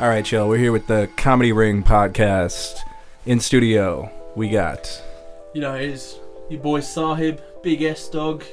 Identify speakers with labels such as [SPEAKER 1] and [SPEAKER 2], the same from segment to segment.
[SPEAKER 1] All right, y'all. We're here with the Comedy Ring podcast in studio. We got
[SPEAKER 2] You know, it is your boy Sahib, big S dog.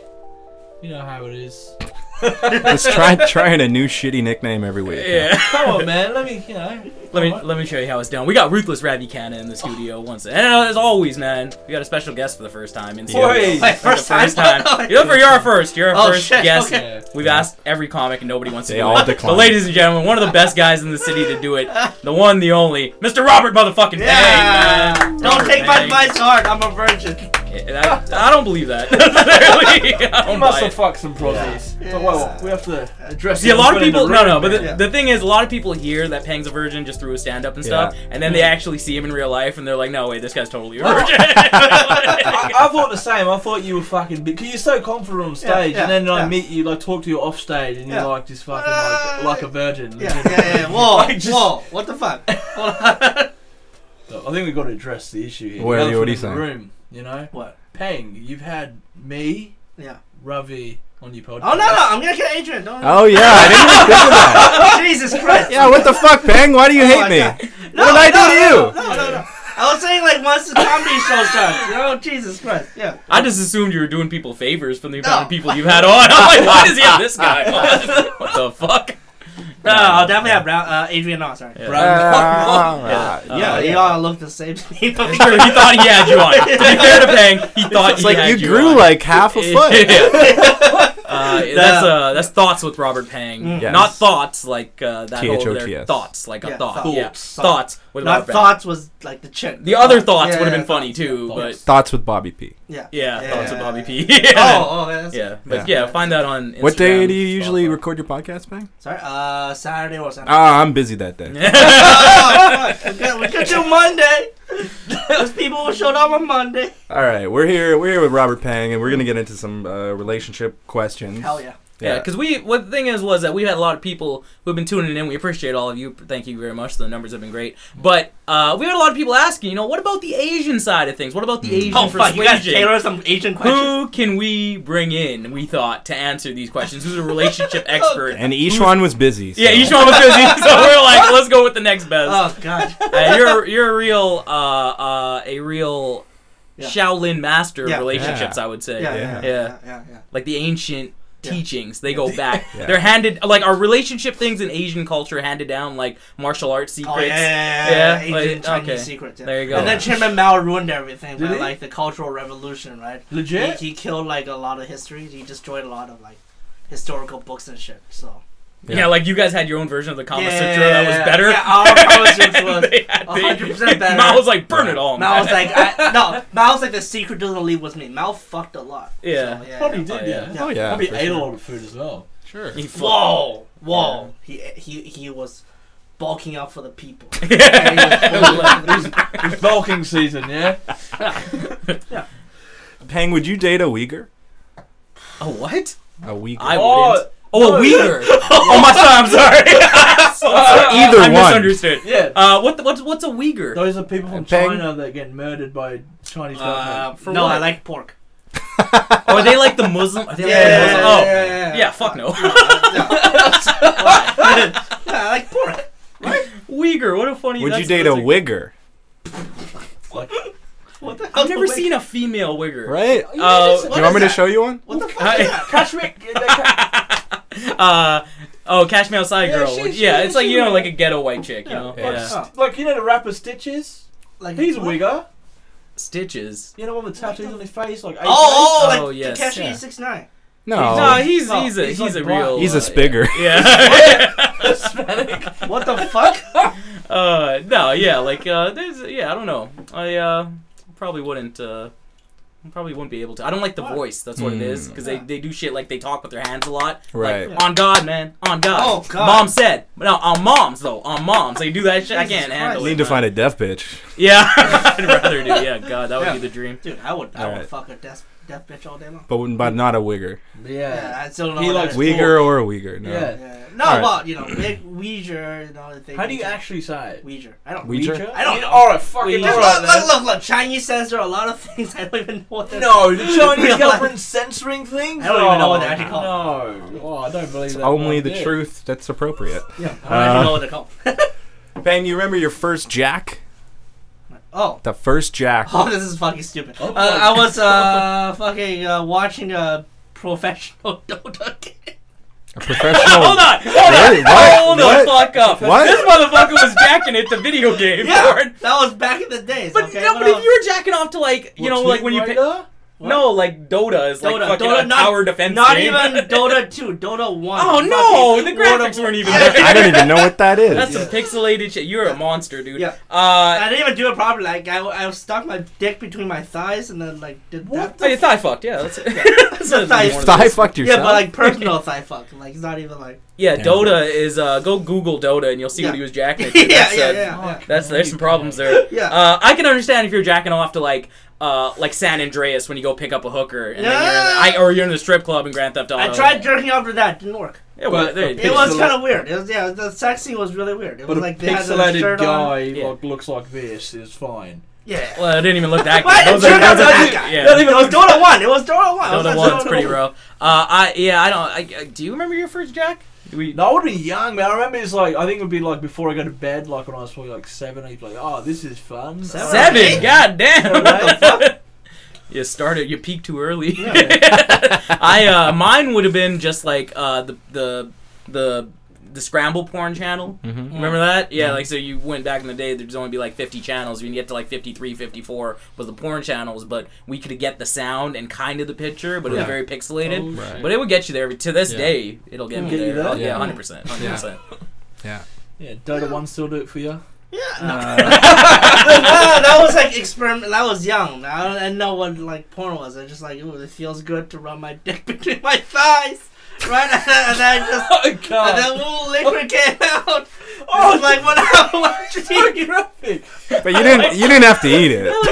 [SPEAKER 2] You know how it is.
[SPEAKER 1] just try, trying a new shitty nickname every week.
[SPEAKER 3] Yeah.
[SPEAKER 2] Come on, man. Let me, you know.
[SPEAKER 3] Let me
[SPEAKER 2] Alright.
[SPEAKER 3] let me show you how it's done. We got Ruthless Ravi Canna in the studio once again. And uh, as always, man, we got a special guest for the first time in studio.
[SPEAKER 2] Wait,
[SPEAKER 3] For the
[SPEAKER 2] first
[SPEAKER 3] first time. You're, you're our first. You're our
[SPEAKER 4] Oh,
[SPEAKER 3] first
[SPEAKER 4] shit,
[SPEAKER 3] guest.
[SPEAKER 4] okay.
[SPEAKER 2] Yeah.
[SPEAKER 3] We've asked every comic and nobody wants to
[SPEAKER 1] They
[SPEAKER 3] do
[SPEAKER 1] all
[SPEAKER 3] it.
[SPEAKER 1] declined.
[SPEAKER 3] But ladies and gentlemen, one of the best guys in the city to do it, the one, the only, Mr. Robert motherfucking
[SPEAKER 4] Yeah.
[SPEAKER 3] Pang, man.
[SPEAKER 4] Don't
[SPEAKER 3] Robert
[SPEAKER 4] take my
[SPEAKER 3] Pang.
[SPEAKER 4] advice hard. I'm a virgin.
[SPEAKER 3] Yeah, that- I don't believe that. Necessarily. I
[SPEAKER 2] You
[SPEAKER 3] don't
[SPEAKER 2] must
[SPEAKER 3] buy
[SPEAKER 2] have
[SPEAKER 3] it.
[SPEAKER 2] fucked some prosies. But well,
[SPEAKER 4] Yeah.
[SPEAKER 2] we have to address
[SPEAKER 3] See, a
[SPEAKER 2] the
[SPEAKER 3] lot of
[SPEAKER 2] elephant in
[SPEAKER 3] people.
[SPEAKER 2] the
[SPEAKER 3] No,
[SPEAKER 2] room,
[SPEAKER 3] no, but
[SPEAKER 2] man.
[SPEAKER 3] the, the thing is, a lot of people hear that Pang's a virgin just through his stand up and stuff, and then they actually see him in real life and they're like, no, wait, this guy's totally a virgin.
[SPEAKER 2] I, I thought the same. I thought you were fucking because you're so confident on stage,
[SPEAKER 4] yeah,
[SPEAKER 2] and then I
[SPEAKER 4] yeah.
[SPEAKER 2] meet you, like talk to you off stage, and you're
[SPEAKER 4] Yeah.
[SPEAKER 2] like just fucking like,
[SPEAKER 4] Uh,
[SPEAKER 2] like a virgin.
[SPEAKER 4] Yeah, yeah, yeah. Whoa,
[SPEAKER 2] Like, just-
[SPEAKER 4] whoa. What the fuck?
[SPEAKER 2] So I think we've got to address the issue here.
[SPEAKER 1] What
[SPEAKER 2] The
[SPEAKER 1] are you- what are you
[SPEAKER 2] elephant in the Room, you know,
[SPEAKER 4] What?
[SPEAKER 2] Pang, you've had me,
[SPEAKER 4] Yeah.
[SPEAKER 2] Ravi, on your podcast.
[SPEAKER 4] Oh no, no. I'm gonna kill Adrian. Don't.
[SPEAKER 1] Oh yeah, I didn't even think of that.
[SPEAKER 4] Jesus Christ.
[SPEAKER 1] Yeah, what the fuck, Bang? Why do you
[SPEAKER 4] Oh
[SPEAKER 1] hate
[SPEAKER 4] my
[SPEAKER 1] me? What
[SPEAKER 4] God.
[SPEAKER 1] did I do
[SPEAKER 4] no,
[SPEAKER 1] to
[SPEAKER 4] No, no, no, no. I was saying like once the comedy show starts. You know, Jesus Christ. Yeah.
[SPEAKER 3] I just assumed you were doing people favors from the amount
[SPEAKER 4] No.
[SPEAKER 3] of people you've had on. I'm like, why does he have this guy? on? what the fuck?
[SPEAKER 4] No, I'll definitely have Brown, uh, Adrian on. Sorry.
[SPEAKER 3] Yeah.
[SPEAKER 2] Brown-
[SPEAKER 1] Ah,
[SPEAKER 3] Yeah.
[SPEAKER 4] Yeah,
[SPEAKER 3] Uh,
[SPEAKER 4] they all look the same to me.
[SPEAKER 3] It's true, he thought he had you on. To be fair to Pang, he thought
[SPEAKER 1] It's
[SPEAKER 3] he
[SPEAKER 1] like
[SPEAKER 3] had
[SPEAKER 1] you grew
[SPEAKER 3] on.
[SPEAKER 1] like half a foot.
[SPEAKER 3] Yeah. Uh, that's uh, that's thoughts with Robert Pang.
[SPEAKER 4] Mm.
[SPEAKER 1] Yes.
[SPEAKER 3] Not thoughts like uh, that whole
[SPEAKER 1] T-H-O-T-S.
[SPEAKER 3] their thoughts like a
[SPEAKER 4] Yeah,
[SPEAKER 3] thought.
[SPEAKER 4] thoughts.
[SPEAKER 3] Yeah.
[SPEAKER 2] Thoughts.
[SPEAKER 3] Thoughts with
[SPEAKER 4] Not
[SPEAKER 3] Robert Pang.
[SPEAKER 4] thoughts was like the chin.
[SPEAKER 3] The other thoughts would have been
[SPEAKER 4] thoughts.
[SPEAKER 3] funny too, but
[SPEAKER 1] Thoughts with Bobby P.
[SPEAKER 4] Yeah.
[SPEAKER 3] yeah, thoughts with
[SPEAKER 4] Yeah.
[SPEAKER 3] Bobby P.
[SPEAKER 4] Oh, oh, yeah, that's
[SPEAKER 3] yeah, but yeah, find that on. Instagram.
[SPEAKER 1] What day do you usually
[SPEAKER 3] Spotify.
[SPEAKER 1] record your podcast, Bang?
[SPEAKER 4] Sorry. Uh, Saturday or Sunday.
[SPEAKER 1] Ah, I'm busy that day.
[SPEAKER 4] oh, fuck. We could- we could do Monday. Those people who showed up on Monday.
[SPEAKER 1] All right, we're here. We're here with Robert Pang, and we're gonna get into some uh, relationship questions.
[SPEAKER 4] Hell yeah.
[SPEAKER 3] Yeah, because we what the thing is was that we had a lot of people who've been tuning in. We appreciate all of you. Thank you very much. The numbers have been great. But uh, we had a lot of people asking, you know, what about the Asian side of things? What about the Asian
[SPEAKER 4] Oh fuck, you guys
[SPEAKER 3] persuasion?
[SPEAKER 4] tailor some Asian questions.
[SPEAKER 3] Who can we bring in? We thought to answer these questions. Who's a relationship expert?
[SPEAKER 1] and each one was busy. so-
[SPEAKER 3] yeah, each one was busy, so we're like, let's go with the next best.
[SPEAKER 4] Oh god.
[SPEAKER 3] Uh, you're you're a real uh, uh, a real
[SPEAKER 4] Yeah.
[SPEAKER 3] Shaolin master of
[SPEAKER 4] Yeah.
[SPEAKER 3] relationships,
[SPEAKER 1] Yeah.
[SPEAKER 3] I would say.
[SPEAKER 4] Yeah, yeah,
[SPEAKER 1] Yeah.
[SPEAKER 4] yeah,
[SPEAKER 3] Yeah.
[SPEAKER 4] yeah, yeah, yeah.
[SPEAKER 3] Like the ancient
[SPEAKER 4] Yeah.
[SPEAKER 3] teachings, they go back.
[SPEAKER 1] Yeah.
[SPEAKER 3] They're handed like our relationship things in Asian culture handed down like martial arts secrets.
[SPEAKER 4] Oh yeah, yeah, yeah, yeah,
[SPEAKER 3] Yeah,
[SPEAKER 4] Asian
[SPEAKER 3] like,
[SPEAKER 4] Chinese
[SPEAKER 3] okay.
[SPEAKER 4] secrets. Yeah.
[SPEAKER 3] There you go.
[SPEAKER 4] And then Chairman Mao ruined everything
[SPEAKER 2] Did
[SPEAKER 4] by
[SPEAKER 2] he?
[SPEAKER 4] like the Cultural Revolution, right?
[SPEAKER 2] Legit?
[SPEAKER 4] He, he killed like a lot of history. He destroyed a lot of like historical books and shit. So
[SPEAKER 3] yeah.
[SPEAKER 1] Yeah.
[SPEAKER 3] like you guys had your own version of the Kama
[SPEAKER 4] Yeah,
[SPEAKER 3] Sutra that was
[SPEAKER 4] yeah,
[SPEAKER 3] better.
[SPEAKER 4] yeah, oh, our Kama Sutra was
[SPEAKER 3] They had the-
[SPEAKER 4] 100% better.
[SPEAKER 3] Mao was like, burn it all.
[SPEAKER 4] Mao
[SPEAKER 3] man.
[SPEAKER 4] was like, I, no, Mao was like the secret doesn't leave with me. Mao fucked a lot.
[SPEAKER 3] Yeah.
[SPEAKER 4] So, yeah,
[SPEAKER 2] Probably
[SPEAKER 4] yeah.
[SPEAKER 2] did,
[SPEAKER 3] Oh,
[SPEAKER 2] yeah.
[SPEAKER 3] yeah.
[SPEAKER 4] Yeah.
[SPEAKER 1] Oh yeah.
[SPEAKER 2] Probably
[SPEAKER 1] for
[SPEAKER 2] ate
[SPEAKER 1] sure.
[SPEAKER 2] a lot of food as well.
[SPEAKER 1] Sure.
[SPEAKER 3] He fu-
[SPEAKER 4] Whoa, whoa. He he he was bulking up for the people.
[SPEAKER 2] It's bulking season, yeah.
[SPEAKER 1] Pang, would you date a Uyghur?
[SPEAKER 3] Oh what?
[SPEAKER 1] A Uyghur.
[SPEAKER 3] I
[SPEAKER 2] Oh,
[SPEAKER 3] wouldn't. Oh,
[SPEAKER 2] no.
[SPEAKER 3] a Uyghur. oh my sorry, I'm sorry. So sorry.
[SPEAKER 1] Either
[SPEAKER 3] I
[SPEAKER 1] one.
[SPEAKER 3] misunderstood.
[SPEAKER 2] Yeah.
[SPEAKER 3] Uh, what the, what's what's a Uyghur?
[SPEAKER 2] Those are people from
[SPEAKER 1] And Peng?
[SPEAKER 2] China that get murdered by Chinese
[SPEAKER 3] Uh,
[SPEAKER 2] government.
[SPEAKER 3] for
[SPEAKER 4] no,
[SPEAKER 3] what?
[SPEAKER 4] I like pork.
[SPEAKER 3] Oh, are they like the Muslim? Are they like the Muslim? Oh, yeah, fuck no.
[SPEAKER 4] Yeah, I like pork.
[SPEAKER 3] Uyghur, what a funny.
[SPEAKER 1] would you
[SPEAKER 3] that's-
[SPEAKER 1] date a
[SPEAKER 3] that's
[SPEAKER 1] Uyghur?
[SPEAKER 2] Like,
[SPEAKER 4] What the hell?
[SPEAKER 3] I've never seen a female Uyghur.
[SPEAKER 1] Right?
[SPEAKER 4] You
[SPEAKER 3] Uh,
[SPEAKER 2] Oh,
[SPEAKER 4] just-
[SPEAKER 1] Do
[SPEAKER 3] do
[SPEAKER 4] what
[SPEAKER 1] you want me
[SPEAKER 4] is
[SPEAKER 1] to
[SPEAKER 4] that?
[SPEAKER 1] show you one?
[SPEAKER 4] What the fuck?
[SPEAKER 3] I-
[SPEAKER 4] is that?
[SPEAKER 2] catch me. get that
[SPEAKER 3] Uh, oh, Cash Me Outside
[SPEAKER 2] Yeah,
[SPEAKER 3] Girl.
[SPEAKER 2] she-
[SPEAKER 3] would-
[SPEAKER 2] she-
[SPEAKER 3] yeah, it's like,
[SPEAKER 2] she
[SPEAKER 3] you know,
[SPEAKER 2] would-
[SPEAKER 3] like a ghetto white chick, you
[SPEAKER 2] Yeah,
[SPEAKER 3] know?
[SPEAKER 2] like,
[SPEAKER 3] Yeah.
[SPEAKER 4] Oh.
[SPEAKER 2] st- like, you know the rapper Stitches?
[SPEAKER 4] Like
[SPEAKER 2] He's a
[SPEAKER 4] what? Oh,
[SPEAKER 2] wigger.
[SPEAKER 3] Stitches.
[SPEAKER 2] You know, one with tattoos on his face, like.
[SPEAKER 4] Oh, oh, like
[SPEAKER 3] Oh,
[SPEAKER 4] oh,
[SPEAKER 3] yes,
[SPEAKER 4] Takeshi
[SPEAKER 3] yeah.
[SPEAKER 4] six nine.
[SPEAKER 1] No.
[SPEAKER 3] No, he's,
[SPEAKER 2] Oh,
[SPEAKER 3] he's a,
[SPEAKER 2] he's
[SPEAKER 3] he's, a
[SPEAKER 2] like black.
[SPEAKER 3] real.
[SPEAKER 1] He's
[SPEAKER 3] uh,
[SPEAKER 1] a spigger.
[SPEAKER 3] Yeah.
[SPEAKER 4] What the fuck?
[SPEAKER 3] uh, no, yeah, like, uh, there's, yeah, I don't know. I, uh, probably wouldn't, uh, probably wouldn't be able to. I don't like the
[SPEAKER 4] What?
[SPEAKER 3] voice, that's what it is,
[SPEAKER 1] Mm.
[SPEAKER 3] because they, they do shit like they talk with their hands a lot.
[SPEAKER 1] Right.
[SPEAKER 3] Like, on God, man. On God.
[SPEAKER 4] Oh, God.
[SPEAKER 3] Mom said. No, on moms, though. On moms. They do that shit. I
[SPEAKER 4] Jesus
[SPEAKER 3] can't
[SPEAKER 4] Christ.
[SPEAKER 3] handle it.
[SPEAKER 1] Need to
[SPEAKER 3] man.
[SPEAKER 1] find a deaf bitch.
[SPEAKER 3] Yeah, I'd rather do. Yeah, God, that would
[SPEAKER 4] Yeah.
[SPEAKER 3] be the dream.
[SPEAKER 4] Dude, I would I would
[SPEAKER 1] Alright.
[SPEAKER 4] fuck a death death bitch all day long.
[SPEAKER 1] But, but not a Uyghur.
[SPEAKER 2] Yeah.
[SPEAKER 4] Yeah, I still don't know.
[SPEAKER 2] He
[SPEAKER 4] what
[SPEAKER 2] likes
[SPEAKER 4] that is.
[SPEAKER 2] weed.
[SPEAKER 1] Uyghur or a Uyghur. No.
[SPEAKER 2] Yeah.
[SPEAKER 4] Yeah. No,
[SPEAKER 1] Alright.
[SPEAKER 4] well, you know, big Ouija and all the things.
[SPEAKER 2] How do you
[SPEAKER 4] Ouija.
[SPEAKER 2] actually say it?
[SPEAKER 4] Ouija? I don't.
[SPEAKER 1] Ouija?
[SPEAKER 4] I don't
[SPEAKER 2] Yeah,
[SPEAKER 4] know.
[SPEAKER 2] Alright, fucking
[SPEAKER 3] Ouija.
[SPEAKER 4] There's
[SPEAKER 2] alright
[SPEAKER 4] look,
[SPEAKER 2] then.
[SPEAKER 4] look, look, look, Chinese says there are a lot of things I don't even know what that
[SPEAKER 2] No, the Chinese
[SPEAKER 4] Real
[SPEAKER 2] government
[SPEAKER 4] life.
[SPEAKER 2] censoring things?
[SPEAKER 4] I don't even know what
[SPEAKER 2] No,
[SPEAKER 4] they're actually
[SPEAKER 2] No. Oh, I don't believe that.
[SPEAKER 1] Only
[SPEAKER 2] one
[SPEAKER 1] the
[SPEAKER 2] bit.
[SPEAKER 1] truth that's appropriate.
[SPEAKER 4] Yeah, I don't
[SPEAKER 1] Uh,
[SPEAKER 4] even know what they're called.
[SPEAKER 1] Bang, you remember your first jack?
[SPEAKER 4] Oh.
[SPEAKER 1] The first jack.
[SPEAKER 4] Oh, this is fucking stupid.
[SPEAKER 2] Oh
[SPEAKER 4] uh,
[SPEAKER 2] my
[SPEAKER 4] I was uh fucking uh, watching a professional Dota game.
[SPEAKER 1] A professional.
[SPEAKER 3] Hold on, hold on,
[SPEAKER 1] Wait, Oh, what?
[SPEAKER 3] hold the
[SPEAKER 1] What?
[SPEAKER 3] fuck up.
[SPEAKER 1] What?
[SPEAKER 3] This motherfucker was jacking it to video game for
[SPEAKER 4] Yeah,
[SPEAKER 3] it.
[SPEAKER 4] that was back in the days.
[SPEAKER 3] But,
[SPEAKER 4] okay,
[SPEAKER 3] no,
[SPEAKER 4] what
[SPEAKER 3] but if
[SPEAKER 4] else?
[SPEAKER 3] you were jacking off to like, you know,
[SPEAKER 2] What's
[SPEAKER 3] like
[SPEAKER 2] it
[SPEAKER 3] when you
[SPEAKER 2] right
[SPEAKER 3] pick,
[SPEAKER 2] now? What?
[SPEAKER 3] no, like Dota is like
[SPEAKER 4] Dota,
[SPEAKER 3] fucking
[SPEAKER 4] Dota,
[SPEAKER 3] a
[SPEAKER 4] not-
[SPEAKER 3] tower defense.
[SPEAKER 4] Not
[SPEAKER 3] game.
[SPEAKER 4] even Dota 2, Dota 1.
[SPEAKER 3] Oh no, the
[SPEAKER 4] Fucking
[SPEAKER 3] graphics
[SPEAKER 4] Dota-
[SPEAKER 3] weren't even
[SPEAKER 4] Yeah.
[SPEAKER 3] there.
[SPEAKER 1] I don't even know what that is.
[SPEAKER 3] That's
[SPEAKER 4] Yeah.
[SPEAKER 3] some pixelated shit. You're a monster, dude.
[SPEAKER 4] Yeah.
[SPEAKER 3] Uh,
[SPEAKER 4] I didn't even do it properly. Like I, I stuck my dick between my thighs and then like did
[SPEAKER 2] What
[SPEAKER 4] that.
[SPEAKER 3] oh, your thigh fucked. Yeah, that's it. That's
[SPEAKER 4] The
[SPEAKER 3] a-
[SPEAKER 4] thigh-
[SPEAKER 3] one of
[SPEAKER 1] Thigh
[SPEAKER 3] those.
[SPEAKER 1] fucked
[SPEAKER 4] Yeah,
[SPEAKER 1] yourself.
[SPEAKER 4] but like personal thigh fuck. Like it's not even like.
[SPEAKER 3] Yeah,
[SPEAKER 1] Damn.
[SPEAKER 3] Dota is. Uh, go Google Dota and you'll see
[SPEAKER 4] Yeah.
[SPEAKER 3] what he was jacking.
[SPEAKER 4] yeah,
[SPEAKER 3] It to.
[SPEAKER 4] yeah,
[SPEAKER 3] That's,
[SPEAKER 4] yeah,
[SPEAKER 3] uh,
[SPEAKER 4] yeah.
[SPEAKER 3] That's there's some problems there.
[SPEAKER 4] Yeah.
[SPEAKER 3] Uh, I can understand if you're jacking off to like uh, like San Andreas when you go pick up a hooker, and then you're in the, I, or you're in the strip club in Grand Theft Auto.
[SPEAKER 4] I
[SPEAKER 2] Uh,
[SPEAKER 4] tried jerking off to that. Didn't work.
[SPEAKER 3] Yeah, well,
[SPEAKER 2] But-
[SPEAKER 3] there you
[SPEAKER 4] It
[SPEAKER 3] go.
[SPEAKER 4] was
[SPEAKER 2] Pixel-
[SPEAKER 4] kind of weird. It was, yeah, the sex scene was really weird. It
[SPEAKER 2] But
[SPEAKER 4] was
[SPEAKER 2] a
[SPEAKER 4] like they had the
[SPEAKER 2] pixelated
[SPEAKER 4] shirt on.
[SPEAKER 2] guy
[SPEAKER 3] Yeah.
[SPEAKER 2] like, looks like this is fine.
[SPEAKER 4] Yeah.
[SPEAKER 3] Well, it didn't even look that
[SPEAKER 4] Why
[SPEAKER 3] good.
[SPEAKER 4] did
[SPEAKER 3] Those
[SPEAKER 4] you
[SPEAKER 3] are,
[SPEAKER 4] not
[SPEAKER 3] those are,
[SPEAKER 4] that guy?
[SPEAKER 3] yeah.
[SPEAKER 4] It was Dota One. It was Dota One. It was
[SPEAKER 3] Dota
[SPEAKER 4] like
[SPEAKER 3] one's pretty
[SPEAKER 4] 1.
[SPEAKER 3] rough. Uh, I yeah, I don't. I, I, do you remember your first jack? Do we?
[SPEAKER 2] No, I would be young, man. I remember it's like I think it would be like before I go to bed, like when I was probably like seven. I'd be like, "Oh, this is fun."
[SPEAKER 4] Seven?
[SPEAKER 3] Seven.
[SPEAKER 4] Alright.
[SPEAKER 3] God damn.
[SPEAKER 2] Alright.
[SPEAKER 3] you started. You peaked too early.
[SPEAKER 2] Yeah.
[SPEAKER 3] I uh, mine would have been just like uh, the the the the scramble porn channel.
[SPEAKER 1] Mhm.
[SPEAKER 3] Remember that? Yeah, like so you went back in the day there'd only be like 50 channels. You can get to like 53, 54 was the porn channels, but we could get the sound and kind of the picture, but it was
[SPEAKER 2] Yeah.
[SPEAKER 3] very pixelated.
[SPEAKER 1] Right.
[SPEAKER 3] But it would get you there. To this
[SPEAKER 1] Oh, Yeah.
[SPEAKER 3] day, it'll get me
[SPEAKER 2] Get you
[SPEAKER 3] there.
[SPEAKER 2] there?
[SPEAKER 3] Oh, yeah,
[SPEAKER 1] Yeah.
[SPEAKER 3] 100%. 100%.
[SPEAKER 2] yeah, Dota One still do it for you.
[SPEAKER 4] Yeah. No.
[SPEAKER 1] Uh,
[SPEAKER 4] Well, that was like experiment. That was young. I don't I didn't know what like porn was. I just like, ooh, it feels good to rub my dick between my thighs, right? And then I just,
[SPEAKER 2] Oh
[SPEAKER 4] and
[SPEAKER 2] god!
[SPEAKER 4] then ooh, liquid came out. Oh,
[SPEAKER 2] Oh,
[SPEAKER 4] like when I watched
[SPEAKER 2] it's so
[SPEAKER 4] TV.
[SPEAKER 2] graphic.
[SPEAKER 1] but you didn't. You didn't have to eat it.
[SPEAKER 4] I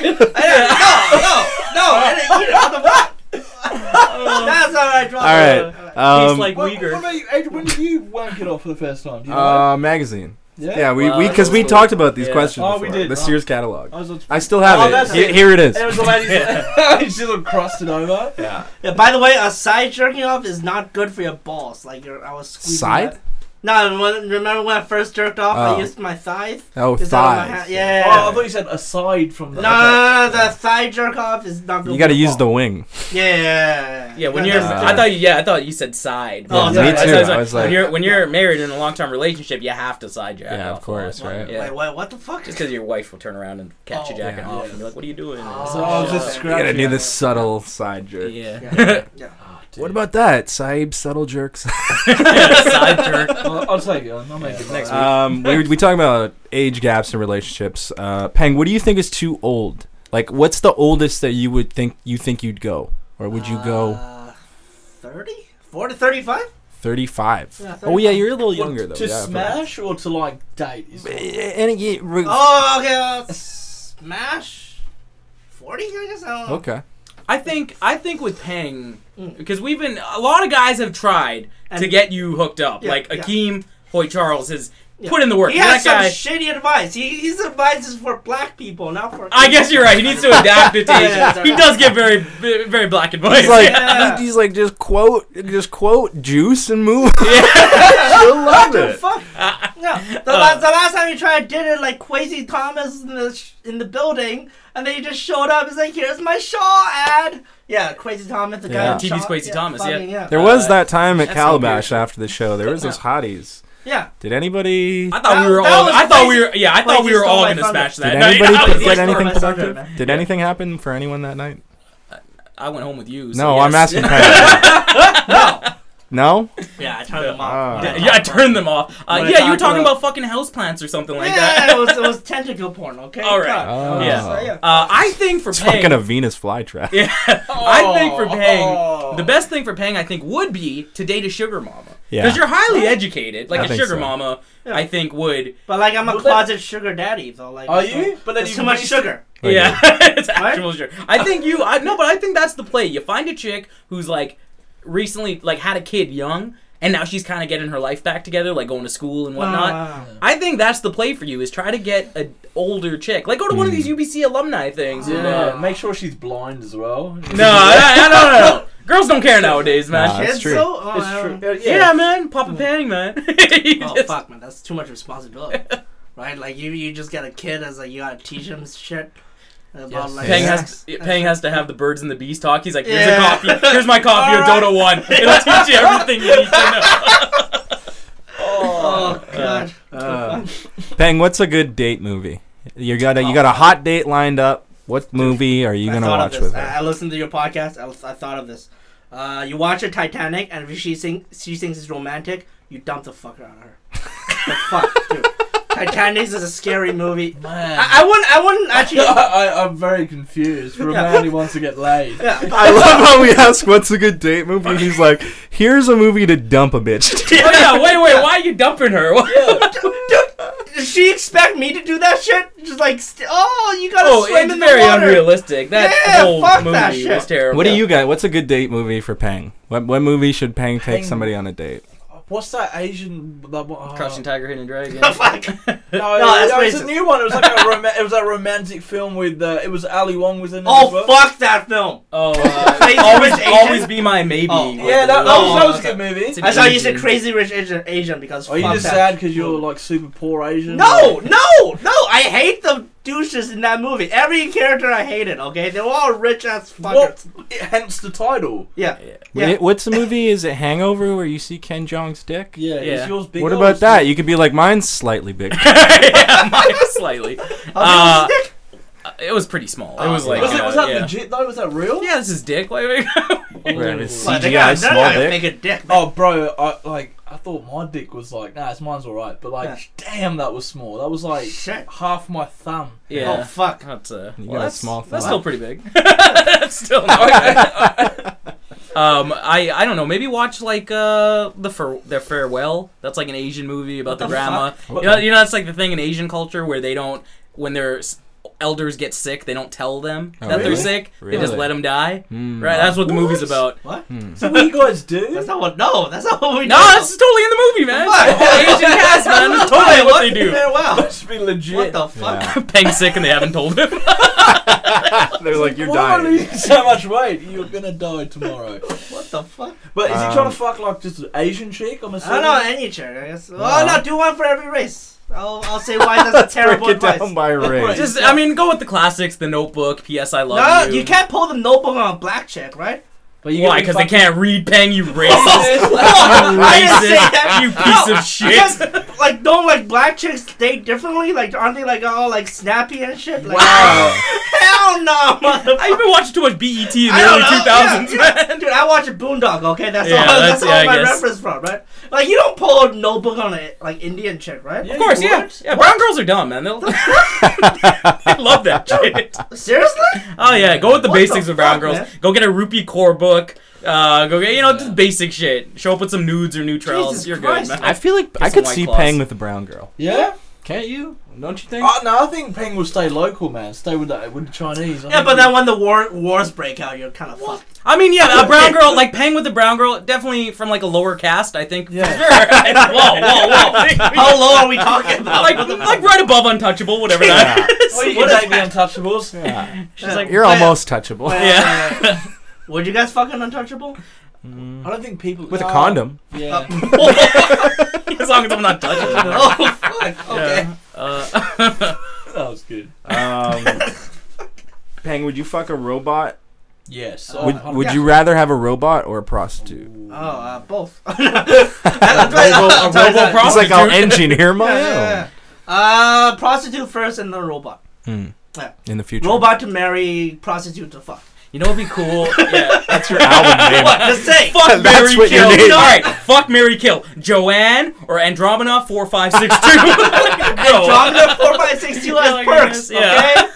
[SPEAKER 4] didn't, no, no, no, I didn't eat it on the block. That's how I dropped
[SPEAKER 1] All right.
[SPEAKER 4] it.
[SPEAKER 1] Um,
[SPEAKER 3] Tastes like
[SPEAKER 2] What, what
[SPEAKER 3] Uyghur.
[SPEAKER 2] about you, Adrian? When did you wank it off for the first time? Do you know?
[SPEAKER 1] uh, magazine.
[SPEAKER 2] yeah.
[SPEAKER 1] Yeah, we
[SPEAKER 3] Wow,
[SPEAKER 1] we because
[SPEAKER 3] that's
[SPEAKER 1] we
[SPEAKER 3] cool.
[SPEAKER 1] talked about these
[SPEAKER 3] Yeah.
[SPEAKER 1] questions.
[SPEAKER 2] Oh, we
[SPEAKER 1] before.
[SPEAKER 2] did.
[SPEAKER 1] The
[SPEAKER 2] Oh.
[SPEAKER 1] Sears catalog.
[SPEAKER 2] I was on-
[SPEAKER 1] I still
[SPEAKER 2] Oh,
[SPEAKER 1] have it.
[SPEAKER 2] that's
[SPEAKER 1] He-
[SPEAKER 2] it.
[SPEAKER 1] Here it is.
[SPEAKER 2] It was the lady. She just like, crossed it over.
[SPEAKER 1] Yeah.
[SPEAKER 4] Yeah, by the way, a side jerking off is not good for your balls. Like your, I was squeezing.
[SPEAKER 1] Side?
[SPEAKER 4] That. No, when, remember when I first jerked off?
[SPEAKER 1] Oh.
[SPEAKER 4] I used my thighs.
[SPEAKER 1] Oh,
[SPEAKER 4] Is that on my
[SPEAKER 1] thighs.
[SPEAKER 4] hand? Yeah.
[SPEAKER 2] Oh, I thought you said aside from
[SPEAKER 4] No,
[SPEAKER 2] that.
[SPEAKER 4] no, no, no, the thigh jerk off is not good.
[SPEAKER 1] You got to
[SPEAKER 4] for
[SPEAKER 1] use the
[SPEAKER 4] ball.
[SPEAKER 1] wing.
[SPEAKER 4] Yeah, yeah, yeah, yeah.
[SPEAKER 3] Yeah, when
[SPEAKER 4] Yeah,
[SPEAKER 3] you're,
[SPEAKER 4] that's
[SPEAKER 1] Uh,
[SPEAKER 3] I thought you, yeah, I thought you said side.
[SPEAKER 1] Yeah,
[SPEAKER 4] Oh, sorry.
[SPEAKER 1] me
[SPEAKER 4] I
[SPEAKER 1] too.
[SPEAKER 4] was
[SPEAKER 1] I was like,
[SPEAKER 3] when you're when you're married in a long term relationship, you have to side jack.
[SPEAKER 1] yeah,
[SPEAKER 3] off
[SPEAKER 1] of
[SPEAKER 3] a
[SPEAKER 1] course,
[SPEAKER 3] lot.
[SPEAKER 1] right?
[SPEAKER 3] Yeah.
[SPEAKER 4] Wait, wait, what the fuck?
[SPEAKER 3] Just because your wife will turn around and catch you
[SPEAKER 4] Oh.
[SPEAKER 3] jacking
[SPEAKER 1] Yeah.
[SPEAKER 3] off, and be like, "What are you doing?"
[SPEAKER 4] Oh.
[SPEAKER 2] So I was just
[SPEAKER 1] You got to
[SPEAKER 2] scratching.
[SPEAKER 1] do the subtle side jerk.
[SPEAKER 3] yeah.
[SPEAKER 4] Yeah. yeah.
[SPEAKER 2] "Oh,
[SPEAKER 1] What about that? Saib subtle jerks.
[SPEAKER 3] side jerk.
[SPEAKER 2] I'll, I'll take it. I'll make it
[SPEAKER 3] Next
[SPEAKER 1] um, we we talking about age gaps in relationships. Uh, Peng, what do you think is too old? Like, what's the oldest that you would think you think you'd go, or would you go
[SPEAKER 4] Uh, 30? 4 to 35?
[SPEAKER 1] thirty-five?
[SPEAKER 4] Yeah,
[SPEAKER 1] Oh yeah,
[SPEAKER 4] 35.
[SPEAKER 1] you're a little
[SPEAKER 2] What,
[SPEAKER 1] younger though.
[SPEAKER 2] To
[SPEAKER 1] yeah, I forgot.
[SPEAKER 2] smash or to like date? Is
[SPEAKER 1] Eh, And it, re-
[SPEAKER 4] Oh, okay. Uh, smash? 40, I guess? I don't know.
[SPEAKER 1] okay.
[SPEAKER 3] I think I think with Peng
[SPEAKER 4] Mm.
[SPEAKER 3] because we've been a lot of guys have tried to
[SPEAKER 4] And-
[SPEAKER 3] get you hooked up.
[SPEAKER 4] Yeah,
[SPEAKER 3] like
[SPEAKER 4] yeah.
[SPEAKER 3] Akeem Hoy Charles has
[SPEAKER 4] Yeah.
[SPEAKER 3] put in the work.
[SPEAKER 4] He
[SPEAKER 3] that
[SPEAKER 4] has some
[SPEAKER 3] guy.
[SPEAKER 4] shitty advice. He, his advice is for black people, not for.
[SPEAKER 3] I guess you're right. He needs to adapt it to
[SPEAKER 4] Yeah,
[SPEAKER 3] Asians.
[SPEAKER 4] yeah,
[SPEAKER 3] He
[SPEAKER 4] yeah.
[SPEAKER 3] does get very very black advice.
[SPEAKER 1] He's like,
[SPEAKER 4] Yeah.
[SPEAKER 1] he's like, just quote, just quote, juice and move.
[SPEAKER 4] She'll
[SPEAKER 1] love it.
[SPEAKER 4] Fuck. No, the,
[SPEAKER 2] Uh.
[SPEAKER 4] last, the last time he tried did it, like Quasi Thomas in the sh- in the building, and then he just showed up. He's like, "Here's my Shaw ad." Yeah, Quasi Thomas, the
[SPEAKER 1] Yeah.
[SPEAKER 4] guy. in
[SPEAKER 3] TV's
[SPEAKER 4] Shaw-
[SPEAKER 3] Kwesi Thomas, yeah.
[SPEAKER 4] fucking, yeah.
[SPEAKER 1] There was
[SPEAKER 3] Uh,
[SPEAKER 1] that time at
[SPEAKER 3] that's so
[SPEAKER 1] Calabash
[SPEAKER 3] weird.
[SPEAKER 1] after the show. There was those hotties.
[SPEAKER 4] Yeah.
[SPEAKER 1] Did anybody?
[SPEAKER 3] I thought
[SPEAKER 4] That-
[SPEAKER 3] we were
[SPEAKER 4] that
[SPEAKER 3] all.
[SPEAKER 4] was
[SPEAKER 3] I thought we
[SPEAKER 4] crazy.
[SPEAKER 3] were. Yeah, I thought
[SPEAKER 4] Crazy
[SPEAKER 3] we were all
[SPEAKER 4] stole my
[SPEAKER 3] gonna
[SPEAKER 4] thunder.
[SPEAKER 3] smash
[SPEAKER 1] Did
[SPEAKER 3] that.
[SPEAKER 1] anybody
[SPEAKER 3] I,
[SPEAKER 1] get
[SPEAKER 3] was-
[SPEAKER 1] anything
[SPEAKER 4] Thomas Thunder,
[SPEAKER 1] productive?
[SPEAKER 4] man.
[SPEAKER 1] Did anything happen for anyone that night?
[SPEAKER 3] I went home with you. so
[SPEAKER 1] No, I'm
[SPEAKER 3] yes.
[SPEAKER 1] asking. Tyler.
[SPEAKER 4] No.
[SPEAKER 1] no.
[SPEAKER 4] Yeah, I turned him
[SPEAKER 1] Ah.
[SPEAKER 4] off.
[SPEAKER 3] Yeah, I turned them off. Uh,
[SPEAKER 2] When I
[SPEAKER 3] yeah, you were
[SPEAKER 2] talked
[SPEAKER 3] talking
[SPEAKER 2] about-
[SPEAKER 3] about fucking houseplants or something like
[SPEAKER 4] yeah,
[SPEAKER 3] that.
[SPEAKER 4] it was it was tentacle porn. Okay.
[SPEAKER 3] All right.
[SPEAKER 4] God.
[SPEAKER 1] Oh.
[SPEAKER 3] Yeah.
[SPEAKER 4] So, yeah.
[SPEAKER 3] Uh, I think for
[SPEAKER 1] It's
[SPEAKER 3] Peng,
[SPEAKER 1] fucking a Venus flytrap.
[SPEAKER 3] Yeah, I think for
[SPEAKER 2] Oh.
[SPEAKER 3] Pang, the best thing for Pang, I think, would be to date a sugar mama.
[SPEAKER 1] Yeah.
[SPEAKER 3] Because you're highly educated. Like
[SPEAKER 1] I
[SPEAKER 3] a
[SPEAKER 1] think
[SPEAKER 3] sugar
[SPEAKER 1] so.
[SPEAKER 3] mama,
[SPEAKER 4] Yeah.
[SPEAKER 3] I think would.
[SPEAKER 4] But like, I'm a
[SPEAKER 2] Well, that-
[SPEAKER 4] closet sugar daddy, though. Like,
[SPEAKER 2] Are
[SPEAKER 4] so-
[SPEAKER 2] you? But then
[SPEAKER 4] There's
[SPEAKER 2] you
[SPEAKER 4] too much
[SPEAKER 2] waste-
[SPEAKER 4] sugar.
[SPEAKER 1] Like,
[SPEAKER 3] yeah, it's
[SPEAKER 4] Right?
[SPEAKER 3] actual sugar. I think you. I no, but I think that's the play. You find a chick who's like recently like had a kid young, and now she's kind of getting her life back together, like going to school and whatnot.
[SPEAKER 4] Ah.
[SPEAKER 3] I think that's the play for you is try to get an older chick. Like go to one of these UBC alumni things. and,
[SPEAKER 2] Yeah.
[SPEAKER 3] uh,
[SPEAKER 2] Make sure she's blind as well.
[SPEAKER 3] no, I, I don't know. Girls don't care nowadays, man.
[SPEAKER 1] Nah, that's
[SPEAKER 4] Kids,
[SPEAKER 1] true.
[SPEAKER 4] though? Oh,
[SPEAKER 2] It's
[SPEAKER 4] I don't-
[SPEAKER 2] true.
[SPEAKER 3] Yeah, man, Papa Pang, man. You
[SPEAKER 4] Mm. Oh
[SPEAKER 3] just-
[SPEAKER 4] fuck, man, that's too much responsibility. right? Like you, you just get a kid as like you gotta teach him shit about
[SPEAKER 2] Yes.
[SPEAKER 4] like.
[SPEAKER 3] Pang
[SPEAKER 4] sex.
[SPEAKER 3] has, Pang has to have the birds and the bees talk. He's like, here's
[SPEAKER 4] Yeah.
[SPEAKER 3] a copy. Here's my copy of
[SPEAKER 4] All right.
[SPEAKER 3] Dota 1. It'll teach you everything you need to know.
[SPEAKER 4] Oh god.
[SPEAKER 1] Uh, Peng, what's a good date movie? You got a you
[SPEAKER 3] Oh.
[SPEAKER 1] got a hot date lined up. What movie are you
[SPEAKER 4] I
[SPEAKER 1] gonna
[SPEAKER 4] thought
[SPEAKER 1] watch
[SPEAKER 4] of this.
[SPEAKER 1] with
[SPEAKER 4] I,
[SPEAKER 1] her?
[SPEAKER 4] I listened to your podcast. I, I thought of this. Uh, you watch a Titanic, and if she sing, she thinks it's romantic, you dump the fucker out of her. the fuck, dude. Titanic is a scary movie.
[SPEAKER 2] Man.
[SPEAKER 4] I, I wouldn't. I wouldn't actually.
[SPEAKER 2] I, I, I'm very confused. For a man who wants to get laid.
[SPEAKER 4] Yeah,
[SPEAKER 1] I love how we ask what's a good date movie. and He's like, here's a movie to dump a bitch.
[SPEAKER 3] Oh, yeah, wait, wait. Why are you dumping her?
[SPEAKER 4] Does she expect me to do that shit? Just like, st- oh, you gotta
[SPEAKER 3] oh,
[SPEAKER 4] swim
[SPEAKER 3] it's
[SPEAKER 4] in the
[SPEAKER 3] very
[SPEAKER 4] water.
[SPEAKER 3] unrealistic. That
[SPEAKER 4] Yeah,
[SPEAKER 3] whole
[SPEAKER 4] fuck
[SPEAKER 3] movie
[SPEAKER 4] that shit.
[SPEAKER 3] was terrible.
[SPEAKER 1] What do you got? What's a good date movie for Peng? What what movie should Peng take
[SPEAKER 2] Peng-
[SPEAKER 1] somebody on a date?
[SPEAKER 2] What's that Asian? That one, oh.
[SPEAKER 3] Crouching Tiger, Hidden Dragon.
[SPEAKER 4] The fuck?
[SPEAKER 2] No,
[SPEAKER 4] No,
[SPEAKER 2] it,
[SPEAKER 4] that's
[SPEAKER 2] was a
[SPEAKER 4] racist.
[SPEAKER 2] new one. It was like a rom- it was a romantic film with uh, it was Ali Wong was in it. as
[SPEAKER 4] Oh
[SPEAKER 2] well.
[SPEAKER 4] fuck that film!
[SPEAKER 3] Oh, uh,
[SPEAKER 4] Crazy
[SPEAKER 3] always,
[SPEAKER 4] Rich Asian?
[SPEAKER 3] always be my maybe.
[SPEAKER 4] Oh,
[SPEAKER 3] was
[SPEAKER 2] Yeah, that, that, was,
[SPEAKER 3] the-
[SPEAKER 2] that
[SPEAKER 4] Oh,
[SPEAKER 2] was a good movie.
[SPEAKER 3] It's
[SPEAKER 4] I thought you said
[SPEAKER 3] Asian.
[SPEAKER 4] crazy rich Asian, Asian because
[SPEAKER 1] Oh,
[SPEAKER 2] Are you
[SPEAKER 4] fuck
[SPEAKER 2] just
[SPEAKER 4] that.
[SPEAKER 2] sad because you're like super poor Asian?
[SPEAKER 4] No, no, no! I hate the douches in that movie. Every character I hated. Okay, they were all rich ass
[SPEAKER 2] What?
[SPEAKER 4] fuckers.
[SPEAKER 2] Hence the title.
[SPEAKER 4] Yeah.
[SPEAKER 1] Wait,
[SPEAKER 4] Yeah.
[SPEAKER 1] What's the movie? Is it Hangover where you see Ken Jong's dick?
[SPEAKER 2] Yeah,
[SPEAKER 3] Yeah.
[SPEAKER 2] Is yours big
[SPEAKER 1] what
[SPEAKER 2] or
[SPEAKER 1] about
[SPEAKER 2] is
[SPEAKER 1] that?
[SPEAKER 2] it-
[SPEAKER 1] You could be like, mine's slightly big.
[SPEAKER 3] yeah, mine was slightly.
[SPEAKER 4] How
[SPEAKER 3] Uh,
[SPEAKER 4] big was his dick?
[SPEAKER 3] It was pretty small. It
[SPEAKER 4] Oh,
[SPEAKER 3] was like.
[SPEAKER 2] was, it,
[SPEAKER 3] uh,
[SPEAKER 2] was that
[SPEAKER 3] yeah.
[SPEAKER 2] legit though? Was that real?
[SPEAKER 3] Yeah, this is dick. Like,
[SPEAKER 1] Where it's
[SPEAKER 2] Oh.
[SPEAKER 4] Well, they
[SPEAKER 1] CGI
[SPEAKER 4] got- they
[SPEAKER 1] small
[SPEAKER 4] got a
[SPEAKER 1] dick.
[SPEAKER 4] big dick.
[SPEAKER 2] Oh, bro, I like I thought my dick was like nah, it's mine's all right, but like
[SPEAKER 4] Yeah.
[SPEAKER 2] damn, that was small. That was like
[SPEAKER 4] Shit.
[SPEAKER 2] half my thumb.
[SPEAKER 3] yeah.
[SPEAKER 4] Oh fuck.
[SPEAKER 3] That's uh,
[SPEAKER 1] You
[SPEAKER 3] well,
[SPEAKER 1] got a
[SPEAKER 3] that's,
[SPEAKER 1] small
[SPEAKER 3] That's
[SPEAKER 1] thumb.
[SPEAKER 3] still pretty big. that's still not bad. um, I I don't know. Maybe watch like uh the far their farewell. That's like an Asian movie about the,
[SPEAKER 4] the
[SPEAKER 3] grandma. You know, you know that's like the thing in Asian culture where they don't when their s- elders get sick, they don't tell them
[SPEAKER 1] Oh,
[SPEAKER 3] that they're
[SPEAKER 1] really?
[SPEAKER 3] sick. They just
[SPEAKER 1] Really?
[SPEAKER 3] let them die.
[SPEAKER 1] Hmm.
[SPEAKER 3] Right. That's what the
[SPEAKER 2] What?
[SPEAKER 3] movie's about.
[SPEAKER 4] What?
[SPEAKER 1] Hmm.
[SPEAKER 2] So what you guys do?
[SPEAKER 4] That's not what. No, that's not what we.
[SPEAKER 3] No,
[SPEAKER 4] do.
[SPEAKER 3] that's totally in the movie, man. It's the whole Asian cast, man. That's totally what they do.
[SPEAKER 4] Farewell.
[SPEAKER 2] Must be legit.
[SPEAKER 4] What the fuck?
[SPEAKER 1] Yeah.
[SPEAKER 3] Peng's sick and they haven't told him.
[SPEAKER 1] They're like, you're
[SPEAKER 2] Why are
[SPEAKER 1] dying.
[SPEAKER 2] you losing so much weight? You're gonna die tomorrow.
[SPEAKER 4] What the fuck?
[SPEAKER 2] But is
[SPEAKER 1] Um,
[SPEAKER 2] he trying to fuck like just an Asian chick? I'm
[SPEAKER 4] I
[SPEAKER 2] assuming.
[SPEAKER 4] don't know any chair. I guess. Oh
[SPEAKER 2] Uh-huh.
[SPEAKER 4] no, do one for every race. I'll, I'll say why that's terrible
[SPEAKER 1] Break it
[SPEAKER 4] advice.
[SPEAKER 1] down by race.
[SPEAKER 3] Just, I mean, go with the classics, The Notebook, P.S. I
[SPEAKER 4] no,
[SPEAKER 3] Love
[SPEAKER 4] you.
[SPEAKER 3] You.
[SPEAKER 4] can't pull the notebook on a black chick, right?
[SPEAKER 2] But you gotta
[SPEAKER 3] Why? Because they
[SPEAKER 2] fucking-
[SPEAKER 3] can't read Peng, you racist.
[SPEAKER 4] I didn't say
[SPEAKER 3] racist,
[SPEAKER 4] that.
[SPEAKER 3] you piece of
[SPEAKER 4] Because,
[SPEAKER 3] shit.
[SPEAKER 4] like, don't like black chicks date differently? Like, aren't they like all like snappy and shit? Like,
[SPEAKER 3] Wow.
[SPEAKER 4] Hell no, motherfucker.
[SPEAKER 3] I've been watching too much BET in the
[SPEAKER 4] I don't
[SPEAKER 3] early
[SPEAKER 4] know.
[SPEAKER 3] 2000s,
[SPEAKER 4] Yeah, yeah.
[SPEAKER 3] man.
[SPEAKER 4] Dude, I watch a Boondock. Okay, that's
[SPEAKER 3] Yeah,
[SPEAKER 4] all.
[SPEAKER 3] that's-
[SPEAKER 4] That's,
[SPEAKER 3] yeah, I
[SPEAKER 4] all my
[SPEAKER 3] guess.
[SPEAKER 4] reference from, right? Like, you don't pull a notebook on a like Indian chick, right?
[SPEAKER 2] Yeah,
[SPEAKER 3] Of course,
[SPEAKER 2] you
[SPEAKER 3] yeah.
[SPEAKER 2] would.
[SPEAKER 3] Yeah, brown girls are dumb, man. They'll, they love that shit.
[SPEAKER 4] Seriously?
[SPEAKER 3] Oh, yeah, go with the
[SPEAKER 4] What the
[SPEAKER 3] basics of brown
[SPEAKER 4] fuck,
[SPEAKER 3] girls.
[SPEAKER 4] man?
[SPEAKER 3] Go get a rupee core book. Uh, go get, you know, just basic shit. Show up with some nudes or neutrals.
[SPEAKER 4] Jesus
[SPEAKER 3] You're
[SPEAKER 4] Christ.
[SPEAKER 3] good, man.
[SPEAKER 1] I feel like I
[SPEAKER 3] some
[SPEAKER 1] could
[SPEAKER 3] White
[SPEAKER 1] see
[SPEAKER 3] Claws.
[SPEAKER 1] Peng with a brown girl.
[SPEAKER 2] Yeah.
[SPEAKER 1] Can't you? Don't you think?
[SPEAKER 2] Uh, no, I think Peng will stay local, man. Stay with the with the Chinese. I
[SPEAKER 4] Yeah,
[SPEAKER 2] think
[SPEAKER 4] but
[SPEAKER 2] he-
[SPEAKER 4] then when the war wars break out, you're kind of fucked.
[SPEAKER 3] I mean, yeah, a brown girl, like Peng with a brown girl, definitely from like a lower caste, I think.
[SPEAKER 2] Yeah.
[SPEAKER 3] Sure. whoa, whoa, whoa.
[SPEAKER 4] How low are we talking about?
[SPEAKER 3] like, like right above untouchable, whatever
[SPEAKER 1] Yeah.
[SPEAKER 3] that is.
[SPEAKER 2] Well, you
[SPEAKER 4] What
[SPEAKER 2] can
[SPEAKER 4] is
[SPEAKER 2] take the Untouchables.
[SPEAKER 1] Yeah.
[SPEAKER 3] She's like,
[SPEAKER 1] You're
[SPEAKER 4] Well-
[SPEAKER 1] almost touchable
[SPEAKER 4] Well,
[SPEAKER 3] Yeah.
[SPEAKER 4] uh, would you guys fucking untouchable?
[SPEAKER 2] I don't think people
[SPEAKER 1] Hmm. with a
[SPEAKER 2] No.
[SPEAKER 1] condom.
[SPEAKER 2] Yeah.
[SPEAKER 3] as long as I'm not touching it.
[SPEAKER 4] oh fuck. Okay.
[SPEAKER 3] Uh,
[SPEAKER 2] that was good.
[SPEAKER 1] Um, Peng, would you fuck a robot?
[SPEAKER 2] Yes.
[SPEAKER 3] Uh,
[SPEAKER 1] Would,
[SPEAKER 2] oh,
[SPEAKER 1] would
[SPEAKER 4] yeah.
[SPEAKER 1] you rather have a robot or a prostitute?
[SPEAKER 4] Oh, uh, both.
[SPEAKER 1] Robo-
[SPEAKER 3] a robo
[SPEAKER 4] Sorry, sorry.
[SPEAKER 1] It's like I'll
[SPEAKER 3] Prostitute.
[SPEAKER 1] engineer my
[SPEAKER 4] Yeah,
[SPEAKER 1] own
[SPEAKER 4] yeah, yeah. Uh, prostitute first and then robot.
[SPEAKER 1] in the future.
[SPEAKER 4] Robot to marry, prostitute to fuck.
[SPEAKER 3] you know what'd be cool? Yeah.
[SPEAKER 1] That's your album name.
[SPEAKER 4] What? Just say.
[SPEAKER 1] That's
[SPEAKER 3] Fuck Mary
[SPEAKER 1] what you
[SPEAKER 3] Kill.
[SPEAKER 1] need.
[SPEAKER 3] All right, fuck Mary Kill. Joanne or Andromeda four five six two. Andromeda.
[SPEAKER 4] Andromeda 4562
[SPEAKER 3] Oh my
[SPEAKER 4] has perks,
[SPEAKER 3] goodness, yeah.
[SPEAKER 4] okay?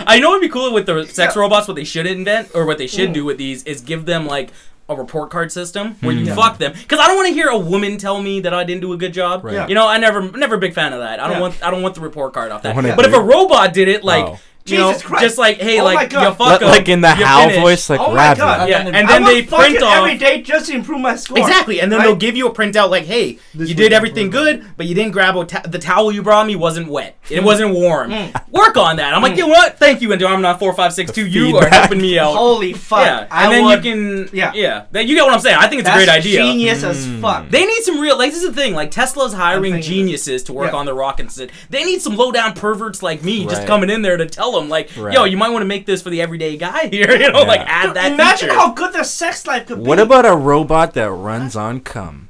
[SPEAKER 3] I know what'd be cool with the sex
[SPEAKER 4] Yeah.
[SPEAKER 3] robots. What they should invent or what they
[SPEAKER 4] Mm.
[SPEAKER 3] should do with these is give them like a report card system where you
[SPEAKER 1] Hmm.
[SPEAKER 3] fuck them. Because I don't want to hear a woman tell me that I didn't do a good job.
[SPEAKER 1] Right. Yeah.
[SPEAKER 3] You know, I never never a big fan of that. I don't
[SPEAKER 4] Yeah.
[SPEAKER 3] want I don't want the report card off that.
[SPEAKER 1] wanna
[SPEAKER 3] But if
[SPEAKER 1] do-
[SPEAKER 3] a robot did it, like.
[SPEAKER 1] Oh.
[SPEAKER 3] You
[SPEAKER 4] Jesus
[SPEAKER 3] know,
[SPEAKER 4] Christ.
[SPEAKER 3] just like hey,
[SPEAKER 4] Oh my
[SPEAKER 3] like
[SPEAKER 4] God.
[SPEAKER 3] you fuck
[SPEAKER 1] Like,
[SPEAKER 3] up,
[SPEAKER 1] like in the
[SPEAKER 3] you
[SPEAKER 1] Hal
[SPEAKER 3] finish.
[SPEAKER 1] voice, like
[SPEAKER 4] Oh my
[SPEAKER 1] rapping.
[SPEAKER 4] God.
[SPEAKER 2] Yeah,
[SPEAKER 3] Yeah, and then
[SPEAKER 4] I
[SPEAKER 3] they
[SPEAKER 4] will fuck
[SPEAKER 3] print
[SPEAKER 4] it
[SPEAKER 3] off
[SPEAKER 4] every day just to improve my score.
[SPEAKER 3] Exactly, and then
[SPEAKER 4] I-
[SPEAKER 3] they'll give you a printout like, "Hey,
[SPEAKER 2] This
[SPEAKER 3] you
[SPEAKER 2] was
[SPEAKER 3] did
[SPEAKER 2] your
[SPEAKER 3] everything
[SPEAKER 2] improvement.
[SPEAKER 3] good, but you didn't grab a ta- the towel you brought me wasn't wet.
[SPEAKER 4] Mm.
[SPEAKER 3] It wasn't warm. Work on that." I'm like, "You know what? Thank you, and I'm not four five six two. You are
[SPEAKER 1] feedback.
[SPEAKER 3] helping me out."
[SPEAKER 4] Holy Oh, fuck!
[SPEAKER 3] yeah, and
[SPEAKER 4] I
[SPEAKER 3] then
[SPEAKER 4] would,
[SPEAKER 3] you can
[SPEAKER 4] yeah.
[SPEAKER 3] yeah yeah. Then you get what I'm saying. I think it's
[SPEAKER 4] that's
[SPEAKER 3] a great idea. Mm.
[SPEAKER 4] Genius as fuck.
[SPEAKER 3] They need some real like this is the thing like Tesla's hiring
[SPEAKER 4] thinking of it.
[SPEAKER 3] geniuses to work
[SPEAKER 4] Yeah.
[SPEAKER 3] on the rockets. They need some low down perverts like me just
[SPEAKER 1] Right.
[SPEAKER 3] coming in there to tell them like,
[SPEAKER 1] Right.
[SPEAKER 3] yo, you might want to make this for the everyday guy here. You know,
[SPEAKER 1] Yeah.
[SPEAKER 3] like add that.
[SPEAKER 4] Imagine
[SPEAKER 3] feature.
[SPEAKER 4] how good their sex life could be.
[SPEAKER 1] What about a robot that runs on cum?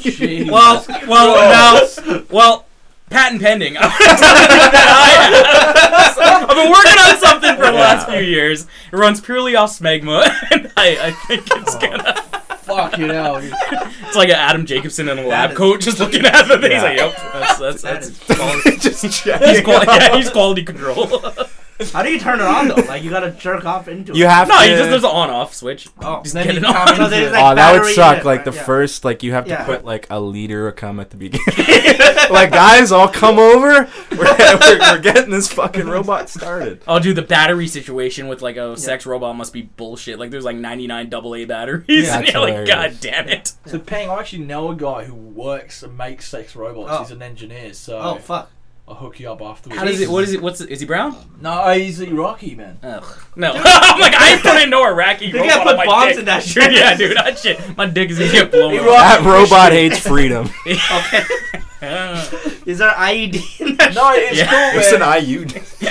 [SPEAKER 2] Jesus.
[SPEAKER 3] Well, well, now, well, patent pending. I'm telling you that I, I've been working on something for the last few years. It runs purely off smegma, and I, I think it's gonna.
[SPEAKER 2] fuck you know. dude.
[SPEAKER 3] It's like an Adam Jacobson in a lab
[SPEAKER 4] is-
[SPEAKER 3] coat, just looking at the thing. He's
[SPEAKER 1] Yeah.
[SPEAKER 3] like, "Yep, that's that's
[SPEAKER 4] That
[SPEAKER 3] that's."
[SPEAKER 4] is-
[SPEAKER 3] quality-
[SPEAKER 1] Just
[SPEAKER 3] He's
[SPEAKER 1] checking.
[SPEAKER 3] quality, yeah, he's quality control.
[SPEAKER 4] How do you turn it on though? Like you gotta jerk off into
[SPEAKER 1] You
[SPEAKER 4] it.
[SPEAKER 1] have
[SPEAKER 3] no,
[SPEAKER 1] to.
[SPEAKER 3] he just there's an on-off switch.
[SPEAKER 4] Oh.
[SPEAKER 3] Just
[SPEAKER 2] Then
[SPEAKER 3] get
[SPEAKER 2] you
[SPEAKER 3] it on.
[SPEAKER 2] come
[SPEAKER 4] So
[SPEAKER 2] into
[SPEAKER 4] there's
[SPEAKER 2] it.
[SPEAKER 4] like-
[SPEAKER 1] oh, that
[SPEAKER 4] battery
[SPEAKER 1] would
[SPEAKER 4] in
[SPEAKER 1] suck.
[SPEAKER 4] it,
[SPEAKER 1] like
[SPEAKER 4] right?
[SPEAKER 1] the
[SPEAKER 4] Yeah.
[SPEAKER 1] first, like you have to
[SPEAKER 4] Yeah.
[SPEAKER 1] put like a liter of cum at the beginning. like guys, all come over. We're, we're, we're getting this fucking robot started.
[SPEAKER 3] Oh, dude, the battery situation with like a sex robot must be bullshit. Like, there's like 99 AA batteries,
[SPEAKER 1] Yeah,
[SPEAKER 3] and
[SPEAKER 1] that's
[SPEAKER 3] you're like,
[SPEAKER 1] hilarious.
[SPEAKER 3] god damn it.
[SPEAKER 2] So Peng, I actually know a guy who works and makes sex robots.
[SPEAKER 4] Oh.
[SPEAKER 2] He's an engineer, so
[SPEAKER 4] Oh fuck!
[SPEAKER 2] I'll hook you up afterwards.
[SPEAKER 3] How does it? What is it? What's it, is he brown?
[SPEAKER 2] No, he's Iraqi man.
[SPEAKER 3] Ugh. No, I'm like I ain't putting no Iraqi
[SPEAKER 4] They
[SPEAKER 3] robot
[SPEAKER 4] gotta put
[SPEAKER 3] on my
[SPEAKER 4] bombs
[SPEAKER 3] dick.
[SPEAKER 4] in that
[SPEAKER 3] Dude,
[SPEAKER 4] shit.
[SPEAKER 3] yeah, dude, that shit. My dick is gonna get blown.
[SPEAKER 4] Iraq-
[SPEAKER 3] up.
[SPEAKER 1] That robot hates freedom.
[SPEAKER 4] Okay,
[SPEAKER 3] Uh,
[SPEAKER 4] is there IED in that?
[SPEAKER 2] No,
[SPEAKER 4] shit?
[SPEAKER 2] it's
[SPEAKER 3] Yeah.
[SPEAKER 2] cool, man.
[SPEAKER 1] it's an IU.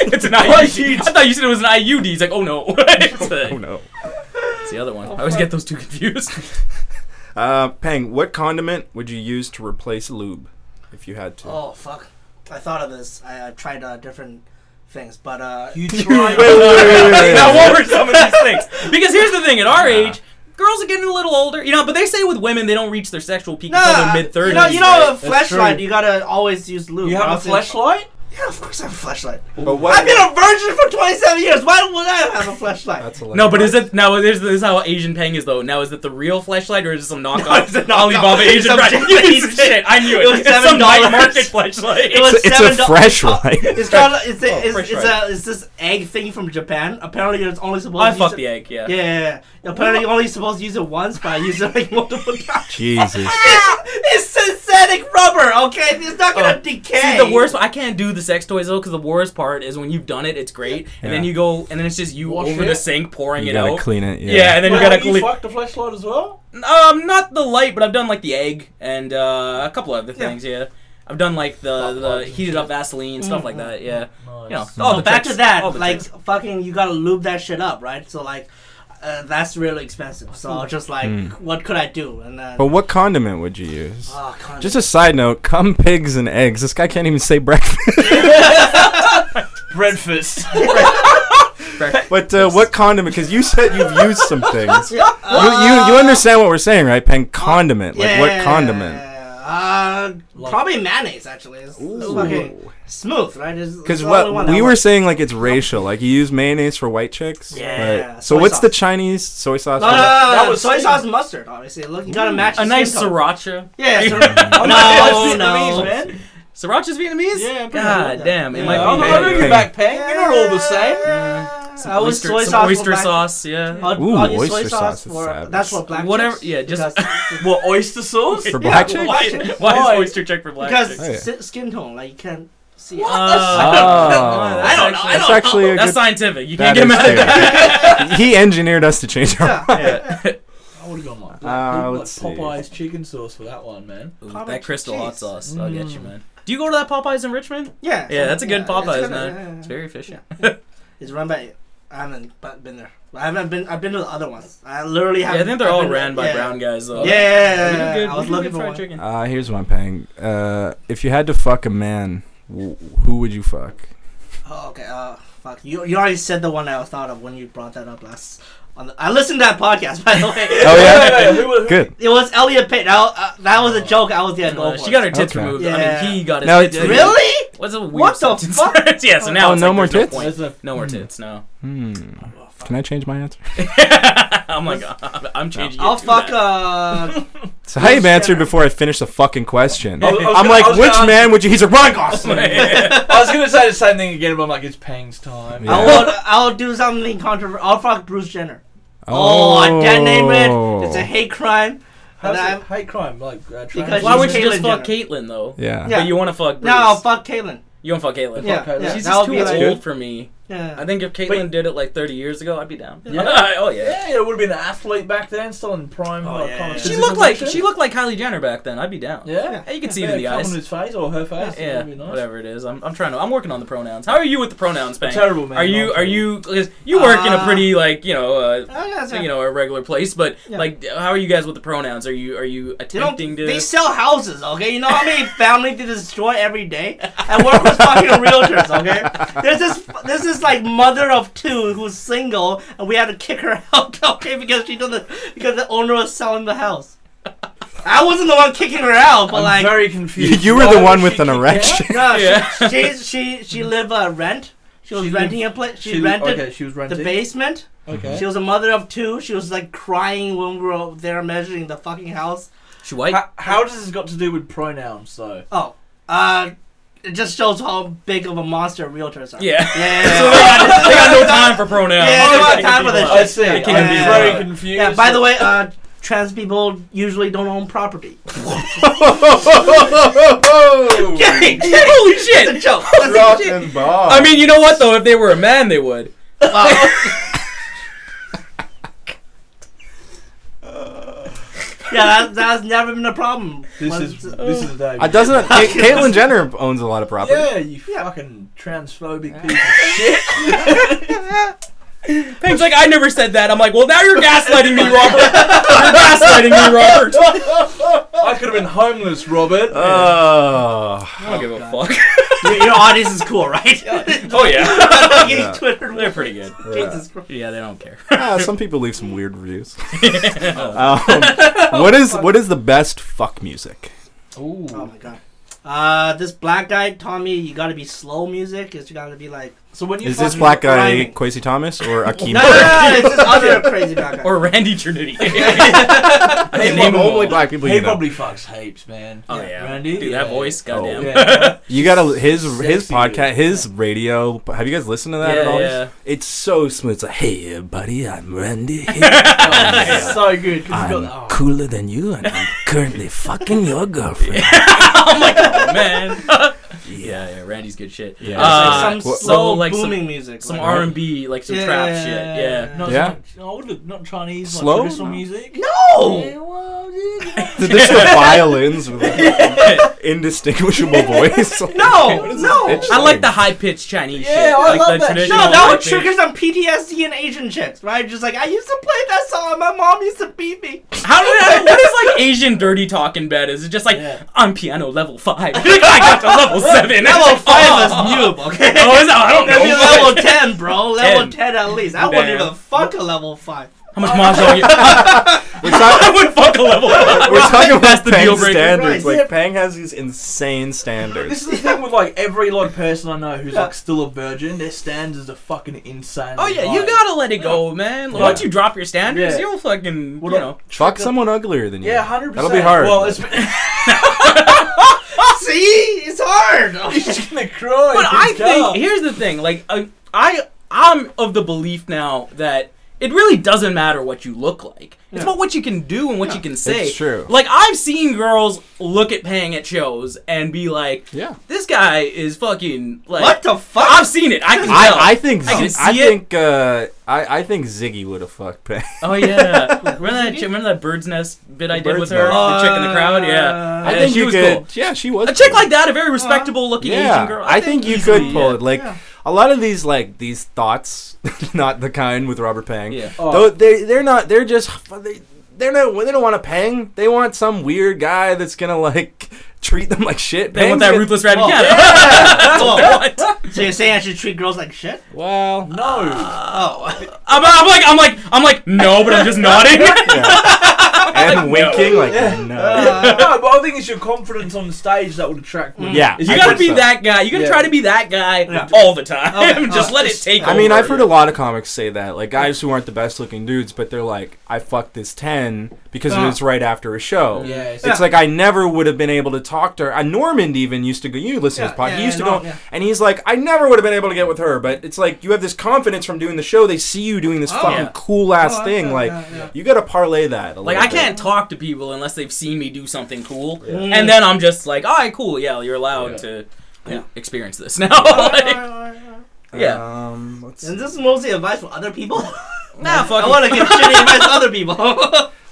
[SPEAKER 3] it's an IUD. I thought you said it was an IUD. He's like, oh no. it's,
[SPEAKER 1] oh
[SPEAKER 3] uh,
[SPEAKER 1] no.
[SPEAKER 3] it's the other one. I always get those two confused.
[SPEAKER 1] Uh, Peng, what condiment would you use to replace lube if you had to?
[SPEAKER 4] Oh fuck! I thought of this. I, I tried uh, different things, but uh,
[SPEAKER 2] You
[SPEAKER 1] Wait, wait,
[SPEAKER 2] try.
[SPEAKER 1] wait, wait, wait,
[SPEAKER 3] now,
[SPEAKER 1] wait.
[SPEAKER 3] what were some of these things? Because here's the thing: at our age, girls are getting a little older, you know. But they say with women, they don't reach their sexual peak until
[SPEAKER 4] uh,
[SPEAKER 3] their mid
[SPEAKER 4] You
[SPEAKER 3] thirties.
[SPEAKER 4] know, you know, a
[SPEAKER 2] right? That's
[SPEAKER 4] flashlight.
[SPEAKER 2] true.
[SPEAKER 4] You gotta always use lube.
[SPEAKER 2] You
[SPEAKER 4] or
[SPEAKER 2] have
[SPEAKER 4] else
[SPEAKER 2] a
[SPEAKER 4] it-
[SPEAKER 2] flashlight?
[SPEAKER 4] Yeah, of course I have a flashlight.
[SPEAKER 1] But
[SPEAKER 4] I've
[SPEAKER 1] what?
[SPEAKER 4] been a virgin for 27 years. Why would I have a flashlight?
[SPEAKER 1] That's hilarious.
[SPEAKER 3] No, but is it now? This, this is how Asian Pang is though. Now is it the real flashlight or is it some knockoff
[SPEAKER 4] it's a knockoff.
[SPEAKER 3] Alibaba
[SPEAKER 4] It's
[SPEAKER 3] Asian
[SPEAKER 4] some
[SPEAKER 3] flashlight? You piece of
[SPEAKER 4] Japanese-
[SPEAKER 3] shit! I knew it.
[SPEAKER 4] It was
[SPEAKER 3] it's some
[SPEAKER 4] $7.
[SPEAKER 3] night market flashlight.
[SPEAKER 4] It was
[SPEAKER 1] It's a
[SPEAKER 4] seven do-
[SPEAKER 1] fresh
[SPEAKER 4] Oh,
[SPEAKER 1] light.
[SPEAKER 4] It's called. It's, a,
[SPEAKER 3] Oh,
[SPEAKER 4] it's,
[SPEAKER 3] fresh
[SPEAKER 4] it's,
[SPEAKER 3] light.
[SPEAKER 4] a, it's this egg thing from Japan. Apparently, it's only supposed.
[SPEAKER 3] I
[SPEAKER 4] to
[SPEAKER 3] fucked
[SPEAKER 4] use
[SPEAKER 3] the
[SPEAKER 4] it,
[SPEAKER 3] egg. Yeah.
[SPEAKER 4] Yeah, yeah, yeah. Apparently, you're only supposed to use it once, but I used it like multiple times.
[SPEAKER 1] Jesus.
[SPEAKER 4] It's, it's synthetic rubber. Okay, it's not gonna
[SPEAKER 3] Oh.
[SPEAKER 4] decay.
[SPEAKER 3] See, the worst. I can't do the sex toys though, because the worst part is when you've done it, it's great, and then
[SPEAKER 1] Yeah.
[SPEAKER 3] you go, and then it's just you
[SPEAKER 2] Wash
[SPEAKER 3] over the
[SPEAKER 2] it?
[SPEAKER 3] sink pouring
[SPEAKER 1] You
[SPEAKER 3] it
[SPEAKER 1] gotta
[SPEAKER 3] out.
[SPEAKER 1] clean it.
[SPEAKER 3] yeah. and then
[SPEAKER 2] Wait,
[SPEAKER 3] you gotta
[SPEAKER 2] have you
[SPEAKER 3] cle-
[SPEAKER 2] fucked the flashlight as well?
[SPEAKER 3] Um, not the light, but I've done like the egg and uh, a couple other things. Yeah, I've done like the,
[SPEAKER 2] Hot
[SPEAKER 3] the
[SPEAKER 2] dogs and
[SPEAKER 3] heated
[SPEAKER 2] shit. Mm-hmm.
[SPEAKER 3] up Vaseline stuff like that. Yeah,
[SPEAKER 2] Nice.
[SPEAKER 3] you know. all
[SPEAKER 4] Oh,
[SPEAKER 3] the
[SPEAKER 4] back
[SPEAKER 3] tricks,
[SPEAKER 4] to that.
[SPEAKER 3] all the
[SPEAKER 4] Like
[SPEAKER 3] tricks.
[SPEAKER 4] fucking, you gotta lube that shit up, right? So like, uh, that's really expensive. So
[SPEAKER 3] Hmm.
[SPEAKER 4] I was just like,
[SPEAKER 1] Mm.
[SPEAKER 4] what could I do? And then,
[SPEAKER 1] But what condiment would you use?
[SPEAKER 4] oh, condom.
[SPEAKER 1] Just a side note: cum, pigs, and eggs. This guy can't even say breakfast.
[SPEAKER 2] Breakfast.
[SPEAKER 1] But uh, what condiment? Because you said you've used some things.
[SPEAKER 4] Yeah, uh,
[SPEAKER 1] You, you, you understand what we're saying, right, Pen? Condiment. Like, what condiment?
[SPEAKER 4] Uh, probably mayonnaise actually. It's, it's fucking smooth, right? It's- it's
[SPEAKER 1] Because
[SPEAKER 4] the only
[SPEAKER 1] what
[SPEAKER 4] one I
[SPEAKER 1] we were
[SPEAKER 4] like.
[SPEAKER 1] saying, like, it's racial. Like, you use mayonnaise for white chicks.
[SPEAKER 4] Yeah,
[SPEAKER 1] So,
[SPEAKER 4] soy
[SPEAKER 1] what's
[SPEAKER 4] sauce.
[SPEAKER 1] the Chinese soy sauce?
[SPEAKER 4] No,
[SPEAKER 1] for
[SPEAKER 4] no, no,
[SPEAKER 3] Uh,
[SPEAKER 1] that?
[SPEAKER 4] no,
[SPEAKER 2] That
[SPEAKER 4] no,
[SPEAKER 2] was
[SPEAKER 4] Uh, soy
[SPEAKER 2] sweet.
[SPEAKER 4] sauce and mustard, obviously. Look, you gotta match.
[SPEAKER 3] a
[SPEAKER 4] the
[SPEAKER 3] nice
[SPEAKER 4] skin color.
[SPEAKER 3] sriracha.
[SPEAKER 4] Yeah.
[SPEAKER 3] No,
[SPEAKER 4] sriracha. no,
[SPEAKER 2] Vietnamese,
[SPEAKER 4] no.
[SPEAKER 2] man.
[SPEAKER 3] Sriracha's Vietnamese.
[SPEAKER 2] Yeah, pretty
[SPEAKER 3] God
[SPEAKER 4] much.
[SPEAKER 3] damn, it
[SPEAKER 4] Yeah.
[SPEAKER 3] might
[SPEAKER 2] I'll,
[SPEAKER 3] be.
[SPEAKER 1] Okay.
[SPEAKER 2] I'll
[SPEAKER 3] mayonnaise.
[SPEAKER 2] bring you back, Peng. You're not all the same.
[SPEAKER 4] I was
[SPEAKER 3] oyster,
[SPEAKER 4] soy
[SPEAKER 3] some
[SPEAKER 4] sauce.
[SPEAKER 3] oyster
[SPEAKER 4] for black-
[SPEAKER 3] sauce. Yeah.
[SPEAKER 4] I'll,
[SPEAKER 1] Ooh,
[SPEAKER 4] I'll use soy
[SPEAKER 1] oyster
[SPEAKER 4] sauce
[SPEAKER 1] sauce is
[SPEAKER 4] for
[SPEAKER 1] savage.
[SPEAKER 4] that's for black.
[SPEAKER 3] Whatever-
[SPEAKER 4] chicks,
[SPEAKER 3] yeah, just-
[SPEAKER 4] because,
[SPEAKER 2] What oyster sauce?
[SPEAKER 1] For black
[SPEAKER 4] yeah,
[SPEAKER 1] chicks?
[SPEAKER 4] black
[SPEAKER 3] Why,
[SPEAKER 4] chicks.
[SPEAKER 3] why
[SPEAKER 2] Why?
[SPEAKER 3] is oyster check for black
[SPEAKER 4] because
[SPEAKER 3] chicks?
[SPEAKER 1] Oh, yeah.
[SPEAKER 4] si- skin tone, like you can't see.
[SPEAKER 2] What?
[SPEAKER 4] it.
[SPEAKER 1] Oh.
[SPEAKER 3] I don't know. I
[SPEAKER 1] That's
[SPEAKER 3] don't
[SPEAKER 1] actually
[SPEAKER 3] know.
[SPEAKER 1] a
[SPEAKER 3] That's
[SPEAKER 1] good-
[SPEAKER 3] scientific. You
[SPEAKER 1] That
[SPEAKER 3] can't get
[SPEAKER 1] is
[SPEAKER 3] mad at that.
[SPEAKER 1] fair. he engineered us to change our.
[SPEAKER 4] Yeah.
[SPEAKER 3] Yeah.
[SPEAKER 2] I would have gone like,
[SPEAKER 1] Uh,
[SPEAKER 2] black people, like
[SPEAKER 1] let's see.
[SPEAKER 2] Popeye's chicken sauce for that one, man.
[SPEAKER 3] Ooh,
[SPEAKER 4] Papa
[SPEAKER 3] that crystal hot
[SPEAKER 4] Jeez.
[SPEAKER 3] sauce. I'll get you, man. Do you go to that Popeyes in Richmond?
[SPEAKER 4] Yeah.
[SPEAKER 3] Yeah, that's a good Popeyes,
[SPEAKER 4] it's good,
[SPEAKER 3] man.
[SPEAKER 4] yeah, yeah,
[SPEAKER 3] It's
[SPEAKER 4] yeah.
[SPEAKER 3] very efficient.
[SPEAKER 4] It's run by. I haven't bu- been there. I haven't been. I've been to the other ones. I literally
[SPEAKER 3] Yeah,
[SPEAKER 4] haven't.
[SPEAKER 3] I think they're
[SPEAKER 4] I've
[SPEAKER 3] all
[SPEAKER 4] been-
[SPEAKER 3] ran by
[SPEAKER 4] yeah.
[SPEAKER 3] brown guys though.
[SPEAKER 4] Yeah, yeah, yeah,
[SPEAKER 3] We do
[SPEAKER 4] yeah,
[SPEAKER 3] good-
[SPEAKER 4] I
[SPEAKER 3] we
[SPEAKER 4] was
[SPEAKER 3] do good
[SPEAKER 4] looking for
[SPEAKER 3] fried
[SPEAKER 4] one.
[SPEAKER 3] chicken.
[SPEAKER 1] Uh, here's one, Peng. Uh, if you had to fuck a man, w- who would you fuck?
[SPEAKER 4] Oh, okay. Uh, fuck. You you already said the one I thought of when you brought that up last. On the, I listened to that podcast by the way.
[SPEAKER 1] Oh, yeah?
[SPEAKER 2] Who would- who-
[SPEAKER 1] Good.
[SPEAKER 4] It was Elliot Payton. That, was- uh, that was a joke. I was gonna go
[SPEAKER 3] Uh,
[SPEAKER 4] for.
[SPEAKER 3] she got her tits
[SPEAKER 1] Okay.
[SPEAKER 3] removed.
[SPEAKER 4] Yeah.
[SPEAKER 3] I mean, he got his
[SPEAKER 1] No,
[SPEAKER 3] tits
[SPEAKER 1] it's-
[SPEAKER 3] removed.
[SPEAKER 4] really.
[SPEAKER 3] What's a weird
[SPEAKER 4] What the
[SPEAKER 3] sentence?
[SPEAKER 4] fuck?
[SPEAKER 3] yeah, so now
[SPEAKER 1] Oh,
[SPEAKER 3] it's
[SPEAKER 1] no
[SPEAKER 3] like
[SPEAKER 1] more
[SPEAKER 3] there's
[SPEAKER 1] tits?
[SPEAKER 3] No, point.
[SPEAKER 2] There's a-
[SPEAKER 3] no more tits. No.
[SPEAKER 1] Hmm.
[SPEAKER 4] Oh,
[SPEAKER 1] Can I change my answer?
[SPEAKER 3] oh my god, I'm changing. it
[SPEAKER 4] I'll
[SPEAKER 3] to
[SPEAKER 4] fuck
[SPEAKER 3] that.
[SPEAKER 4] uh
[SPEAKER 1] So I
[SPEAKER 4] Yes,
[SPEAKER 1] answered
[SPEAKER 4] yeah.
[SPEAKER 1] before I finished the fucking question.
[SPEAKER 2] I was- I was
[SPEAKER 1] I'm
[SPEAKER 2] gonna- I
[SPEAKER 1] like,
[SPEAKER 2] was
[SPEAKER 1] which
[SPEAKER 2] gonna
[SPEAKER 1] man would you? He's a Ryan Gosling.
[SPEAKER 3] Yeah.
[SPEAKER 2] I was gonna say the same thing again, but I'm like, it's Pang's time.
[SPEAKER 1] Yeah.
[SPEAKER 4] I will I'll do something controversial. I'll fuck Bruce Jenner. Oh, I
[SPEAKER 1] Oh.
[SPEAKER 4] dead name it. It's a hate crime.
[SPEAKER 2] How's
[SPEAKER 4] And
[SPEAKER 2] it hate crime? Like uh, trans-
[SPEAKER 4] Because
[SPEAKER 3] Why would you
[SPEAKER 4] Caitlyn
[SPEAKER 3] just fuck Caitlyn though?
[SPEAKER 1] Yeah.
[SPEAKER 4] Yeah.
[SPEAKER 3] But you want to fuck Bruce.
[SPEAKER 4] No, I'll fuck Caitlyn.
[SPEAKER 3] You want to fuck Caitlyn?
[SPEAKER 4] Yeah,
[SPEAKER 2] Caitlyn.
[SPEAKER 4] yeah,
[SPEAKER 3] She's just
[SPEAKER 4] that'll
[SPEAKER 3] too
[SPEAKER 4] be
[SPEAKER 3] old
[SPEAKER 4] like,
[SPEAKER 1] Good.
[SPEAKER 3] for me. I
[SPEAKER 4] yeah.
[SPEAKER 3] think if Caitlyn
[SPEAKER 2] But-
[SPEAKER 3] did it like 30 years ago, I'd be down.
[SPEAKER 2] Yeah.
[SPEAKER 3] oh yeah.
[SPEAKER 2] Yeah, it would have been an athlete back then, still in prime.
[SPEAKER 4] Oh,
[SPEAKER 2] like,
[SPEAKER 4] yeah,
[SPEAKER 2] kind of
[SPEAKER 4] yeah.
[SPEAKER 3] She
[SPEAKER 2] physical
[SPEAKER 3] looked like
[SPEAKER 2] nature.
[SPEAKER 3] she looked like Kylie Jenner back then. I'd be down.
[SPEAKER 2] Yeah.
[SPEAKER 3] Yeah, you can see it
[SPEAKER 2] yeah,
[SPEAKER 3] in the
[SPEAKER 2] come
[SPEAKER 3] eyes.
[SPEAKER 2] on his face or her face.
[SPEAKER 3] Yeah,
[SPEAKER 2] that'd be nice.
[SPEAKER 3] whatever it is. I'm, I'm trying to. I'm working on the pronouns. How are you with the pronouns,
[SPEAKER 2] I'm
[SPEAKER 3] Bang?
[SPEAKER 2] terrible, man.
[SPEAKER 3] Are you
[SPEAKER 2] I'm
[SPEAKER 3] are you because you work in a
[SPEAKER 4] Uh,
[SPEAKER 3] pretty like you know uh,
[SPEAKER 4] Oh, yeah,
[SPEAKER 3] you
[SPEAKER 4] yeah.
[SPEAKER 3] know a regular place, but
[SPEAKER 4] Yeah.
[SPEAKER 3] like how are you guys with the pronouns? Are you are you
[SPEAKER 4] They don't.
[SPEAKER 3] attempting to?
[SPEAKER 4] They sell houses, okay? You know how many families they destroy every day? I work with fucking realtors, okay? There's this, there's this like mother of two who's single, and we had to kick her out, okay? Because she doesn't, because the owner was selling the house. I wasn't the one kicking her out, but
[SPEAKER 2] I'm
[SPEAKER 4] like,
[SPEAKER 2] very confused.
[SPEAKER 1] You were the
[SPEAKER 2] Why
[SPEAKER 1] one
[SPEAKER 2] was
[SPEAKER 1] with
[SPEAKER 2] she
[SPEAKER 1] an
[SPEAKER 2] kicked
[SPEAKER 1] erection.
[SPEAKER 4] no,
[SPEAKER 3] Yeah.
[SPEAKER 4] she, she she she lived uh, rent. She was
[SPEAKER 2] She lived-
[SPEAKER 4] renting a place.
[SPEAKER 2] out?
[SPEAKER 4] She, rented
[SPEAKER 2] Okay, she was
[SPEAKER 4] the
[SPEAKER 2] renting.
[SPEAKER 4] basement.
[SPEAKER 2] Okay.
[SPEAKER 4] She was a mother of two. She was like crying when we were there measuring the fucking house.
[SPEAKER 3] She white.
[SPEAKER 2] how, how does this got to do with pronouns, though?
[SPEAKER 4] Oh, uh, it just shows how big of a monster realtors are.
[SPEAKER 3] yeah.
[SPEAKER 4] Yeah.
[SPEAKER 3] so they got, they got no time for pronouns.
[SPEAKER 4] Yeah,
[SPEAKER 2] they
[SPEAKER 3] They
[SPEAKER 2] got
[SPEAKER 3] kick
[SPEAKER 4] time for
[SPEAKER 3] people
[SPEAKER 4] this
[SPEAKER 3] out.
[SPEAKER 2] I
[SPEAKER 4] shit.
[SPEAKER 2] see.
[SPEAKER 3] I can't
[SPEAKER 2] I'm
[SPEAKER 4] be
[SPEAKER 2] very
[SPEAKER 4] wrong.
[SPEAKER 2] confused.
[SPEAKER 4] Yeah. By the way, uh, trans people usually don't own property. kidding, kidding.
[SPEAKER 3] Holy shit!
[SPEAKER 4] That's a joke. That's a joke.
[SPEAKER 3] I mean, you know what though? If they were a man, they would.
[SPEAKER 4] Yeah, that, that's never been a problem.
[SPEAKER 2] this
[SPEAKER 4] Once-
[SPEAKER 2] is this is a day.
[SPEAKER 1] I Uh, doesn't. Ca- Caitlyn Jenner owns a lot of property.
[SPEAKER 2] Yeah, you fucking transphobic piece of shit.
[SPEAKER 3] Pang's like, I never said that. I'm like, well, now you're gaslighting me, Robert. you're gaslighting me, Robert.
[SPEAKER 2] I could have been homeless, Robert.
[SPEAKER 1] Oh.
[SPEAKER 3] I don't give a
[SPEAKER 4] God.
[SPEAKER 3] fuck.
[SPEAKER 4] your, your audience is cool, right?
[SPEAKER 3] Oh yeah,
[SPEAKER 4] Getting
[SPEAKER 1] Yeah.
[SPEAKER 4] Twittered.
[SPEAKER 3] they're pretty good.
[SPEAKER 4] Jesus Christ.
[SPEAKER 3] Yeah, they don't care.
[SPEAKER 1] Ah, some people leave some weird reviews. um, what is what is the best fuck music?
[SPEAKER 2] Ooh.
[SPEAKER 4] Oh my god. Uh, this black guy, Tommy, you gotta be slow music. It's gotta be like.
[SPEAKER 2] So when you
[SPEAKER 1] Is this
[SPEAKER 2] fucking-
[SPEAKER 1] black guy
[SPEAKER 4] Rhyming.
[SPEAKER 1] Quincy Thomas or Akeem?
[SPEAKER 4] No, no, no, no, it's this other crazy black guy.
[SPEAKER 3] Or Randy Trinity. I
[SPEAKER 2] Hey,
[SPEAKER 3] can name
[SPEAKER 2] Bob,
[SPEAKER 3] them
[SPEAKER 2] only
[SPEAKER 3] all.
[SPEAKER 1] black people
[SPEAKER 2] He probably fucks hees, man.
[SPEAKER 3] Oh yeah,
[SPEAKER 2] Randy,
[SPEAKER 3] dude,
[SPEAKER 2] yeah.
[SPEAKER 3] that voice, goddamn.
[SPEAKER 2] Yeah. Oh,
[SPEAKER 1] You gotta his his
[SPEAKER 2] Sexy
[SPEAKER 1] podcast,
[SPEAKER 2] dude.
[SPEAKER 1] his radio. Have you guys listened to that at
[SPEAKER 3] Yeah,
[SPEAKER 1] all?
[SPEAKER 3] yeah.
[SPEAKER 1] It's so smooth. It's like, hey, buddy, I'm Randy.
[SPEAKER 2] Oh, it's so good. 'cause he's
[SPEAKER 1] I'm
[SPEAKER 2] got the- oh.
[SPEAKER 1] cooler than you, and I'm currently fucking your girlfriend.
[SPEAKER 3] Oh, man. yeah, yeah, Randy's good shit.
[SPEAKER 1] Yeah.
[SPEAKER 3] Uh,
[SPEAKER 4] It's like some
[SPEAKER 1] what-
[SPEAKER 4] slow
[SPEAKER 3] so, like, some-
[SPEAKER 4] booming music.
[SPEAKER 3] some
[SPEAKER 4] like-
[SPEAKER 3] R and B, like some trap shit. Yeah.
[SPEAKER 2] Not,
[SPEAKER 1] Yeah.
[SPEAKER 2] Not, not, not Chinese,
[SPEAKER 1] Slow?
[SPEAKER 2] like traditional music.
[SPEAKER 4] No!
[SPEAKER 3] Oh!
[SPEAKER 2] Yeah, well, yeah.
[SPEAKER 1] Did they show violins with like, indistinguishable voice?
[SPEAKER 4] No!
[SPEAKER 1] What is this
[SPEAKER 4] No!
[SPEAKER 1] bitch
[SPEAKER 3] I like
[SPEAKER 1] saying?
[SPEAKER 3] the high pitched Chinese
[SPEAKER 2] Yeah,
[SPEAKER 3] shit.
[SPEAKER 2] I
[SPEAKER 3] like
[SPEAKER 2] love
[SPEAKER 3] the
[SPEAKER 2] that shit.
[SPEAKER 4] No,
[SPEAKER 3] traditional
[SPEAKER 4] that would
[SPEAKER 3] high-pitched-
[SPEAKER 4] trigger some PTSD in Asian chicks, right? Just like, I used to play that song, my mom used to beat me.
[SPEAKER 3] How did what is like Asian dirty talk in bed? Is it just like
[SPEAKER 2] Yeah.
[SPEAKER 3] on piano level five? I got to level seven.
[SPEAKER 4] Level 5 is
[SPEAKER 3] Oh.
[SPEAKER 4] noob, okay?
[SPEAKER 3] Oh, is that? I don't
[SPEAKER 4] That'd be
[SPEAKER 3] know.
[SPEAKER 4] level 10, bro. Level
[SPEAKER 3] 10.
[SPEAKER 4] 10, at least. I wouldn't
[SPEAKER 3] Damn.
[SPEAKER 4] even fuck a level 5.
[SPEAKER 3] How much mahjong? You, I,
[SPEAKER 1] We're, talk-
[SPEAKER 3] I would fuck a level.
[SPEAKER 1] we're talking
[SPEAKER 3] That's
[SPEAKER 1] about
[SPEAKER 3] the deal
[SPEAKER 1] Pang's
[SPEAKER 3] breaker.
[SPEAKER 1] standards.
[SPEAKER 2] Right.
[SPEAKER 1] Like Pang has these insane
[SPEAKER 2] This
[SPEAKER 1] standards.
[SPEAKER 2] is the thing with like every like person I know who's like still a virgin. Their standards are fucking insane.
[SPEAKER 3] Oh yeah, you
[SPEAKER 2] Like,
[SPEAKER 3] gotta let it go, man.
[SPEAKER 2] Yeah.
[SPEAKER 3] Once you drop your standards,
[SPEAKER 2] Yeah.
[SPEAKER 3] you'll fucking
[SPEAKER 2] Well,
[SPEAKER 3] you
[SPEAKER 2] don't-
[SPEAKER 3] know.
[SPEAKER 1] Fuck someone uglier than you.
[SPEAKER 2] Yeah, hundred percent.
[SPEAKER 1] That'll be hard.
[SPEAKER 2] Well, it's,
[SPEAKER 4] See? It's hard!
[SPEAKER 2] he's just gonna cry.
[SPEAKER 3] But
[SPEAKER 2] if
[SPEAKER 3] I
[SPEAKER 2] he's
[SPEAKER 3] think
[SPEAKER 2] dumb.
[SPEAKER 3] here's the thing. Like I, I, I'm of the belief now that it really doesn't matter what you look like. It's about what you can do and what you can say.
[SPEAKER 1] It's true.
[SPEAKER 3] Like I've seen girls look at Pang at shows and be like,
[SPEAKER 1] Yeah.
[SPEAKER 3] "This guy is fucking like."
[SPEAKER 4] What the fuck?
[SPEAKER 3] I've seen it. I can tell.
[SPEAKER 1] I, I think
[SPEAKER 3] I
[SPEAKER 1] I,
[SPEAKER 3] can
[SPEAKER 1] Z- I
[SPEAKER 3] see it.
[SPEAKER 1] think uh, I I think Ziggy would have fucked Pang.
[SPEAKER 3] oh yeah. remember that? chick- Remember that bird's nest bit I did
[SPEAKER 1] bird's
[SPEAKER 3] with her?
[SPEAKER 4] nest.
[SPEAKER 3] The chick in the crowd. Yeah.
[SPEAKER 4] Uh, I
[SPEAKER 1] I
[SPEAKER 3] Yeah,
[SPEAKER 1] think
[SPEAKER 3] she
[SPEAKER 1] you
[SPEAKER 3] was
[SPEAKER 1] could.
[SPEAKER 3] cool.
[SPEAKER 1] Yeah, she was.
[SPEAKER 3] A chick
[SPEAKER 1] cool.
[SPEAKER 3] like that, a very respectable looking
[SPEAKER 1] Yeah,
[SPEAKER 3] Asian girl.
[SPEAKER 1] I, think, you
[SPEAKER 3] easily,
[SPEAKER 1] could pull
[SPEAKER 3] yeah.
[SPEAKER 1] it. Like
[SPEAKER 4] Yeah.
[SPEAKER 1] a lot of these, like these thoughts, not the kind with Robert Pang.
[SPEAKER 3] Yeah.
[SPEAKER 2] Oh.
[SPEAKER 1] Though they they're not. They're just they they're not. They don't want a Pang. They want some weird guy that's gonna like treat them like shit.
[SPEAKER 3] They
[SPEAKER 1] Pang's
[SPEAKER 3] want that
[SPEAKER 1] gonna- Oh,
[SPEAKER 3] ruthless rabbit.
[SPEAKER 4] Well,
[SPEAKER 3] Yeah. That's what
[SPEAKER 4] Well,
[SPEAKER 3] they want.
[SPEAKER 4] so you're saying I should treat girls like shit?
[SPEAKER 1] Well,
[SPEAKER 2] no.
[SPEAKER 4] Oh.
[SPEAKER 3] I'm, I'm like, I'm like, I'm like, no, but I'm just nodding.
[SPEAKER 1] yeah. and winking like
[SPEAKER 2] Yeah. Uh,
[SPEAKER 1] no.
[SPEAKER 2] no, but I think it's your confidence on stage that would attract women.
[SPEAKER 1] yeah,
[SPEAKER 2] Is
[SPEAKER 3] You
[SPEAKER 1] I
[SPEAKER 3] gotta
[SPEAKER 1] think
[SPEAKER 3] be
[SPEAKER 1] so.
[SPEAKER 3] that guy. You gotta
[SPEAKER 2] Yeah.
[SPEAKER 3] try to be that guy
[SPEAKER 4] Yeah.
[SPEAKER 3] all the time.
[SPEAKER 4] Oh,
[SPEAKER 3] Just
[SPEAKER 4] oh,
[SPEAKER 3] let it
[SPEAKER 4] it's-
[SPEAKER 3] take
[SPEAKER 1] Uh, I mean,
[SPEAKER 3] over.
[SPEAKER 1] I've heard a lot of comics say that, like guys who aren't the best looking dudes, but they're like, I fucked this ten because it
[SPEAKER 4] Uh.
[SPEAKER 1] was right after a show.
[SPEAKER 2] Yeah, it's-
[SPEAKER 1] It's like I never would have been able to talk to her. Uh, Norman even used to go. You listen to his
[SPEAKER 4] Yeah,
[SPEAKER 1] pod.
[SPEAKER 4] yeah,
[SPEAKER 1] he used
[SPEAKER 4] yeah,
[SPEAKER 1] to go,
[SPEAKER 4] Norm, yeah.
[SPEAKER 1] and he's like, I never would have been able to get with her. But it's like you have this confidence from doing the show. They see you doing this
[SPEAKER 4] Oh,
[SPEAKER 1] fucking
[SPEAKER 3] yeah.
[SPEAKER 1] cool ass
[SPEAKER 4] Oh, I
[SPEAKER 1] thing.
[SPEAKER 4] feel-
[SPEAKER 1] like
[SPEAKER 4] yeah, yeah.
[SPEAKER 1] you got to parlay that. A
[SPEAKER 3] Like
[SPEAKER 1] little
[SPEAKER 3] I
[SPEAKER 1] bit.
[SPEAKER 3] can't talk to people unless they've seen me do something cool,
[SPEAKER 4] Mm.
[SPEAKER 3] and then I'm just like, all right, cool, yeah, you're allowed
[SPEAKER 2] Yeah.
[SPEAKER 3] to
[SPEAKER 4] Yeah.
[SPEAKER 3] experience this now.
[SPEAKER 4] Alright,
[SPEAKER 3] like,
[SPEAKER 4] alright, alright, alright.
[SPEAKER 3] yeah.
[SPEAKER 1] Um, let's-
[SPEAKER 4] And this is mostly advice for other people.
[SPEAKER 3] nah, fuck.
[SPEAKER 4] I
[SPEAKER 3] it.
[SPEAKER 4] want to give shitty advice to other people.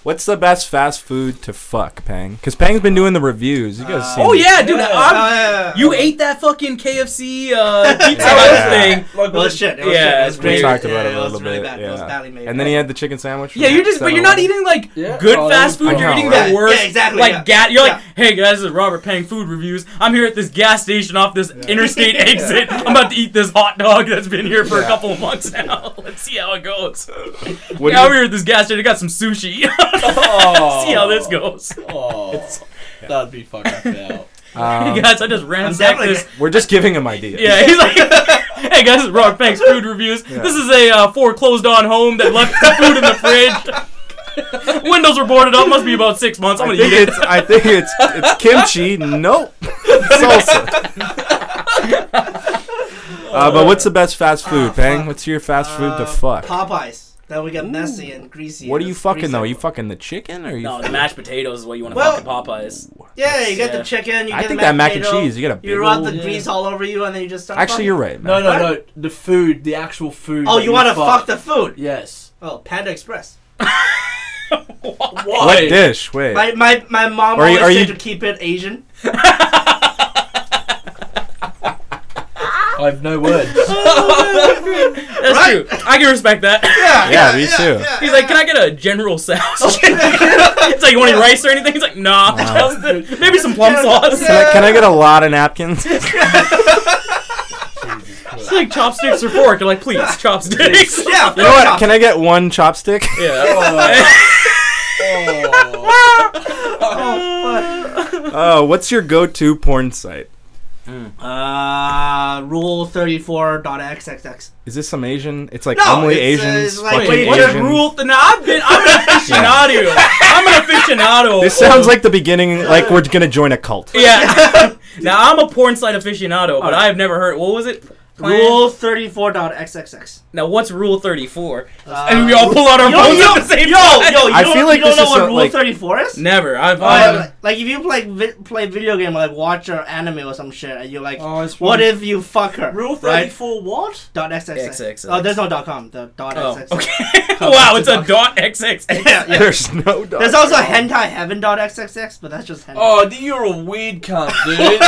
[SPEAKER 1] What's the best fast food to fuck, Pang? Because Pang's been doing the reviews. You guys
[SPEAKER 4] Uh,
[SPEAKER 1] seen?
[SPEAKER 3] oh
[SPEAKER 1] these.
[SPEAKER 3] yeah, dude.
[SPEAKER 2] Yeah.
[SPEAKER 3] I'm-
[SPEAKER 4] Oh, yeah, yeah,
[SPEAKER 3] you
[SPEAKER 4] yeah.
[SPEAKER 3] ate that fucking KFC uh, pizza
[SPEAKER 4] Yeah.
[SPEAKER 3] hut thing.
[SPEAKER 2] Like,
[SPEAKER 4] Well, shit. It was
[SPEAKER 3] Yeah,
[SPEAKER 4] shit. It
[SPEAKER 3] it's
[SPEAKER 4] was
[SPEAKER 1] We
[SPEAKER 3] weird.
[SPEAKER 4] great.
[SPEAKER 1] talked
[SPEAKER 4] Yeah,
[SPEAKER 1] about it a
[SPEAKER 4] it
[SPEAKER 1] little
[SPEAKER 4] was really
[SPEAKER 1] bit.
[SPEAKER 4] bad. It was
[SPEAKER 1] yeah.
[SPEAKER 4] badly made.
[SPEAKER 1] And then he had the chicken sandwich.
[SPEAKER 3] Yeah, you're just, but you're not
[SPEAKER 1] eating.
[SPEAKER 3] eating like
[SPEAKER 2] Yeah.
[SPEAKER 3] good
[SPEAKER 2] Oh,
[SPEAKER 3] fast
[SPEAKER 2] I
[SPEAKER 3] food. You're
[SPEAKER 1] know,
[SPEAKER 3] eating
[SPEAKER 1] right?
[SPEAKER 3] the worst,
[SPEAKER 4] Yeah, exactly,
[SPEAKER 3] like
[SPEAKER 4] yeah.
[SPEAKER 3] gat. You're
[SPEAKER 4] Yeah.
[SPEAKER 3] like, hey guys, this is Robert Pang food reviews. I'm here at this gas station off this interstate exit. I'm about to eat this hot dog that's been here for a
[SPEAKER 1] Yeah.
[SPEAKER 3] couple of months now. Let's see how it goes.
[SPEAKER 1] What do
[SPEAKER 3] yeah,
[SPEAKER 1] you-
[SPEAKER 3] I'm here at this gas station. I got some sushi.
[SPEAKER 2] oh,
[SPEAKER 3] see how this goes.
[SPEAKER 2] Oh, that'd be fucking foul.
[SPEAKER 1] Um,
[SPEAKER 3] hey guys, I just ransacked
[SPEAKER 4] definitely
[SPEAKER 3] this.
[SPEAKER 1] We're just giving him ideas.
[SPEAKER 3] Yeah, he's like, hey guys, this is Robert Pang's food reviews.
[SPEAKER 1] Yeah.
[SPEAKER 3] This is a uh, foreclosed on home that left the food in the fridge. Windows were boarded up. Must be about six months. I'm
[SPEAKER 1] I
[SPEAKER 3] gonna eat
[SPEAKER 1] think
[SPEAKER 3] it.
[SPEAKER 1] it's I think it's it's kimchi. Nope, salsa. Uh, but what's the best fast food,
[SPEAKER 4] Ah,
[SPEAKER 1] Pang?
[SPEAKER 4] fuck.
[SPEAKER 1] What's your fast food to
[SPEAKER 4] Uh,
[SPEAKER 1] fuck?
[SPEAKER 4] Popeyes. Then we get messy and greasy.
[SPEAKER 1] What are
[SPEAKER 4] and
[SPEAKER 1] you
[SPEAKER 4] it's
[SPEAKER 1] fucking though?
[SPEAKER 4] greasy.
[SPEAKER 1] You fucking the chicken or you?
[SPEAKER 3] No, the
[SPEAKER 1] fucking-
[SPEAKER 3] mashed potatoes is what you want to
[SPEAKER 4] Well-
[SPEAKER 3] fuck at Popeyes.
[SPEAKER 4] Yeah, you get
[SPEAKER 3] Yeah.
[SPEAKER 4] the chicken. You
[SPEAKER 1] I
[SPEAKER 4] get
[SPEAKER 1] think
[SPEAKER 4] the
[SPEAKER 1] that mac and
[SPEAKER 4] potato,
[SPEAKER 1] cheese. You got a big
[SPEAKER 4] You rub the
[SPEAKER 1] old.
[SPEAKER 2] Yeah.
[SPEAKER 4] grease all over you, and then you just start.
[SPEAKER 1] Actually,
[SPEAKER 4] fucking.
[SPEAKER 1] you're right.
[SPEAKER 2] No,
[SPEAKER 1] Man.
[SPEAKER 2] no, no. The food, the actual food.
[SPEAKER 4] Oh,
[SPEAKER 2] that
[SPEAKER 4] you want to fuck the food?
[SPEAKER 2] Yes.
[SPEAKER 4] Oh, Panda Express.
[SPEAKER 1] What dish? Wait.
[SPEAKER 4] My my my mom
[SPEAKER 1] Are you-
[SPEAKER 4] always
[SPEAKER 1] are
[SPEAKER 4] said
[SPEAKER 1] you-
[SPEAKER 4] to keep it Asian.
[SPEAKER 2] I have no words.
[SPEAKER 3] That's
[SPEAKER 4] Right?
[SPEAKER 3] true. I can respect that.
[SPEAKER 4] Yeah,
[SPEAKER 1] Yeah, me too.
[SPEAKER 3] He's like, can I get a general
[SPEAKER 4] Oh,
[SPEAKER 3] sauce? it's like, you want any rice or anything? He's like, nah,
[SPEAKER 1] Wow.
[SPEAKER 3] just the- maybe some plum
[SPEAKER 4] Yeah.
[SPEAKER 3] sauce.
[SPEAKER 1] Can I, can I get a lot of napkins?
[SPEAKER 3] It's like chopsticks or fork. You're like, please, chopsticks.
[SPEAKER 4] Yeah,
[SPEAKER 1] You know what? Can I get one chopstick?
[SPEAKER 3] yeah.
[SPEAKER 2] oh.
[SPEAKER 1] Oh, what's your go-to porn site?
[SPEAKER 4] Uh, rule 34.xxx.
[SPEAKER 1] Is this some Asian? It's like
[SPEAKER 4] No,
[SPEAKER 1] only
[SPEAKER 4] it's, uh,
[SPEAKER 1] Asians.
[SPEAKER 4] it's like-
[SPEAKER 1] fucking
[SPEAKER 3] Wait,
[SPEAKER 4] Wait,
[SPEAKER 3] what
[SPEAKER 4] Asian.
[SPEAKER 3] rule? Th- now I've been. I'm an aficionado. I'm an aficionado.
[SPEAKER 4] Oh.
[SPEAKER 1] This sounds like the beginning. Like we're gonna join a cult.
[SPEAKER 3] Yeah. now I'm a porn site aficionado, but I have never heard. What was it?
[SPEAKER 4] Rule 34.xxx.
[SPEAKER 3] Now what's rule 34?
[SPEAKER 4] Uh,
[SPEAKER 3] and we all pull out our
[SPEAKER 4] yo,
[SPEAKER 3] phones
[SPEAKER 4] yo,
[SPEAKER 3] at the same
[SPEAKER 4] yo,
[SPEAKER 3] time.
[SPEAKER 4] yo, you
[SPEAKER 1] I
[SPEAKER 4] don't,
[SPEAKER 1] feel like
[SPEAKER 4] you don't
[SPEAKER 1] this
[SPEAKER 4] know
[SPEAKER 1] is
[SPEAKER 4] what
[SPEAKER 1] so-
[SPEAKER 4] Rule
[SPEAKER 1] like-
[SPEAKER 4] 34 is?
[SPEAKER 3] Never. I've.
[SPEAKER 4] Oh, yeah,
[SPEAKER 3] I've-
[SPEAKER 4] like, like if you play vi- play video game, like watch or anime or some shit, and you like,
[SPEAKER 2] Oh, it's one-
[SPEAKER 4] what if you fuck her?
[SPEAKER 2] Rule
[SPEAKER 4] right?
[SPEAKER 2] 34 what?
[SPEAKER 4] Dot xxx.
[SPEAKER 3] XXX.
[SPEAKER 4] Oh, there's no dot com. The dot
[SPEAKER 3] Oh,
[SPEAKER 4] xxx.
[SPEAKER 3] okay. wow, it's a dot xxx.
[SPEAKER 4] Yeah, yeah.
[SPEAKER 1] There's no. dog.
[SPEAKER 4] There's also hentai heaven dot xxx, but that's just hentai.
[SPEAKER 2] Oh, dude, you're a weird cunt, dude.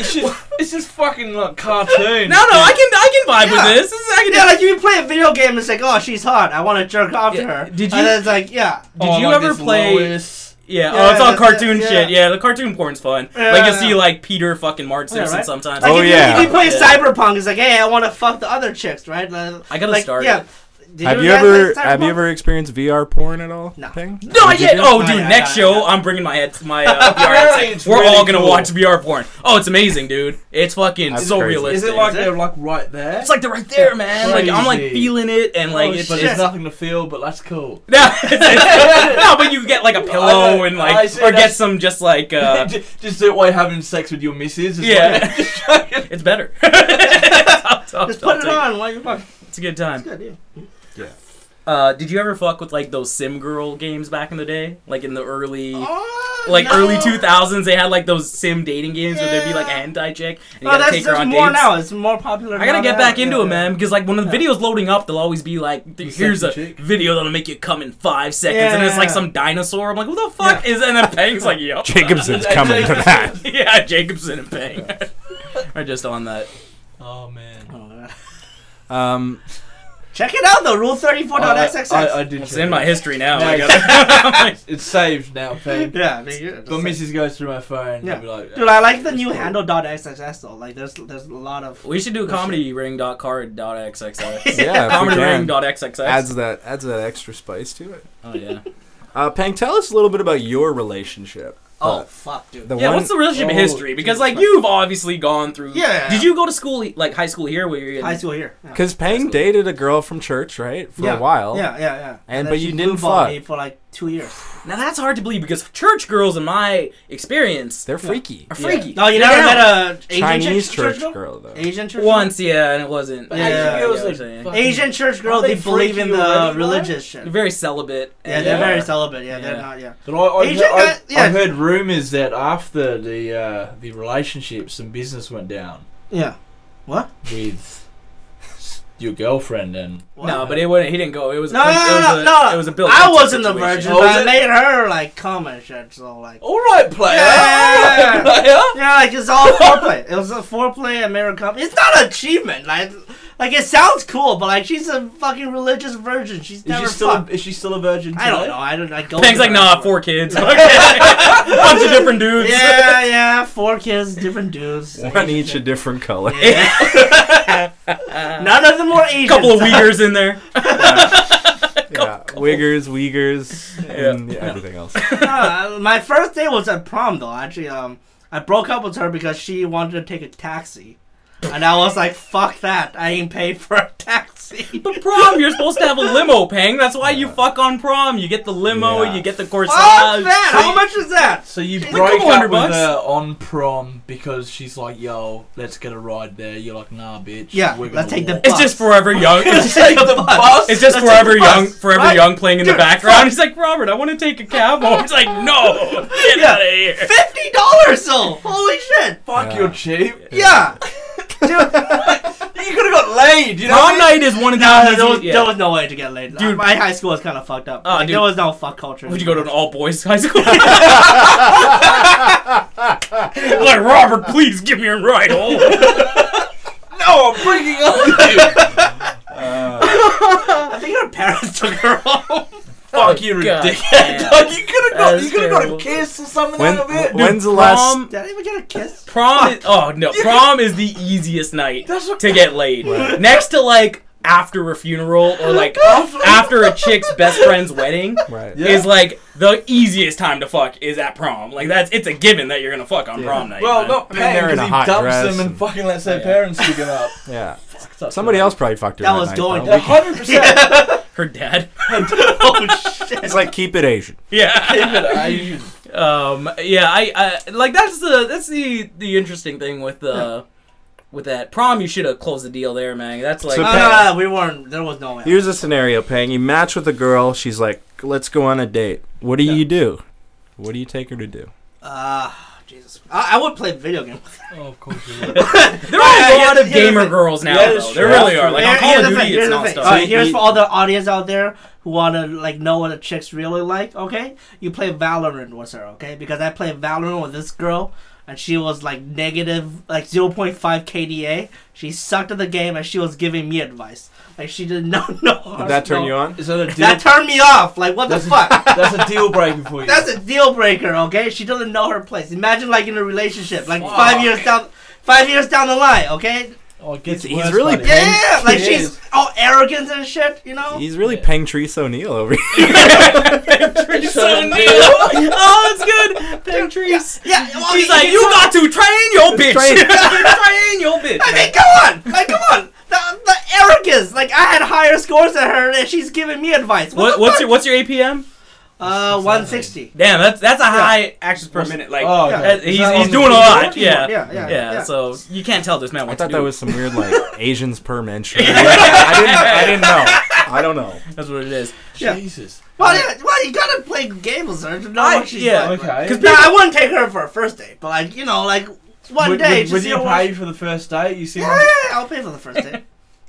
[SPEAKER 2] it's just, it's just fucking like cartoon.
[SPEAKER 3] No, no, I can, I can vibe
[SPEAKER 4] Yeah.
[SPEAKER 3] with this. this is, I can
[SPEAKER 4] Yeah, like you play a video game, it's like, oh, she's hot. I want to jerk off to
[SPEAKER 3] Yeah,
[SPEAKER 4] her.
[SPEAKER 3] did you-
[SPEAKER 4] And then it's like, yeah.
[SPEAKER 3] Did you ever play-
[SPEAKER 2] Oh, Lois.
[SPEAKER 3] Yeah,
[SPEAKER 4] Yeah,
[SPEAKER 3] oh, it's all
[SPEAKER 4] yeah,
[SPEAKER 3] cartoon
[SPEAKER 4] yeah.
[SPEAKER 3] shit. Yeah, the cartoon porn's fun.
[SPEAKER 4] Yeah,
[SPEAKER 3] like, you'll
[SPEAKER 4] yeah.
[SPEAKER 3] see, like, Peter fucking Mark Simpson
[SPEAKER 4] right?
[SPEAKER 3] sometimes.
[SPEAKER 4] Like
[SPEAKER 1] Oh,
[SPEAKER 4] if you,
[SPEAKER 1] yeah.
[SPEAKER 4] If you play
[SPEAKER 3] Yeah.
[SPEAKER 4] Cyberpunk, it's like, hey, I want to fuck the other chicks, right? Like,
[SPEAKER 3] I gotta
[SPEAKER 4] like,
[SPEAKER 3] start
[SPEAKER 4] Yeah.
[SPEAKER 3] it.
[SPEAKER 4] Did
[SPEAKER 1] have you
[SPEAKER 4] guys
[SPEAKER 1] ever
[SPEAKER 4] play
[SPEAKER 1] have you
[SPEAKER 4] Cyberpunk?
[SPEAKER 1] ever experienced VR porn at all?
[SPEAKER 4] No.
[SPEAKER 1] Thing?
[SPEAKER 3] Not
[SPEAKER 1] Did you
[SPEAKER 3] yet!
[SPEAKER 1] do?
[SPEAKER 3] Oh, dude,
[SPEAKER 4] yeah,
[SPEAKER 3] next
[SPEAKER 4] yeah,
[SPEAKER 3] show,
[SPEAKER 4] yeah.
[SPEAKER 3] I'm bringing my head, my uh, VR headset.
[SPEAKER 2] It's
[SPEAKER 3] We're
[SPEAKER 2] really
[SPEAKER 3] all gonna
[SPEAKER 2] cool.
[SPEAKER 3] watch VR porn. Oh, it's amazing, dude. It's fucking
[SPEAKER 1] That's
[SPEAKER 3] so
[SPEAKER 1] crazy.
[SPEAKER 3] realistic.
[SPEAKER 2] Is it like
[SPEAKER 4] Is it?
[SPEAKER 2] they're like right there?
[SPEAKER 3] It's like they're right there, man. Like, I'm, like,
[SPEAKER 2] Crazy.
[SPEAKER 3] feeling it, and, like,
[SPEAKER 4] Oh,
[SPEAKER 3] it's
[SPEAKER 2] but
[SPEAKER 4] shit.
[SPEAKER 3] just.
[SPEAKER 2] there's nothing to feel, but that's cool.
[SPEAKER 3] No, it's- it's- no, but you get like a pillow
[SPEAKER 2] I-
[SPEAKER 3] and
[SPEAKER 2] I
[SPEAKER 3] like,
[SPEAKER 2] see,
[SPEAKER 3] or get
[SPEAKER 2] that's-
[SPEAKER 3] some just like, uh,
[SPEAKER 2] Ju- just do it while you're having sex with your missus. It's
[SPEAKER 3] yeah,
[SPEAKER 2] like-
[SPEAKER 3] it's better. It's all-
[SPEAKER 4] Just
[SPEAKER 3] all
[SPEAKER 4] put it
[SPEAKER 3] taken.
[SPEAKER 4] on while you fuck.
[SPEAKER 3] It's a good time.
[SPEAKER 4] It's good, yeah.
[SPEAKER 3] Uh, did you ever fuck with like those sim girl games back in the day? Like in the early,
[SPEAKER 4] Oh,
[SPEAKER 3] like
[SPEAKER 4] no.
[SPEAKER 3] early two thousands, they had like those sim dating games where there'd be like a
[SPEAKER 4] Yeah.
[SPEAKER 3] hentai chick and you
[SPEAKER 4] Oh,
[SPEAKER 3] gotta
[SPEAKER 4] that's
[SPEAKER 3] take her
[SPEAKER 4] just
[SPEAKER 3] on
[SPEAKER 4] more
[SPEAKER 3] dates.
[SPEAKER 4] now. It's more popular.
[SPEAKER 3] I gotta
[SPEAKER 4] now
[SPEAKER 3] get
[SPEAKER 4] than
[SPEAKER 3] back
[SPEAKER 4] ever.
[SPEAKER 3] into
[SPEAKER 4] Yeah,
[SPEAKER 3] it, man, because like when the
[SPEAKER 4] Yeah.
[SPEAKER 3] video's loading up, they'll always be like, "Here's a
[SPEAKER 2] sexy chick.
[SPEAKER 3] video that'll make you come in five seconds," and it's like
[SPEAKER 4] Yeah.
[SPEAKER 3] some dinosaur. I'm like, "Who the fuck is?" And then Pang's like, "Yup."
[SPEAKER 1] Jacobson's coming to that.
[SPEAKER 3] yeah, Jacobson and Pang are just on that.
[SPEAKER 2] Oh man.
[SPEAKER 4] Oh, God.
[SPEAKER 1] Um,
[SPEAKER 4] Check it out though, rule
[SPEAKER 2] Oh,
[SPEAKER 4] 34.xxx.
[SPEAKER 1] Uh,
[SPEAKER 2] Uh, I, I, I did.
[SPEAKER 3] It's
[SPEAKER 2] check
[SPEAKER 3] in
[SPEAKER 2] it.
[SPEAKER 3] my history now.
[SPEAKER 2] Yeah,
[SPEAKER 3] I gotta-
[SPEAKER 2] It's saved now, babe.
[SPEAKER 4] yeah, I mean, you're-
[SPEAKER 2] But Mrs. goes through my phone.
[SPEAKER 4] Yeah.
[SPEAKER 2] And be like,
[SPEAKER 4] Dude, I like the new handle dot XXS though. Like, there's there's a lot of.
[SPEAKER 3] we should do comedy ring.card.xxx.
[SPEAKER 1] yeah, if we
[SPEAKER 3] Comedy
[SPEAKER 1] can.
[SPEAKER 3] ring.xxx.
[SPEAKER 1] adds that adds that extra spice to it.
[SPEAKER 3] Oh yeah.
[SPEAKER 1] Uh, Pang, tell us a little bit about your relationship.
[SPEAKER 4] Oh
[SPEAKER 1] Uh,
[SPEAKER 4] fuck, dude.
[SPEAKER 1] the
[SPEAKER 3] Yeah,
[SPEAKER 1] one,
[SPEAKER 3] what's the relationship
[SPEAKER 4] Oh,
[SPEAKER 3] history? Because
[SPEAKER 4] Jesus
[SPEAKER 3] like
[SPEAKER 4] Christ.
[SPEAKER 3] you've obviously gone through.
[SPEAKER 4] Yeah.
[SPEAKER 3] Did you go to school like high school here? Where you're in,
[SPEAKER 4] High school here. Yeah.
[SPEAKER 1] Because Pang dated a girl from church, right, for
[SPEAKER 4] Yeah,
[SPEAKER 1] a while.
[SPEAKER 4] Yeah, yeah, yeah.
[SPEAKER 1] And-
[SPEAKER 4] then
[SPEAKER 1] but
[SPEAKER 4] she
[SPEAKER 1] you didn't
[SPEAKER 4] blue-balled
[SPEAKER 1] fuck.
[SPEAKER 4] me for like two years.
[SPEAKER 3] Now that's hard to believe because church girls, in my experience,
[SPEAKER 1] They're freaky.
[SPEAKER 3] are freaky.
[SPEAKER 4] No, Oh, you
[SPEAKER 3] They're
[SPEAKER 4] never
[SPEAKER 3] down.
[SPEAKER 4] met a Asian
[SPEAKER 1] Chinese
[SPEAKER 4] church,
[SPEAKER 1] church,
[SPEAKER 4] girl?
[SPEAKER 1] girl, though.
[SPEAKER 4] Asian church
[SPEAKER 3] once, yeah, and it wasn't.
[SPEAKER 4] Yeah.
[SPEAKER 3] I- I get
[SPEAKER 4] It
[SPEAKER 2] was
[SPEAKER 3] what
[SPEAKER 2] like,
[SPEAKER 3] you're saying.
[SPEAKER 2] fuck.
[SPEAKER 4] girl? Asian church girl.
[SPEAKER 2] Aren't
[SPEAKER 4] They,
[SPEAKER 2] they
[SPEAKER 4] believe in
[SPEAKER 2] freaky
[SPEAKER 4] the
[SPEAKER 2] already,
[SPEAKER 4] religious shit.
[SPEAKER 3] They're very celibate.
[SPEAKER 4] Yeah,
[SPEAKER 3] and-
[SPEAKER 4] they're
[SPEAKER 2] Yeah.
[SPEAKER 4] very celibate. Yeah, they're
[SPEAKER 3] Yeah.
[SPEAKER 4] not. Yeah.
[SPEAKER 2] But I, I've,
[SPEAKER 4] Asian guy-
[SPEAKER 2] I've,
[SPEAKER 4] yeah.
[SPEAKER 2] I've heard rumors that after the uh, the relationships and business went down
[SPEAKER 4] Yeah.
[SPEAKER 2] with s- your girlfriend and
[SPEAKER 3] No, but it wasn't. He didn't go. It was
[SPEAKER 4] No,
[SPEAKER 3] it
[SPEAKER 4] no,
[SPEAKER 3] was
[SPEAKER 4] no,
[SPEAKER 3] a,
[SPEAKER 4] no, no.
[SPEAKER 3] It was a Bill.
[SPEAKER 4] I
[SPEAKER 3] Clinton
[SPEAKER 4] wasn't the
[SPEAKER 3] situation.
[SPEAKER 4] virgin,
[SPEAKER 2] Oh,
[SPEAKER 4] but
[SPEAKER 2] was
[SPEAKER 4] I
[SPEAKER 2] it?
[SPEAKER 4] made her like come and shit. So like,
[SPEAKER 2] all right, player.
[SPEAKER 4] Yeah.
[SPEAKER 2] All right, player.
[SPEAKER 4] yeah, like it's all foreplay. It was a foreplay and made her come. It's not an achievement. Like, like it sounds cool, but like she's a fucking religious virgin. She's
[SPEAKER 2] Is
[SPEAKER 4] never
[SPEAKER 2] she still a,
[SPEAKER 4] fucked.
[SPEAKER 2] is she still a virgin?
[SPEAKER 4] I don't
[SPEAKER 2] today?
[SPEAKER 4] know. I don't. I go.
[SPEAKER 3] Pang's
[SPEAKER 4] to
[SPEAKER 3] like,
[SPEAKER 4] her.
[SPEAKER 3] nah, four kids. Bunch of different dudes.
[SPEAKER 4] Yeah, yeah, four kids, different dudes.
[SPEAKER 1] One each a different color.
[SPEAKER 4] Yeah. None of them were Asian.
[SPEAKER 3] couple of Uyghurs in there.
[SPEAKER 1] yeah. Wiggers, Uyghurs, and yeah, everything else.
[SPEAKER 4] Uh, my first day was at prom though. Actually, um, I broke up with her because she wanted to take a taxi, and I was like, "Fuck that! I ain't paid for a taxi."
[SPEAKER 3] But prom, you're supposed to have a limo, Pang. That's why you fuck on prom. You get the limo,
[SPEAKER 1] Yeah.
[SPEAKER 3] you get the
[SPEAKER 4] Fuck
[SPEAKER 3] corsage.
[SPEAKER 4] that! How much is that?
[SPEAKER 2] So you
[SPEAKER 4] She's
[SPEAKER 3] like,
[SPEAKER 2] broke
[SPEAKER 3] "Come on,
[SPEAKER 2] up
[SPEAKER 3] hundred
[SPEAKER 2] with
[SPEAKER 3] bucks."
[SPEAKER 2] her on prom because she's like, "Yo, let's get a ride there." You're like, "Nah, bitch."
[SPEAKER 4] Yeah,
[SPEAKER 2] we're gonna
[SPEAKER 4] let's take the
[SPEAKER 2] walk."
[SPEAKER 4] bus.
[SPEAKER 3] It's just forever young. It's just,
[SPEAKER 4] take the bus.
[SPEAKER 3] it's just
[SPEAKER 4] Let's take
[SPEAKER 3] forever
[SPEAKER 4] the bus.
[SPEAKER 3] young, forever
[SPEAKER 4] Right?
[SPEAKER 3] young playing in the
[SPEAKER 4] Dude,
[SPEAKER 3] background. He's like, Robert, I want to take a cab home. He's like, no, get
[SPEAKER 4] Yeah.
[SPEAKER 3] out of here.
[SPEAKER 4] Fifty dollars though. Holy shit!
[SPEAKER 2] Fuck,
[SPEAKER 1] Yeah.
[SPEAKER 2] you're cheap.
[SPEAKER 4] Yeah.
[SPEAKER 2] You could have got laid. You know.
[SPEAKER 3] Prom
[SPEAKER 2] what I mean?
[SPEAKER 3] night is one of the
[SPEAKER 4] No, no,
[SPEAKER 3] easiest.
[SPEAKER 4] there, was,
[SPEAKER 3] yeah.
[SPEAKER 4] there was no way to get laid.
[SPEAKER 3] Dude.
[SPEAKER 4] Dude, my high school was kind of fucked up.
[SPEAKER 3] Oh,
[SPEAKER 4] like, there
[SPEAKER 3] dude.
[SPEAKER 4] was no fuck culture.
[SPEAKER 3] Would you go to an all boys high school? like Robert, please give me a ride home.
[SPEAKER 2] No, Oh, I'm bringing up. you.
[SPEAKER 4] Uh, I think her parents took her home.
[SPEAKER 2] Fuck, you
[SPEAKER 3] God
[SPEAKER 2] ridiculous.
[SPEAKER 3] damn.
[SPEAKER 2] Like, you could have got,
[SPEAKER 3] That's
[SPEAKER 2] you could have got
[SPEAKER 3] terrible.
[SPEAKER 2] a kiss or something
[SPEAKER 1] When,
[SPEAKER 2] out of it.
[SPEAKER 1] when's the last?
[SPEAKER 3] Prom,
[SPEAKER 4] Did I even get a kiss?
[SPEAKER 3] prom is, oh no, prom is the easiest night
[SPEAKER 2] That's what-
[SPEAKER 3] to get laid. Next to like after a funeral or like after a chick's best friend's wedding.
[SPEAKER 1] Right.
[SPEAKER 2] Yeah.
[SPEAKER 3] Is like the easiest time to fuck is at prom. Like that's it's a given that you're gonna fuck on prom night.
[SPEAKER 2] Well,
[SPEAKER 3] man.
[SPEAKER 2] not
[SPEAKER 1] mean, they're
[SPEAKER 2] paying
[SPEAKER 1] in a
[SPEAKER 2] because he
[SPEAKER 1] hot
[SPEAKER 2] dumps
[SPEAKER 1] dress
[SPEAKER 2] them and
[SPEAKER 1] and-
[SPEAKER 2] fucking lets their
[SPEAKER 3] Yeah.
[SPEAKER 2] parents pick him up.
[SPEAKER 1] Yeah.
[SPEAKER 2] Such
[SPEAKER 1] Somebody
[SPEAKER 2] a-
[SPEAKER 1] else probably fucked her.
[SPEAKER 4] That
[SPEAKER 1] that
[SPEAKER 4] was
[SPEAKER 1] night,
[SPEAKER 4] going
[SPEAKER 1] though.
[SPEAKER 2] A hundred percent.
[SPEAKER 3] her dad.
[SPEAKER 4] oh shit!
[SPEAKER 1] It's like keep it Asian.
[SPEAKER 3] yeah.
[SPEAKER 2] I-
[SPEAKER 3] Um. Yeah. I. I like that's the that's the the interesting thing with the with that prom. You should have closed the deal there, man. That's like
[SPEAKER 1] So-
[SPEAKER 2] Uh,
[SPEAKER 4] No, no, no, we weren't. There was no way.
[SPEAKER 1] Here's a scenario, Pang. You match with a girl. She's like, "Let's go on a date." What do you do? What do you take her to do?
[SPEAKER 4] Ah, Jesus. I, I would play video games.
[SPEAKER 2] oh, of course you would.
[SPEAKER 3] there are
[SPEAKER 4] Yeah,
[SPEAKER 3] a
[SPEAKER 4] yeah,
[SPEAKER 3] lot of
[SPEAKER 4] yeah,
[SPEAKER 3] gamer
[SPEAKER 4] that's-
[SPEAKER 3] girls now.
[SPEAKER 2] yeah,
[SPEAKER 3] though.
[SPEAKER 2] that's
[SPEAKER 3] There
[SPEAKER 2] true.
[SPEAKER 3] really are. Like on
[SPEAKER 4] Here-
[SPEAKER 3] Call
[SPEAKER 4] here's
[SPEAKER 3] of
[SPEAKER 4] the thing,
[SPEAKER 3] Duty, it's
[SPEAKER 4] here's the thing.
[SPEAKER 3] nonstop.
[SPEAKER 4] Alright, here's for all the audience out there who wanna like know what a chick's really like. Okay, you play Valorant with her. Okay, because I played Valorant with this girl. And she was like negative, like 0.5 KDA. She sucked at the game, and she was giving me advice. Like she did not know. how
[SPEAKER 1] Did that
[SPEAKER 4] to
[SPEAKER 1] turn
[SPEAKER 4] know-
[SPEAKER 1] you on?
[SPEAKER 2] Is that a deal?
[SPEAKER 4] That turned me off. Like what the
[SPEAKER 2] That's-
[SPEAKER 4] fuck?
[SPEAKER 2] that's a deal breaker for you.
[SPEAKER 4] That's a deal breaker, okay? She doesn't know her place. Imagine like in a relationship, like five
[SPEAKER 2] Fuck.
[SPEAKER 4] years down, five years down the line, okay?
[SPEAKER 2] oh, it gets
[SPEAKER 1] He's
[SPEAKER 2] worse,
[SPEAKER 1] really
[SPEAKER 2] buddy.
[SPEAKER 4] Yeah, yeah, yeah. like
[SPEAKER 2] It
[SPEAKER 4] she's
[SPEAKER 2] is.
[SPEAKER 4] all arrogant and shit, you know.
[SPEAKER 1] He's really
[SPEAKER 2] Yeah.
[SPEAKER 1] Pang Treese O'Neill over here.
[SPEAKER 3] Patrice O'Neal. oh, it's good. Patrice.
[SPEAKER 4] Yeah, well,
[SPEAKER 3] He's
[SPEAKER 4] he-
[SPEAKER 3] like,
[SPEAKER 4] he-
[SPEAKER 3] you got to train your bitch.
[SPEAKER 1] Train.
[SPEAKER 3] train your bitch.
[SPEAKER 4] I mean, come on, like come on, the, the arrogance. Like I had higher scores than her, and she's giving me advice.
[SPEAKER 3] What,
[SPEAKER 4] What, the
[SPEAKER 3] what's
[SPEAKER 4] fuck?
[SPEAKER 3] your what's your APM?
[SPEAKER 4] uh one sixty?
[SPEAKER 3] Damn, that's that's a high actions per minute. Like
[SPEAKER 2] Oh,
[SPEAKER 4] Yeah.
[SPEAKER 2] okay.
[SPEAKER 3] he's,
[SPEAKER 2] Is that
[SPEAKER 3] he's
[SPEAKER 2] on
[SPEAKER 3] doing
[SPEAKER 2] the
[SPEAKER 3] a lot.
[SPEAKER 2] keyboard?
[SPEAKER 3] Yeah.
[SPEAKER 4] yeah, yeah,
[SPEAKER 3] Yeah,
[SPEAKER 4] yeah.
[SPEAKER 3] so you can't tell this man what
[SPEAKER 1] I
[SPEAKER 3] to
[SPEAKER 1] thought
[SPEAKER 3] do.
[SPEAKER 1] that was some weird like Asians per mention. I, didn't, I didn't know. I don't know.
[SPEAKER 3] That's what it is.
[SPEAKER 4] Yeah.
[SPEAKER 2] Jesus.
[SPEAKER 4] Well, yeah, well, you gotta play games with her to know
[SPEAKER 3] I-
[SPEAKER 4] what she's
[SPEAKER 3] yeah,
[SPEAKER 4] like.
[SPEAKER 2] Okay.
[SPEAKER 3] Because
[SPEAKER 4] No, I wouldn't take her for a first date, but like you know, like one
[SPEAKER 2] would,
[SPEAKER 4] day
[SPEAKER 2] would,
[SPEAKER 4] just
[SPEAKER 2] would
[SPEAKER 4] see
[SPEAKER 2] you
[SPEAKER 4] her once.
[SPEAKER 2] pay for the first date? You see,
[SPEAKER 4] Yeah,
[SPEAKER 2] one-
[SPEAKER 4] yeah, I'll pay for the first date.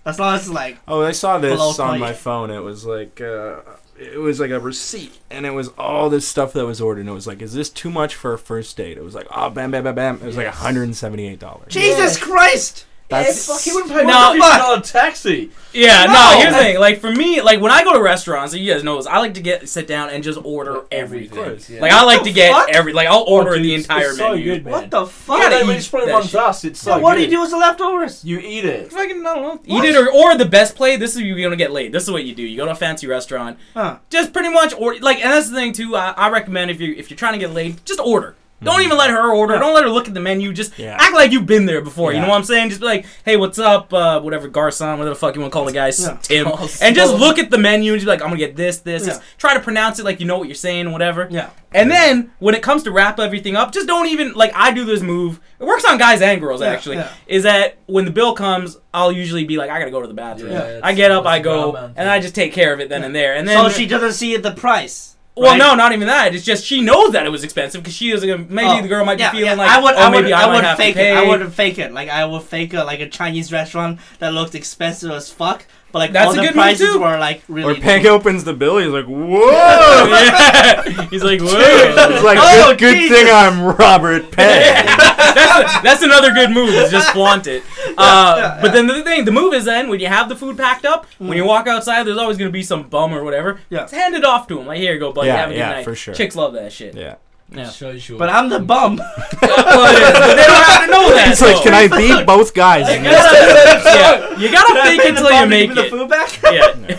[SPEAKER 4] As long as it's like,
[SPEAKER 1] Oh, I saw this
[SPEAKER 4] Below
[SPEAKER 1] on
[SPEAKER 4] 20.
[SPEAKER 1] my phone. It was like uh, it was like a receipt, and it was all this stuff that was ordered. And it was like, is this too much for a first date? It was like, oh, bam, bam, bam, bam. It was like
[SPEAKER 2] Yes.
[SPEAKER 1] one hundred and seventy-eight dollars.
[SPEAKER 4] Jesus Christ!
[SPEAKER 1] That's
[SPEAKER 2] Fuck, he wouldn't pay
[SPEAKER 3] No,
[SPEAKER 2] more than fifty dollars taxi.
[SPEAKER 3] Yeah, no.
[SPEAKER 4] No.
[SPEAKER 3] Here's the thing. Like for me, like when I go to restaurants, you guys know this. I like to get sit down and just order everything.
[SPEAKER 2] course, yeah.
[SPEAKER 3] Like I like
[SPEAKER 4] What
[SPEAKER 3] to
[SPEAKER 4] the
[SPEAKER 3] get
[SPEAKER 4] fuck?
[SPEAKER 3] every. Like I'll order
[SPEAKER 2] Oh, dude,
[SPEAKER 3] the
[SPEAKER 2] it's-
[SPEAKER 3] entire
[SPEAKER 2] it's so
[SPEAKER 3] menu.
[SPEAKER 2] good, man.
[SPEAKER 4] What the fuck?
[SPEAKER 3] gotta
[SPEAKER 2] Yeah, when
[SPEAKER 3] eat
[SPEAKER 2] it's probably
[SPEAKER 3] that
[SPEAKER 2] runs
[SPEAKER 3] shit.
[SPEAKER 2] us, it's so
[SPEAKER 4] what do
[SPEAKER 2] good.
[SPEAKER 4] you do with the leftovers?
[SPEAKER 2] You eat it.
[SPEAKER 3] Fucking I don't know. Eat it or or the best play. This is you're gonna get late. This is what you do. You go to a fancy restaurant.
[SPEAKER 4] Huh.
[SPEAKER 3] Just pretty much or like, and that's the thing too. I, I recommend if you if you're trying to get laid, just order. Don't even let her order. Don't let her look at the menu. Just
[SPEAKER 1] Yeah.
[SPEAKER 3] act like you've been there before. You
[SPEAKER 1] Yeah.
[SPEAKER 3] know what I'm saying? Just be like, hey, what's up? Uh, whatever, Garson, whatever the fuck you want to call the guy, s-
[SPEAKER 4] Yeah.
[SPEAKER 3] Tim.
[SPEAKER 2] Oh,
[SPEAKER 3] and just
[SPEAKER 2] so-
[SPEAKER 3] look at the menu and just be like, I'm gonna get this, this. Just
[SPEAKER 4] Yeah.
[SPEAKER 3] try to pronounce it like you know what you're saying, whatever.
[SPEAKER 4] Yeah.
[SPEAKER 3] And then when it comes to wrap everything up, just don't even like I do this move. It works on guys and girls
[SPEAKER 4] Yeah,
[SPEAKER 3] actually.
[SPEAKER 4] yeah.
[SPEAKER 3] Is that when the bill comes, I'll usually be like, I gotta go to the bathroom.
[SPEAKER 2] Yeah, that's-
[SPEAKER 3] I get up,
[SPEAKER 2] that's
[SPEAKER 3] I
[SPEAKER 2] a
[SPEAKER 3] go,
[SPEAKER 2] bad man
[SPEAKER 3] and I just take care of it then and there. And then
[SPEAKER 4] so she doesn't see the price.
[SPEAKER 3] well,
[SPEAKER 4] right?
[SPEAKER 3] no, not even that. It's just she knows that it was expensive because she is gonna, maybe
[SPEAKER 4] Oh,
[SPEAKER 3] the girl might be
[SPEAKER 4] yeah,
[SPEAKER 3] feeling
[SPEAKER 4] yeah,
[SPEAKER 3] like
[SPEAKER 4] I would,
[SPEAKER 3] oh
[SPEAKER 4] I would,
[SPEAKER 3] maybe I,
[SPEAKER 4] I
[SPEAKER 3] might
[SPEAKER 4] would
[SPEAKER 3] have
[SPEAKER 4] fake
[SPEAKER 3] to pay.
[SPEAKER 4] it. I would fake it. Like I would fake a like a Chinese restaurant that looked expensive as fuck, but like
[SPEAKER 3] That's
[SPEAKER 4] all
[SPEAKER 3] a
[SPEAKER 4] the
[SPEAKER 3] good move,
[SPEAKER 4] prices
[SPEAKER 3] too.
[SPEAKER 4] were like really.
[SPEAKER 1] Or Peg opens the bill, he's like, whoa!
[SPEAKER 3] yeah. He's like,
[SPEAKER 1] It's
[SPEAKER 3] whoa.
[SPEAKER 1] like,
[SPEAKER 4] Oh,
[SPEAKER 1] good, good
[SPEAKER 4] Jesus.
[SPEAKER 1] thing I'm Robert Peg.
[SPEAKER 3] that's, that's another good move. Is just flaunt it. Uh, But then the thing, the move is then when you have the food packed up, when you walk outside, there's always gonna be some bum or whatever.
[SPEAKER 4] Mm-hmm. Yeah.
[SPEAKER 3] Just hand it off to him. Like here you go, buddy.
[SPEAKER 1] Yeah,
[SPEAKER 3] have a good
[SPEAKER 1] yeah,
[SPEAKER 3] night.
[SPEAKER 1] for sure.
[SPEAKER 3] Chicks love that shit.
[SPEAKER 1] yeah.
[SPEAKER 3] Yeah.
[SPEAKER 2] Shows you.
[SPEAKER 4] But I'm the bum.
[SPEAKER 3] But they don't have to know that.
[SPEAKER 1] It's like,
[SPEAKER 3] though.
[SPEAKER 1] can I beat both guys? in this?"
[SPEAKER 3] yeah, you gotta fake it
[SPEAKER 4] Paying the
[SPEAKER 3] till you
[SPEAKER 4] bum to
[SPEAKER 3] make
[SPEAKER 4] give me
[SPEAKER 3] it.
[SPEAKER 4] The food back.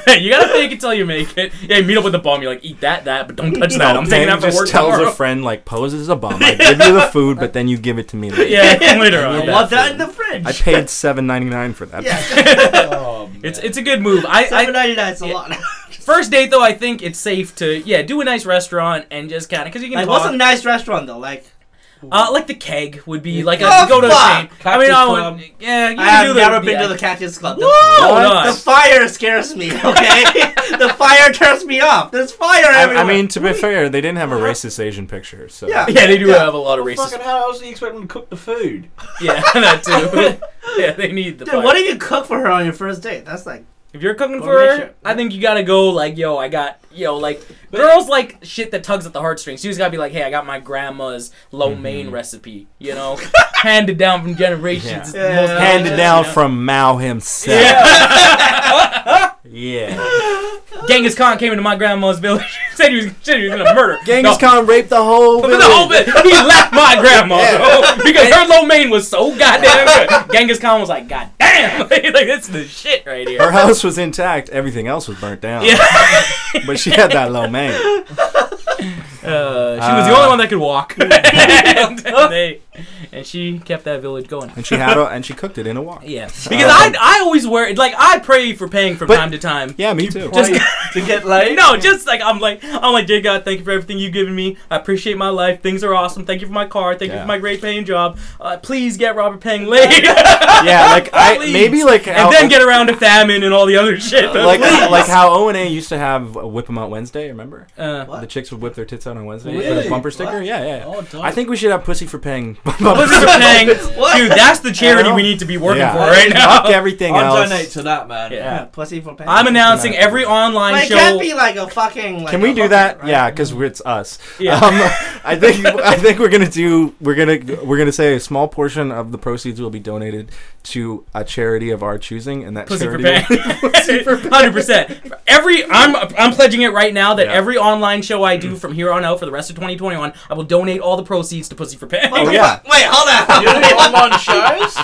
[SPEAKER 3] Yeah, you gotta fake it till you make it. Yeah, you meet up with the bum. You're like, eat that, that, but don't touch that. I'm
[SPEAKER 1] Peg
[SPEAKER 3] taking that for
[SPEAKER 1] just
[SPEAKER 3] work
[SPEAKER 1] tells
[SPEAKER 3] tomorrow.
[SPEAKER 1] a friend, like, poses a bum. I give you the food, but then you give it to me later.
[SPEAKER 3] yeah, later on.
[SPEAKER 4] I
[SPEAKER 3] yeah.
[SPEAKER 4] want that in the fridge.
[SPEAKER 1] I paid seven ninety nine for that.
[SPEAKER 4] yeah,
[SPEAKER 2] oh,
[SPEAKER 3] It's it's a good move. I,
[SPEAKER 4] seven
[SPEAKER 3] I
[SPEAKER 4] ninety nine is a
[SPEAKER 3] yeah.
[SPEAKER 4] lot.
[SPEAKER 3] first date though, I think it's safe to yeah do a nice restaurant and just kind of because you can
[SPEAKER 4] Like,
[SPEAKER 3] talk.
[SPEAKER 4] what's a nice restaurant though? Like,
[SPEAKER 3] uh, like the keg would be like a,
[SPEAKER 4] Oh,
[SPEAKER 3] go to a chain.
[SPEAKER 4] fuck.
[SPEAKER 3] I mean, I
[SPEAKER 2] Cactus
[SPEAKER 3] would yeah. You
[SPEAKER 4] I
[SPEAKER 3] can
[SPEAKER 4] have
[SPEAKER 3] do the,
[SPEAKER 4] never been
[SPEAKER 3] yeah.
[SPEAKER 4] to the Cactus Club. The-
[SPEAKER 3] Whoa,
[SPEAKER 1] What?
[SPEAKER 4] The
[SPEAKER 3] nice.
[SPEAKER 4] fire scares me. Okay, the fire turns me off. There's fire
[SPEAKER 1] I,
[SPEAKER 4] everywhere.
[SPEAKER 1] I mean, to be fair, they didn't have a racist Asian picture, so
[SPEAKER 4] Yeah.
[SPEAKER 3] yeah, they do
[SPEAKER 4] Yeah.
[SPEAKER 3] have a lot of racist.
[SPEAKER 2] Fucking how else do you expect them to cook the food?
[SPEAKER 3] Yeah, that too. yeah, they need the.
[SPEAKER 4] dude,
[SPEAKER 3] fire.
[SPEAKER 4] what if you cook for her on your first date? That's like,
[SPEAKER 3] If you're cooking
[SPEAKER 4] Or
[SPEAKER 3] for her,
[SPEAKER 4] make sure-
[SPEAKER 3] I think you gotta go like, yo, I got, yo, like, girls like shit that tugs at the heartstrings. You just gotta be like, hey, I got my grandma's lo mein recipe, you know, handed down from generations.
[SPEAKER 1] Yeah.
[SPEAKER 3] It's the
[SPEAKER 4] Yeah.
[SPEAKER 3] most
[SPEAKER 1] handed
[SPEAKER 3] delicious,
[SPEAKER 1] down
[SPEAKER 3] you know?
[SPEAKER 1] from Mao himself.
[SPEAKER 3] Yeah.
[SPEAKER 1] Yeah.
[SPEAKER 3] Genghis Khan came into my grandma's village. said he was, said he was gonna murder.
[SPEAKER 1] Genghis
[SPEAKER 3] No.
[SPEAKER 1] Khan raped the whole.
[SPEAKER 3] The whole bit. He left my grandma
[SPEAKER 1] Yeah.
[SPEAKER 3] bro, because her lo mein was so goddamn good. Genghis Khan was like, God damn, like, that's the shit right here.
[SPEAKER 1] Her house was intact. Everything else was burnt down.
[SPEAKER 3] yeah,
[SPEAKER 1] But she had that low man.
[SPEAKER 3] Uh, she was the
[SPEAKER 1] Uh,
[SPEAKER 3] only one that could walk. and, they- and she kept that village going.
[SPEAKER 1] And she had a, and she cooked it in a wok.
[SPEAKER 3] Yeah. Because I, I always wear, like, I pray for paying from
[SPEAKER 1] But-
[SPEAKER 3] time to time.
[SPEAKER 1] Yeah, me too.
[SPEAKER 3] Just-
[SPEAKER 2] to get laid.
[SPEAKER 3] No, just like I'm like I'm like dear God, thank you for everything you've given me. I appreciate my life. Things are awesome. Thank you for my car. Thank you
[SPEAKER 1] Yeah.
[SPEAKER 3] for my great paying job. Uh, please get Robert Pang laid,
[SPEAKER 1] yeah, like I
[SPEAKER 3] Please.
[SPEAKER 1] maybe like
[SPEAKER 3] and then get around to famine and all the other shit. but
[SPEAKER 1] like
[SPEAKER 3] please.
[SPEAKER 1] like how O and A used to have uh, whip 'em out Wednesday. Remember
[SPEAKER 3] Uh,
[SPEAKER 4] What?
[SPEAKER 1] the chicks would whip their tits out on Wednesday with
[SPEAKER 2] Really?
[SPEAKER 1] a bumper sticker.
[SPEAKER 2] What?
[SPEAKER 1] Yeah, yeah. yeah.
[SPEAKER 2] Oh, don't.
[SPEAKER 1] I think we should have pussy for paying.
[SPEAKER 3] Pussy for Pang,
[SPEAKER 4] What?
[SPEAKER 3] dude, that's the charity
[SPEAKER 1] know.
[SPEAKER 3] we need to be working
[SPEAKER 1] Yeah.
[SPEAKER 3] for right now.
[SPEAKER 1] Fuck everything
[SPEAKER 2] I'll
[SPEAKER 1] else.
[SPEAKER 2] donate to that, man.
[SPEAKER 3] Yeah.
[SPEAKER 4] yeah, pussy for pants.
[SPEAKER 3] I'm announcing every online
[SPEAKER 4] Like, it
[SPEAKER 3] show.
[SPEAKER 4] can't be like a fucking. Like,
[SPEAKER 1] Can we
[SPEAKER 4] a
[SPEAKER 1] do
[SPEAKER 4] bucket,
[SPEAKER 1] that?
[SPEAKER 4] right?
[SPEAKER 1] Yeah, 'cause Yeah, because it's us.
[SPEAKER 3] Yeah.
[SPEAKER 1] Um, I think I think we're gonna do we're gonna we're gonna say a small portion of the proceeds will be donated to a charity of our choosing, and that
[SPEAKER 3] Pussy for
[SPEAKER 1] charity.
[SPEAKER 3] pay. Hundred percent. Every I'm I'm pledging it right now that
[SPEAKER 1] Yeah.
[SPEAKER 3] every online show I do from here on out for the rest of 2021, I will donate all the proceeds to Pussy for Pay.
[SPEAKER 4] What the
[SPEAKER 1] Oh, yeah.
[SPEAKER 4] fuck? Wait, hold on.
[SPEAKER 2] You know what I'm on shows?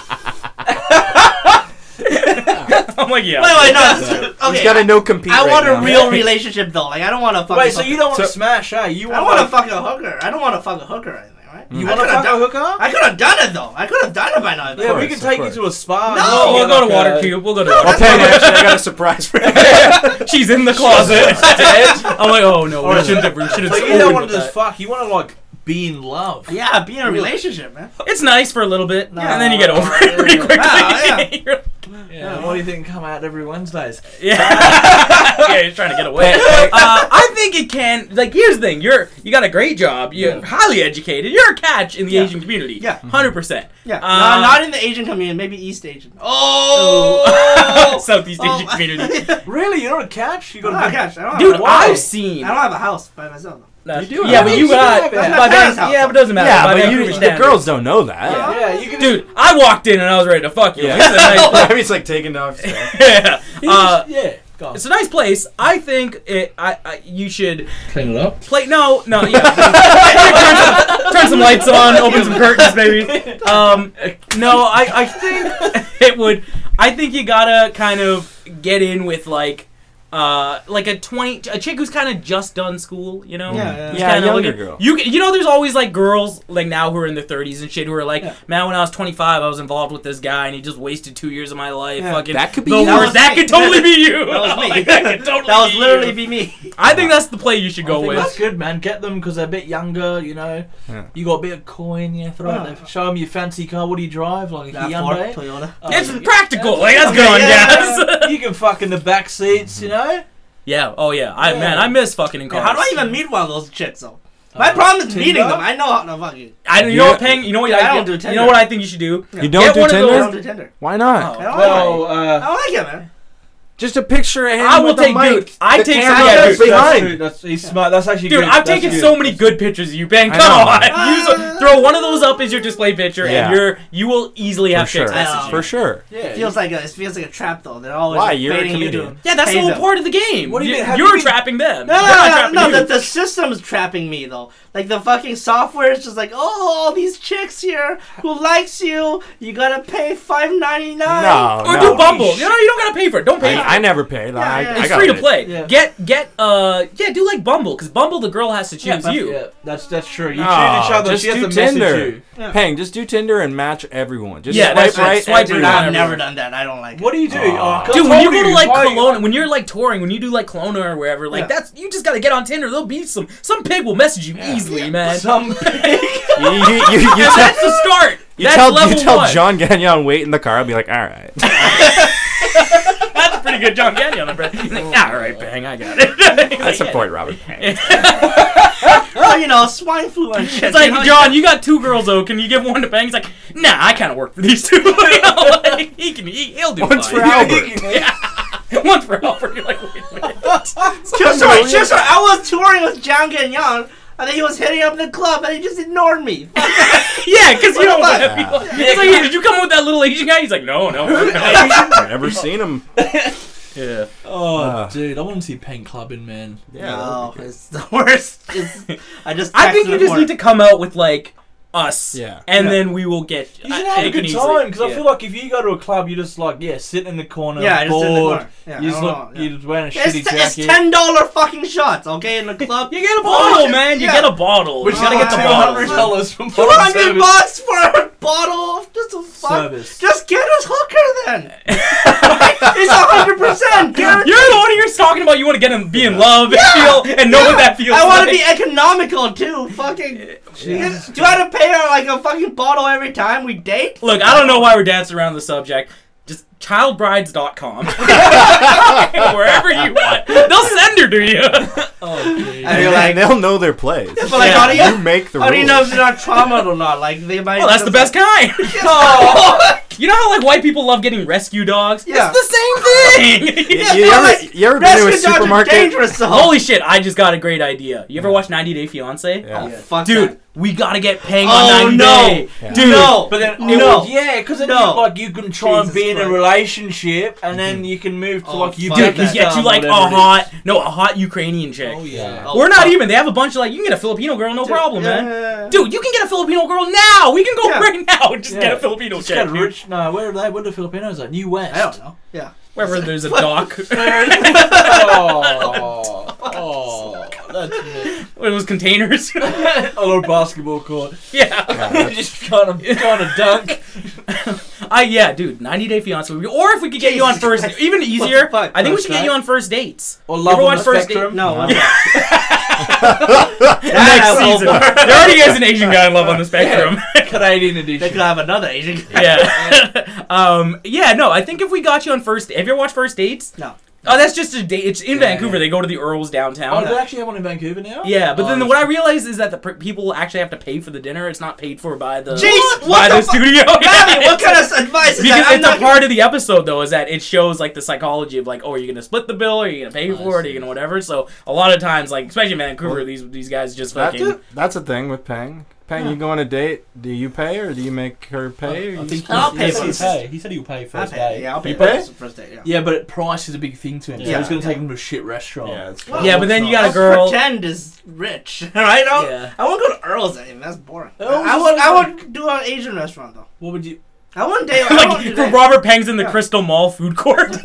[SPEAKER 3] I'm like, yeah.
[SPEAKER 4] wait, wait, no. that's-
[SPEAKER 1] He's
[SPEAKER 4] Okay,
[SPEAKER 1] got a no compete.
[SPEAKER 4] I
[SPEAKER 1] right
[SPEAKER 4] want
[SPEAKER 1] now.
[SPEAKER 4] a real relationship though. Like, I don't want to fuck.
[SPEAKER 2] Wait,
[SPEAKER 4] a
[SPEAKER 2] so you
[SPEAKER 4] hooker.
[SPEAKER 2] don't want to
[SPEAKER 1] So-
[SPEAKER 2] smash, hey? You
[SPEAKER 4] I
[SPEAKER 2] want
[SPEAKER 4] don't want to
[SPEAKER 2] like,
[SPEAKER 4] fuck a hooker. I don't want to fuck a hooker or anything, right?
[SPEAKER 2] You
[SPEAKER 4] I
[SPEAKER 2] want to
[SPEAKER 4] coulda
[SPEAKER 2] fuck a
[SPEAKER 4] done-
[SPEAKER 2] hooker?
[SPEAKER 4] I could have done it though. I could have done it by now.
[SPEAKER 2] Yeah, we
[SPEAKER 1] course,
[SPEAKER 2] can
[SPEAKER 1] of
[SPEAKER 2] take you
[SPEAKER 1] course.
[SPEAKER 2] to a spa.
[SPEAKER 4] No!
[SPEAKER 1] Oh
[SPEAKER 3] We'll, we'll go to
[SPEAKER 2] Like, uh,
[SPEAKER 3] Water Cube. We'll go to
[SPEAKER 1] Well,
[SPEAKER 3] Water
[SPEAKER 4] that's-
[SPEAKER 1] Pang, actually, I got a surprise for you.
[SPEAKER 3] Cube. She's in the closet. I'm like, oh no, we
[SPEAKER 2] Alright.
[SPEAKER 3] shouldn't have. We should have.
[SPEAKER 2] But you don't want to just fuck. You want to like be in love.
[SPEAKER 4] Yeah, be in a relationship, man.
[SPEAKER 3] It's nice for a little bit,
[SPEAKER 4] No.
[SPEAKER 3] and then you get over it pretty quickly.
[SPEAKER 4] Wow, yeah.
[SPEAKER 3] You're-
[SPEAKER 2] Yeah, What do you think? Come out every Wednesdays.
[SPEAKER 3] yeah. yeah, he's trying to get away.
[SPEAKER 1] Hey, hey.
[SPEAKER 3] Uh, I think it can. Like, here's the thing: you're you got a great job. You're highly educated. You're a catch in the
[SPEAKER 4] Yeah.
[SPEAKER 3] Asian community.
[SPEAKER 4] Yeah.
[SPEAKER 3] hundred percent.
[SPEAKER 4] Yeah,
[SPEAKER 3] Uh,
[SPEAKER 4] no, not in the Asian community. Maybe East Asian.
[SPEAKER 2] Oh!
[SPEAKER 3] Southeast
[SPEAKER 4] Oh.
[SPEAKER 3] Asian community.
[SPEAKER 2] really? You're not a catch? You
[SPEAKER 4] I
[SPEAKER 2] got
[SPEAKER 4] don't have
[SPEAKER 2] a big
[SPEAKER 4] a couch. I don't have
[SPEAKER 3] Dude,
[SPEAKER 4] a
[SPEAKER 2] Wow.
[SPEAKER 4] house.
[SPEAKER 3] I've seen.
[SPEAKER 4] I don't have a house by myself.
[SPEAKER 3] No.
[SPEAKER 1] You do have
[SPEAKER 3] Yeah, but
[SPEAKER 1] it.
[SPEAKER 3] you
[SPEAKER 1] You
[SPEAKER 3] got.
[SPEAKER 2] have it.
[SPEAKER 3] By then,
[SPEAKER 4] That's not
[SPEAKER 3] yeah, but it doesn't matter.
[SPEAKER 1] yeah,
[SPEAKER 3] by
[SPEAKER 1] but
[SPEAKER 3] then,
[SPEAKER 1] you,
[SPEAKER 3] Cooper's
[SPEAKER 1] the
[SPEAKER 3] down.
[SPEAKER 1] girls don't know that.
[SPEAKER 4] Yeah.
[SPEAKER 2] Yeah, you can.
[SPEAKER 3] Dude, I walked in and I was ready to fuck you.
[SPEAKER 1] Yeah.
[SPEAKER 3] It's a nice place.
[SPEAKER 1] I mean, it's like taking off. his stuff.
[SPEAKER 3] yeah.
[SPEAKER 2] he
[SPEAKER 3] Uh,
[SPEAKER 2] just- yeah, go on.
[SPEAKER 3] it's a nice place. I think it. I, I you should
[SPEAKER 2] Clean it up.
[SPEAKER 3] play. No, no. Yeah. turn, some, turn some lights on. Open some curtains, maybe. Um, no, I, I think it would. I think you gotta kind of get in with like. Uh, like a twenty, a chick who's kind of just done school, you know.
[SPEAKER 4] Yeah, yeah.
[SPEAKER 3] Who's
[SPEAKER 1] Yeah,
[SPEAKER 3] kinda
[SPEAKER 1] younger
[SPEAKER 3] looking-
[SPEAKER 1] girl.
[SPEAKER 3] You you know, there's always like girls like now who are in their 30s and shit who are like, man, when I was 25, I was involved with this guy and he just wasted two years of my life.
[SPEAKER 4] Yeah.
[SPEAKER 3] Fucking
[SPEAKER 1] That could be
[SPEAKER 3] the
[SPEAKER 1] you.
[SPEAKER 4] That
[SPEAKER 3] worst.
[SPEAKER 4] was
[SPEAKER 3] That
[SPEAKER 4] me.
[SPEAKER 3] could totally be you.
[SPEAKER 4] That was me.
[SPEAKER 3] Like, that could totally
[SPEAKER 4] that was
[SPEAKER 3] be
[SPEAKER 4] literally
[SPEAKER 3] you.
[SPEAKER 4] be me.
[SPEAKER 3] I think that's the play you should
[SPEAKER 2] I
[SPEAKER 3] go
[SPEAKER 2] think
[SPEAKER 3] with.
[SPEAKER 2] That's good, man. Get them because they're a bit younger, you know.
[SPEAKER 1] Yeah.
[SPEAKER 2] You got a bit of coin, yeah. Throw it there. Show them your fancy car. What do you drive? Like a
[SPEAKER 4] That
[SPEAKER 2] Hyundai.
[SPEAKER 4] Ford, Toyota.
[SPEAKER 2] Oh,
[SPEAKER 3] It's
[SPEAKER 2] you-
[SPEAKER 3] practical. Like that's
[SPEAKER 4] Okay,
[SPEAKER 3] good on
[SPEAKER 4] yeah.
[SPEAKER 3] gas.
[SPEAKER 2] you can fuck in the back seats, you know.
[SPEAKER 3] Yeah. Oh yeah. I
[SPEAKER 2] Yeah.
[SPEAKER 3] man, I miss fucking in cars.
[SPEAKER 4] How do I even meet one of those chicks though? My problem is
[SPEAKER 2] Tinder?
[SPEAKER 4] meeting them. I know how to fucking.
[SPEAKER 3] I you
[SPEAKER 1] Yeah.
[SPEAKER 3] know what paying. You know what
[SPEAKER 4] Yeah, I
[SPEAKER 3] I,
[SPEAKER 4] don't do
[SPEAKER 3] You
[SPEAKER 4] Tinder.
[SPEAKER 3] know what I think you should do.
[SPEAKER 1] You don't
[SPEAKER 3] Get
[SPEAKER 1] do
[SPEAKER 3] one of Oh.
[SPEAKER 4] I
[SPEAKER 1] Tinder?
[SPEAKER 4] don't do Tinder.
[SPEAKER 1] Why not?
[SPEAKER 4] I don't
[SPEAKER 2] Well,
[SPEAKER 4] like. it. I
[SPEAKER 2] uh,
[SPEAKER 4] don't like it, man.
[SPEAKER 1] Just a picture of him
[SPEAKER 3] I will
[SPEAKER 1] with the
[SPEAKER 3] take-
[SPEAKER 1] mic.
[SPEAKER 3] dude, I
[SPEAKER 1] The
[SPEAKER 3] take some-
[SPEAKER 1] camera
[SPEAKER 3] yeah,
[SPEAKER 1] that's
[SPEAKER 3] dude,
[SPEAKER 2] that's
[SPEAKER 1] behind.
[SPEAKER 2] true. That's he's smart. That's actually
[SPEAKER 3] Dude,
[SPEAKER 2] good.
[SPEAKER 3] I've
[SPEAKER 2] That's
[SPEAKER 3] taken
[SPEAKER 2] good.
[SPEAKER 3] so many good pictures of you, Ben.
[SPEAKER 1] I
[SPEAKER 3] Come
[SPEAKER 1] know.
[SPEAKER 3] on, Use a- throw one of those up as your display picture,
[SPEAKER 1] Yeah.
[SPEAKER 3] and you're you will easily
[SPEAKER 1] For
[SPEAKER 3] have chicks
[SPEAKER 1] sure.
[SPEAKER 3] message you.
[SPEAKER 1] For sure.
[SPEAKER 2] Yeah.
[SPEAKER 4] It feels like a, it feels like a trap though. They're always
[SPEAKER 1] Why? You're a
[SPEAKER 4] baiting you
[SPEAKER 1] comedian.
[SPEAKER 4] to.
[SPEAKER 3] Yeah, that's the
[SPEAKER 4] Pays
[SPEAKER 3] whole
[SPEAKER 4] them.
[SPEAKER 3] part of the game.
[SPEAKER 2] What do you mean? Have
[SPEAKER 3] You're
[SPEAKER 2] you been-
[SPEAKER 3] trapping them.
[SPEAKER 4] No,
[SPEAKER 3] They're not
[SPEAKER 4] no, no,
[SPEAKER 3] trapping
[SPEAKER 4] no,
[SPEAKER 3] you.
[SPEAKER 4] the, the system's trapping me though. Like the fucking software is just like, oh, all these chicks here who likes you, you gotta pay five ninety nine.
[SPEAKER 1] No,
[SPEAKER 3] Or
[SPEAKER 1] no.
[SPEAKER 3] do Bumble. No, no, you don't gotta pay for it. Don't pay for it.
[SPEAKER 1] I, I never paid. I,
[SPEAKER 4] yeah.
[SPEAKER 1] I
[SPEAKER 3] It's
[SPEAKER 1] got
[SPEAKER 3] free to
[SPEAKER 1] it.
[SPEAKER 3] play.
[SPEAKER 2] Yeah.
[SPEAKER 3] Get get uh yeah, do like Bumble because Bumble the girl has to choose
[SPEAKER 2] that's,
[SPEAKER 3] you.
[SPEAKER 2] Yeah, that's that's true. You
[SPEAKER 1] No,
[SPEAKER 2] choose each other.
[SPEAKER 1] Ah, just
[SPEAKER 2] She has
[SPEAKER 1] do
[SPEAKER 2] to
[SPEAKER 1] Tinder.
[SPEAKER 2] message you.
[SPEAKER 4] Yeah.
[SPEAKER 1] Pang, just do Tinder and match everyone. Just
[SPEAKER 3] Yeah,
[SPEAKER 1] swipe
[SPEAKER 3] that's right.
[SPEAKER 1] right.
[SPEAKER 3] Swipe
[SPEAKER 1] everyone.
[SPEAKER 4] Nah, I've
[SPEAKER 3] Everyone.
[SPEAKER 4] never done that. I don't like
[SPEAKER 2] What
[SPEAKER 4] it.
[SPEAKER 2] do you do?
[SPEAKER 1] Aw.
[SPEAKER 2] Oh, I
[SPEAKER 3] Dude, when you
[SPEAKER 2] told
[SPEAKER 3] go to like
[SPEAKER 2] Why-
[SPEAKER 3] Kelowna, when you're like touring, when you do like Kelowna or wherever, like
[SPEAKER 4] Yeah.
[SPEAKER 3] that's you just gotta get on Tinder. There'll be some some pig will message you easily, man.
[SPEAKER 2] some
[SPEAKER 1] You, you, you, you
[SPEAKER 3] And
[SPEAKER 1] tell,
[SPEAKER 3] that's the start.
[SPEAKER 1] you
[SPEAKER 3] that's
[SPEAKER 1] tell, you
[SPEAKER 3] level
[SPEAKER 1] tell
[SPEAKER 3] one.
[SPEAKER 1] John Gagnon wait in the car. I'll be like, all right.
[SPEAKER 3] That's a pretty good John Gandy on the breath. He's like, "Ah, all right, bang, I got it. He's
[SPEAKER 1] That's
[SPEAKER 3] like,
[SPEAKER 1] a
[SPEAKER 3] "Yeah."
[SPEAKER 1] point, Robert. Pang.
[SPEAKER 4] Oh, you know, swine flu and shit.
[SPEAKER 3] It's like,
[SPEAKER 4] you know?
[SPEAKER 3] John, you got two girls though. Can you give one to Bang? He's like, Nah, I kind of work for these two. You know, like, he can, he, he'll do
[SPEAKER 1] One's
[SPEAKER 3] fine.
[SPEAKER 1] for Albert.
[SPEAKER 3] one for Albert. You're like, wait a minute.
[SPEAKER 4] Just sorry, just sorry. I was touring with John Gagnon, and then he was hitting up the club, and he just ignored me.
[SPEAKER 3] Yeah, because you don't
[SPEAKER 4] What
[SPEAKER 3] want
[SPEAKER 4] the
[SPEAKER 3] to be like, It's like, "Hey, did you come with that little Asian guy? He's like, no, no, no.
[SPEAKER 1] I've never seen him.
[SPEAKER 3] yeah.
[SPEAKER 2] Oh,
[SPEAKER 4] Ah.
[SPEAKER 1] Uh.
[SPEAKER 2] dude, I want to see Pain Clubbing, man.
[SPEAKER 4] no, it's the worst. It's, I just.
[SPEAKER 3] I think
[SPEAKER 4] texted
[SPEAKER 3] you
[SPEAKER 4] him
[SPEAKER 3] just
[SPEAKER 4] for
[SPEAKER 3] need
[SPEAKER 4] it.
[SPEAKER 3] to come out with like us,
[SPEAKER 1] Yeah.
[SPEAKER 3] and
[SPEAKER 4] Yeah.
[SPEAKER 3] then we will get. uh,
[SPEAKER 2] You
[SPEAKER 4] Uh,
[SPEAKER 2] should have a good time because I feel like if you go to a club, you just like yeah, sit in the corner,
[SPEAKER 4] Yeah, just in the
[SPEAKER 2] bored.
[SPEAKER 4] corner. Yeah,
[SPEAKER 2] you
[SPEAKER 4] I
[SPEAKER 2] just
[SPEAKER 4] don't
[SPEAKER 2] look,
[SPEAKER 4] know,
[SPEAKER 2] you
[SPEAKER 4] yeah.
[SPEAKER 2] just wearing a shitty
[SPEAKER 4] It's, it's
[SPEAKER 2] jacket.
[SPEAKER 4] ten dollar fucking shots, okay, in the club.
[SPEAKER 3] you get a bottle,
[SPEAKER 4] Oh,
[SPEAKER 3] man. You
[SPEAKER 4] yeah.
[SPEAKER 3] get a bottle.
[SPEAKER 2] We're
[SPEAKER 3] You
[SPEAKER 2] just gonna get
[SPEAKER 4] Oh,
[SPEAKER 2] two
[SPEAKER 3] a
[SPEAKER 2] hundred
[SPEAKER 3] bottle.
[SPEAKER 2] dollars from
[SPEAKER 4] Two
[SPEAKER 2] Foreign
[SPEAKER 4] hundred
[SPEAKER 2] Service.
[SPEAKER 4] bucks for a bottle of just a fuck.
[SPEAKER 2] Service.
[SPEAKER 4] Just get us hooker then. it's hundred percent guaranteed.
[SPEAKER 3] You're the one who's talking about you want to get and be in love and feel and know what that feels.
[SPEAKER 4] I want to
[SPEAKER 3] like.
[SPEAKER 4] be economical too. Fucking. Do I have to pay her like a fucking bottle every time we date?
[SPEAKER 3] Look, I don't know why we're dancing around the subject. Just childbrides.com. Wherever you want. They'll send her to you.
[SPEAKER 2] Oh, dude.
[SPEAKER 4] I
[SPEAKER 1] And
[SPEAKER 4] feel like.
[SPEAKER 1] they'll know their plays.
[SPEAKER 4] But like,
[SPEAKER 3] Yeah.
[SPEAKER 4] how do
[SPEAKER 1] You
[SPEAKER 4] you?
[SPEAKER 1] make the
[SPEAKER 4] How do you
[SPEAKER 1] rules.
[SPEAKER 4] know if they're not traumatized or not? Like they might.
[SPEAKER 3] Well, that's the best kind.
[SPEAKER 4] Oh.
[SPEAKER 3] You know how like white people love getting rescue dogs?
[SPEAKER 4] Yeah.
[SPEAKER 3] It's the same
[SPEAKER 1] You,
[SPEAKER 3] thing.
[SPEAKER 4] Yeah,
[SPEAKER 1] you
[SPEAKER 4] but
[SPEAKER 1] ever,
[SPEAKER 4] like,
[SPEAKER 1] you ever been to a
[SPEAKER 4] Rescue dogs are
[SPEAKER 1] supermarket?
[SPEAKER 4] dangerous though.
[SPEAKER 3] Holy shit, I just got a great idea. You ever watch 90 Day Fiance?
[SPEAKER 4] Oh,
[SPEAKER 1] Yeah.
[SPEAKER 4] fuck
[SPEAKER 3] Dude,
[SPEAKER 4] that.
[SPEAKER 3] we gotta get paying
[SPEAKER 4] Oh,
[SPEAKER 3] on 90
[SPEAKER 4] no.
[SPEAKER 3] Day.
[SPEAKER 1] Yeah.
[SPEAKER 3] Dude.
[SPEAKER 4] no,
[SPEAKER 2] But then,
[SPEAKER 4] No.
[SPEAKER 2] no, yeah, because then
[SPEAKER 4] No.
[SPEAKER 2] you, like you can try and
[SPEAKER 4] Jesus
[SPEAKER 2] be in a
[SPEAKER 4] Christ.
[SPEAKER 2] relationship, and then you can move to
[SPEAKER 4] Oh,
[SPEAKER 2] like you
[SPEAKER 4] fuck
[SPEAKER 3] Dude,
[SPEAKER 4] Like
[SPEAKER 3] you
[SPEAKER 4] that.
[SPEAKER 3] get you like a hot, no, a hot Ukrainian chick.
[SPEAKER 2] Oh yeah.
[SPEAKER 1] Yeah.
[SPEAKER 4] Oh,
[SPEAKER 3] We're not
[SPEAKER 4] fuck.
[SPEAKER 3] even. They have a bunch of like. You can get a Filipino girl, no problem,
[SPEAKER 4] Yeah,
[SPEAKER 3] man.
[SPEAKER 4] yeah, yeah.
[SPEAKER 3] Dude, you can get a Filipino girl now. We can go
[SPEAKER 4] Yeah.
[SPEAKER 3] right now. and Just
[SPEAKER 2] Yeah.
[SPEAKER 3] get a Filipino
[SPEAKER 2] Just
[SPEAKER 3] chick.
[SPEAKER 2] get
[SPEAKER 3] dude.
[SPEAKER 2] rich. No, where are they? Where are the Filipinos at? New West.
[SPEAKER 4] I don't know. Yeah.
[SPEAKER 3] Wherever there's a dock.
[SPEAKER 2] oh, oh, that's
[SPEAKER 3] One of those containers.
[SPEAKER 2] me. On a basketball court.
[SPEAKER 3] yeah.
[SPEAKER 2] just kind of, kind of dunk.
[SPEAKER 3] I yeah, dude. 90 Day Fiance. would be- Or if we could get you on
[SPEAKER 4] Jesus
[SPEAKER 3] first,
[SPEAKER 4] Christ.
[SPEAKER 3] even easier.
[SPEAKER 4] fuck?
[SPEAKER 3] I think we
[SPEAKER 2] That's
[SPEAKER 3] should get
[SPEAKER 2] right.
[SPEAKER 3] you on first dates.
[SPEAKER 2] Or
[SPEAKER 3] You
[SPEAKER 2] love
[SPEAKER 3] ever
[SPEAKER 2] on
[SPEAKER 3] watch
[SPEAKER 2] the
[SPEAKER 3] First
[SPEAKER 2] spectrum.
[SPEAKER 4] No.
[SPEAKER 1] Nah.
[SPEAKER 4] what's that?
[SPEAKER 3] Next
[SPEAKER 4] That's over.
[SPEAKER 3] season. There already is an Asian guy in love on the spectrum.
[SPEAKER 2] Canadian
[SPEAKER 4] They
[SPEAKER 2] edition.
[SPEAKER 4] could have another Asian. guy.
[SPEAKER 3] yeah. um. Yeah. No. I think if we got you on first, have you ever watched First Dates?
[SPEAKER 4] No.
[SPEAKER 3] Oh, that's just a date. It's in
[SPEAKER 2] Yeah,
[SPEAKER 3] Vancouver.
[SPEAKER 2] yeah.
[SPEAKER 3] They go to the Earls
[SPEAKER 2] Oh,
[SPEAKER 3] downtown.
[SPEAKER 2] do they actually have one in Vancouver now?
[SPEAKER 3] Yeah, but
[SPEAKER 2] Oh,
[SPEAKER 3] then
[SPEAKER 2] that's-
[SPEAKER 3] what I realized is that the pr- people actually have to pay for the dinner. It's not paid for by the
[SPEAKER 4] Jeez,
[SPEAKER 3] by
[SPEAKER 4] what
[SPEAKER 3] the,
[SPEAKER 4] the fuck?
[SPEAKER 3] studio. Yeah,
[SPEAKER 4] Gabby, what
[SPEAKER 3] it's-
[SPEAKER 4] kind of advice is that.
[SPEAKER 3] because
[SPEAKER 4] I'm
[SPEAKER 3] it's a
[SPEAKER 4] not-
[SPEAKER 3] part of the episode though is that it shows like the psychology of like oh are you gonna split the bill are you gonna
[SPEAKER 4] Oh,
[SPEAKER 3] pay
[SPEAKER 2] I
[SPEAKER 3] for it are
[SPEAKER 2] see.
[SPEAKER 3] you gonna whatever so a lot of times like especially in Vancouver
[SPEAKER 1] Well,
[SPEAKER 3] these these guys just
[SPEAKER 1] That's
[SPEAKER 3] fucking
[SPEAKER 1] it. That's a thing with paying. Paying, you go on a date. Do you pay or do you make her pay?
[SPEAKER 2] I
[SPEAKER 1] or you
[SPEAKER 2] think he,
[SPEAKER 4] I'll
[SPEAKER 2] he
[SPEAKER 4] pay
[SPEAKER 2] said
[SPEAKER 4] first.
[SPEAKER 2] he'll pay. He said he'll pay
[SPEAKER 4] I'll
[SPEAKER 2] first
[SPEAKER 4] pay.
[SPEAKER 2] day.
[SPEAKER 4] Yeah, I'll pay.
[SPEAKER 1] You pay?
[SPEAKER 4] First, first day, yeah.
[SPEAKER 2] Yeah, but price is a big thing to him.
[SPEAKER 4] Yeah.
[SPEAKER 2] So he's gonna take him to a shit restaurant.
[SPEAKER 1] Yeah, it's
[SPEAKER 4] Well,
[SPEAKER 3] yeah but then you got a
[SPEAKER 4] Let's
[SPEAKER 3] girl
[SPEAKER 4] pretend is rich, all right? I won't,
[SPEAKER 3] yeah
[SPEAKER 4] I won't go to Earl's anymore. That's boring.
[SPEAKER 2] Earl's
[SPEAKER 4] I
[SPEAKER 2] is
[SPEAKER 4] would. I
[SPEAKER 2] fun.
[SPEAKER 4] would do an Asian restaurant though.
[SPEAKER 2] What would you?
[SPEAKER 4] I wouldn't date. I
[SPEAKER 3] like
[SPEAKER 4] wouldn't do
[SPEAKER 3] for
[SPEAKER 4] that.
[SPEAKER 3] Robert Pang's in the
[SPEAKER 4] Yeah.
[SPEAKER 3] Crystal Mall food court.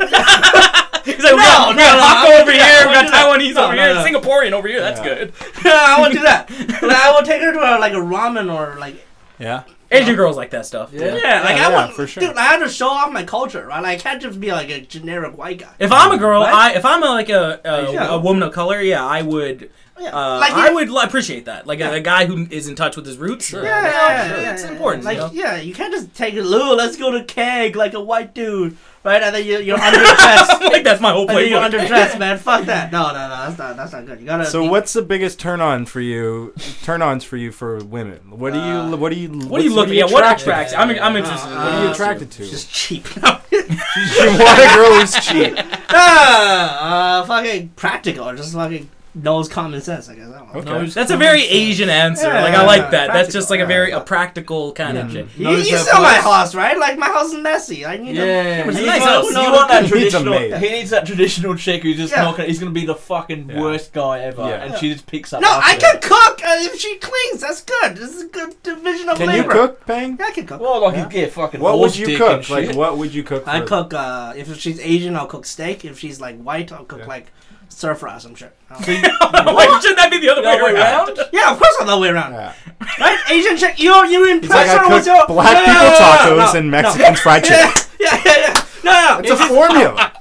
[SPEAKER 3] He's like,
[SPEAKER 4] No,
[SPEAKER 3] we got, we got
[SPEAKER 4] no,
[SPEAKER 3] Hakka
[SPEAKER 4] no,
[SPEAKER 3] over
[SPEAKER 4] no,
[SPEAKER 3] here, we
[SPEAKER 4] no,
[SPEAKER 3] got
[SPEAKER 4] no,
[SPEAKER 3] Taiwanese
[SPEAKER 4] no,
[SPEAKER 3] over
[SPEAKER 4] no,
[SPEAKER 3] here,
[SPEAKER 4] no.
[SPEAKER 3] Singaporean over here. That's
[SPEAKER 1] Yeah.
[SPEAKER 3] good.
[SPEAKER 4] I would do that. But I would take her to a, like a ramen or like
[SPEAKER 1] yeah.
[SPEAKER 3] Asian girls like that stuff.
[SPEAKER 2] Yeah.
[SPEAKER 3] Yeah.
[SPEAKER 4] yeah, like
[SPEAKER 1] Yeah,
[SPEAKER 4] I
[SPEAKER 1] yeah,
[SPEAKER 4] would.
[SPEAKER 1] for sure.
[SPEAKER 4] Dude, I had to show off my culture, right? Like, I can't just be like a generic white guy.
[SPEAKER 3] If I'm a girl,
[SPEAKER 4] Right?
[SPEAKER 3] I if I'm a, like a a,
[SPEAKER 4] Yeah.
[SPEAKER 3] a woman of color, yeah, I would.
[SPEAKER 4] Oh, Yeah.
[SPEAKER 3] Uh,
[SPEAKER 4] like,
[SPEAKER 3] I
[SPEAKER 4] you-
[SPEAKER 3] would li- appreciate that. Like a, a guy who is in touch with his roots.
[SPEAKER 1] Sure.
[SPEAKER 4] Yeah,
[SPEAKER 3] uh,
[SPEAKER 4] yeah, yeah,
[SPEAKER 3] sure.
[SPEAKER 4] yeah,
[SPEAKER 3] It's
[SPEAKER 4] yeah.
[SPEAKER 3] important.
[SPEAKER 4] Like,
[SPEAKER 3] you know?
[SPEAKER 4] yeah, you can't just take it. Lou, let's go to keg like a white dude, right? And then you, you're underdressed.
[SPEAKER 3] like that's my whole
[SPEAKER 4] and then you're
[SPEAKER 3] playbook.
[SPEAKER 4] underdressed, man. Fuck that. No, no, no. That's not. That's not good. You gotta.
[SPEAKER 1] So
[SPEAKER 4] you-
[SPEAKER 1] what's the biggest turn on for you? Turn ons for you for women? What do you?
[SPEAKER 4] Uh,
[SPEAKER 1] What do you?
[SPEAKER 3] What are you
[SPEAKER 1] what's-
[SPEAKER 3] looking at? What
[SPEAKER 1] attracted?
[SPEAKER 3] attracts? I'm I'm
[SPEAKER 2] Yeah.
[SPEAKER 3] interested. in
[SPEAKER 4] Uh,
[SPEAKER 1] What are you
[SPEAKER 4] Uh,
[SPEAKER 1] attracted to?
[SPEAKER 4] It's
[SPEAKER 1] You
[SPEAKER 4] just cheap.
[SPEAKER 1] want a girl who's cheap.
[SPEAKER 4] Ah, uh, fucking practical. Just fucking knows common sense. I guess. I don't know.
[SPEAKER 1] Okay.
[SPEAKER 3] That's a very Asian answer.
[SPEAKER 4] Yeah,
[SPEAKER 3] like
[SPEAKER 4] yeah,
[SPEAKER 3] I like
[SPEAKER 4] yeah.
[SPEAKER 3] that. That's just like a
[SPEAKER 4] Practical,
[SPEAKER 3] very
[SPEAKER 4] yeah.
[SPEAKER 3] a practical kind of
[SPEAKER 2] Yeah.
[SPEAKER 3] shit.
[SPEAKER 4] You,
[SPEAKER 2] Notice
[SPEAKER 4] you
[SPEAKER 2] that
[SPEAKER 4] saw my
[SPEAKER 2] voice.
[SPEAKER 4] house, right? Like my house is messy. I need. to-
[SPEAKER 2] Yeah,
[SPEAKER 4] was
[SPEAKER 2] he
[SPEAKER 4] nice.
[SPEAKER 2] wants,
[SPEAKER 4] No,
[SPEAKER 2] you
[SPEAKER 4] no,
[SPEAKER 2] want that
[SPEAKER 1] pizza
[SPEAKER 2] traditional.
[SPEAKER 1] made.
[SPEAKER 2] He needs that traditional chick who's just
[SPEAKER 4] Yeah.
[SPEAKER 2] not gonna. He's gonna be the fucking
[SPEAKER 1] Yeah.
[SPEAKER 2] worst guy ever,
[SPEAKER 1] Yeah.
[SPEAKER 2] and she just picks up.
[SPEAKER 4] No, I
[SPEAKER 2] after
[SPEAKER 4] can
[SPEAKER 2] him.
[SPEAKER 4] cook uh, if she cleans. That's good. This is a good division of
[SPEAKER 1] Can you
[SPEAKER 4] labor.
[SPEAKER 1] cook, Pang?
[SPEAKER 4] Yeah, I can cook.
[SPEAKER 2] Well, like you get fucking.
[SPEAKER 1] What
[SPEAKER 2] horse
[SPEAKER 1] would you
[SPEAKER 2] dick
[SPEAKER 1] cook?
[SPEAKER 2] and
[SPEAKER 1] Like
[SPEAKER 2] shit.
[SPEAKER 1] what would you cook?
[SPEAKER 4] I
[SPEAKER 1] for-
[SPEAKER 4] cook. Uh, if she's Asian, I'll cook steak. If she's like white, I'll cook
[SPEAKER 1] Yeah.
[SPEAKER 4] like stir fry or some shit. I don't
[SPEAKER 2] So
[SPEAKER 4] know.
[SPEAKER 2] you-
[SPEAKER 3] Why should that be the other
[SPEAKER 2] The other
[SPEAKER 3] way around?
[SPEAKER 4] yeah, of course I'm the way around.
[SPEAKER 1] Yeah.
[SPEAKER 4] Right, Asian chick, you you
[SPEAKER 1] It's
[SPEAKER 4] impress
[SPEAKER 1] like
[SPEAKER 4] her
[SPEAKER 1] I
[SPEAKER 4] with your
[SPEAKER 1] cook black
[SPEAKER 4] No, no,
[SPEAKER 1] people
[SPEAKER 4] no, no,
[SPEAKER 1] tacos
[SPEAKER 4] no,
[SPEAKER 1] and
[SPEAKER 4] no.
[SPEAKER 1] Mexican fried chicken.
[SPEAKER 4] Yeah, yeah, yeah, yeah. No, no,
[SPEAKER 1] It's a formula.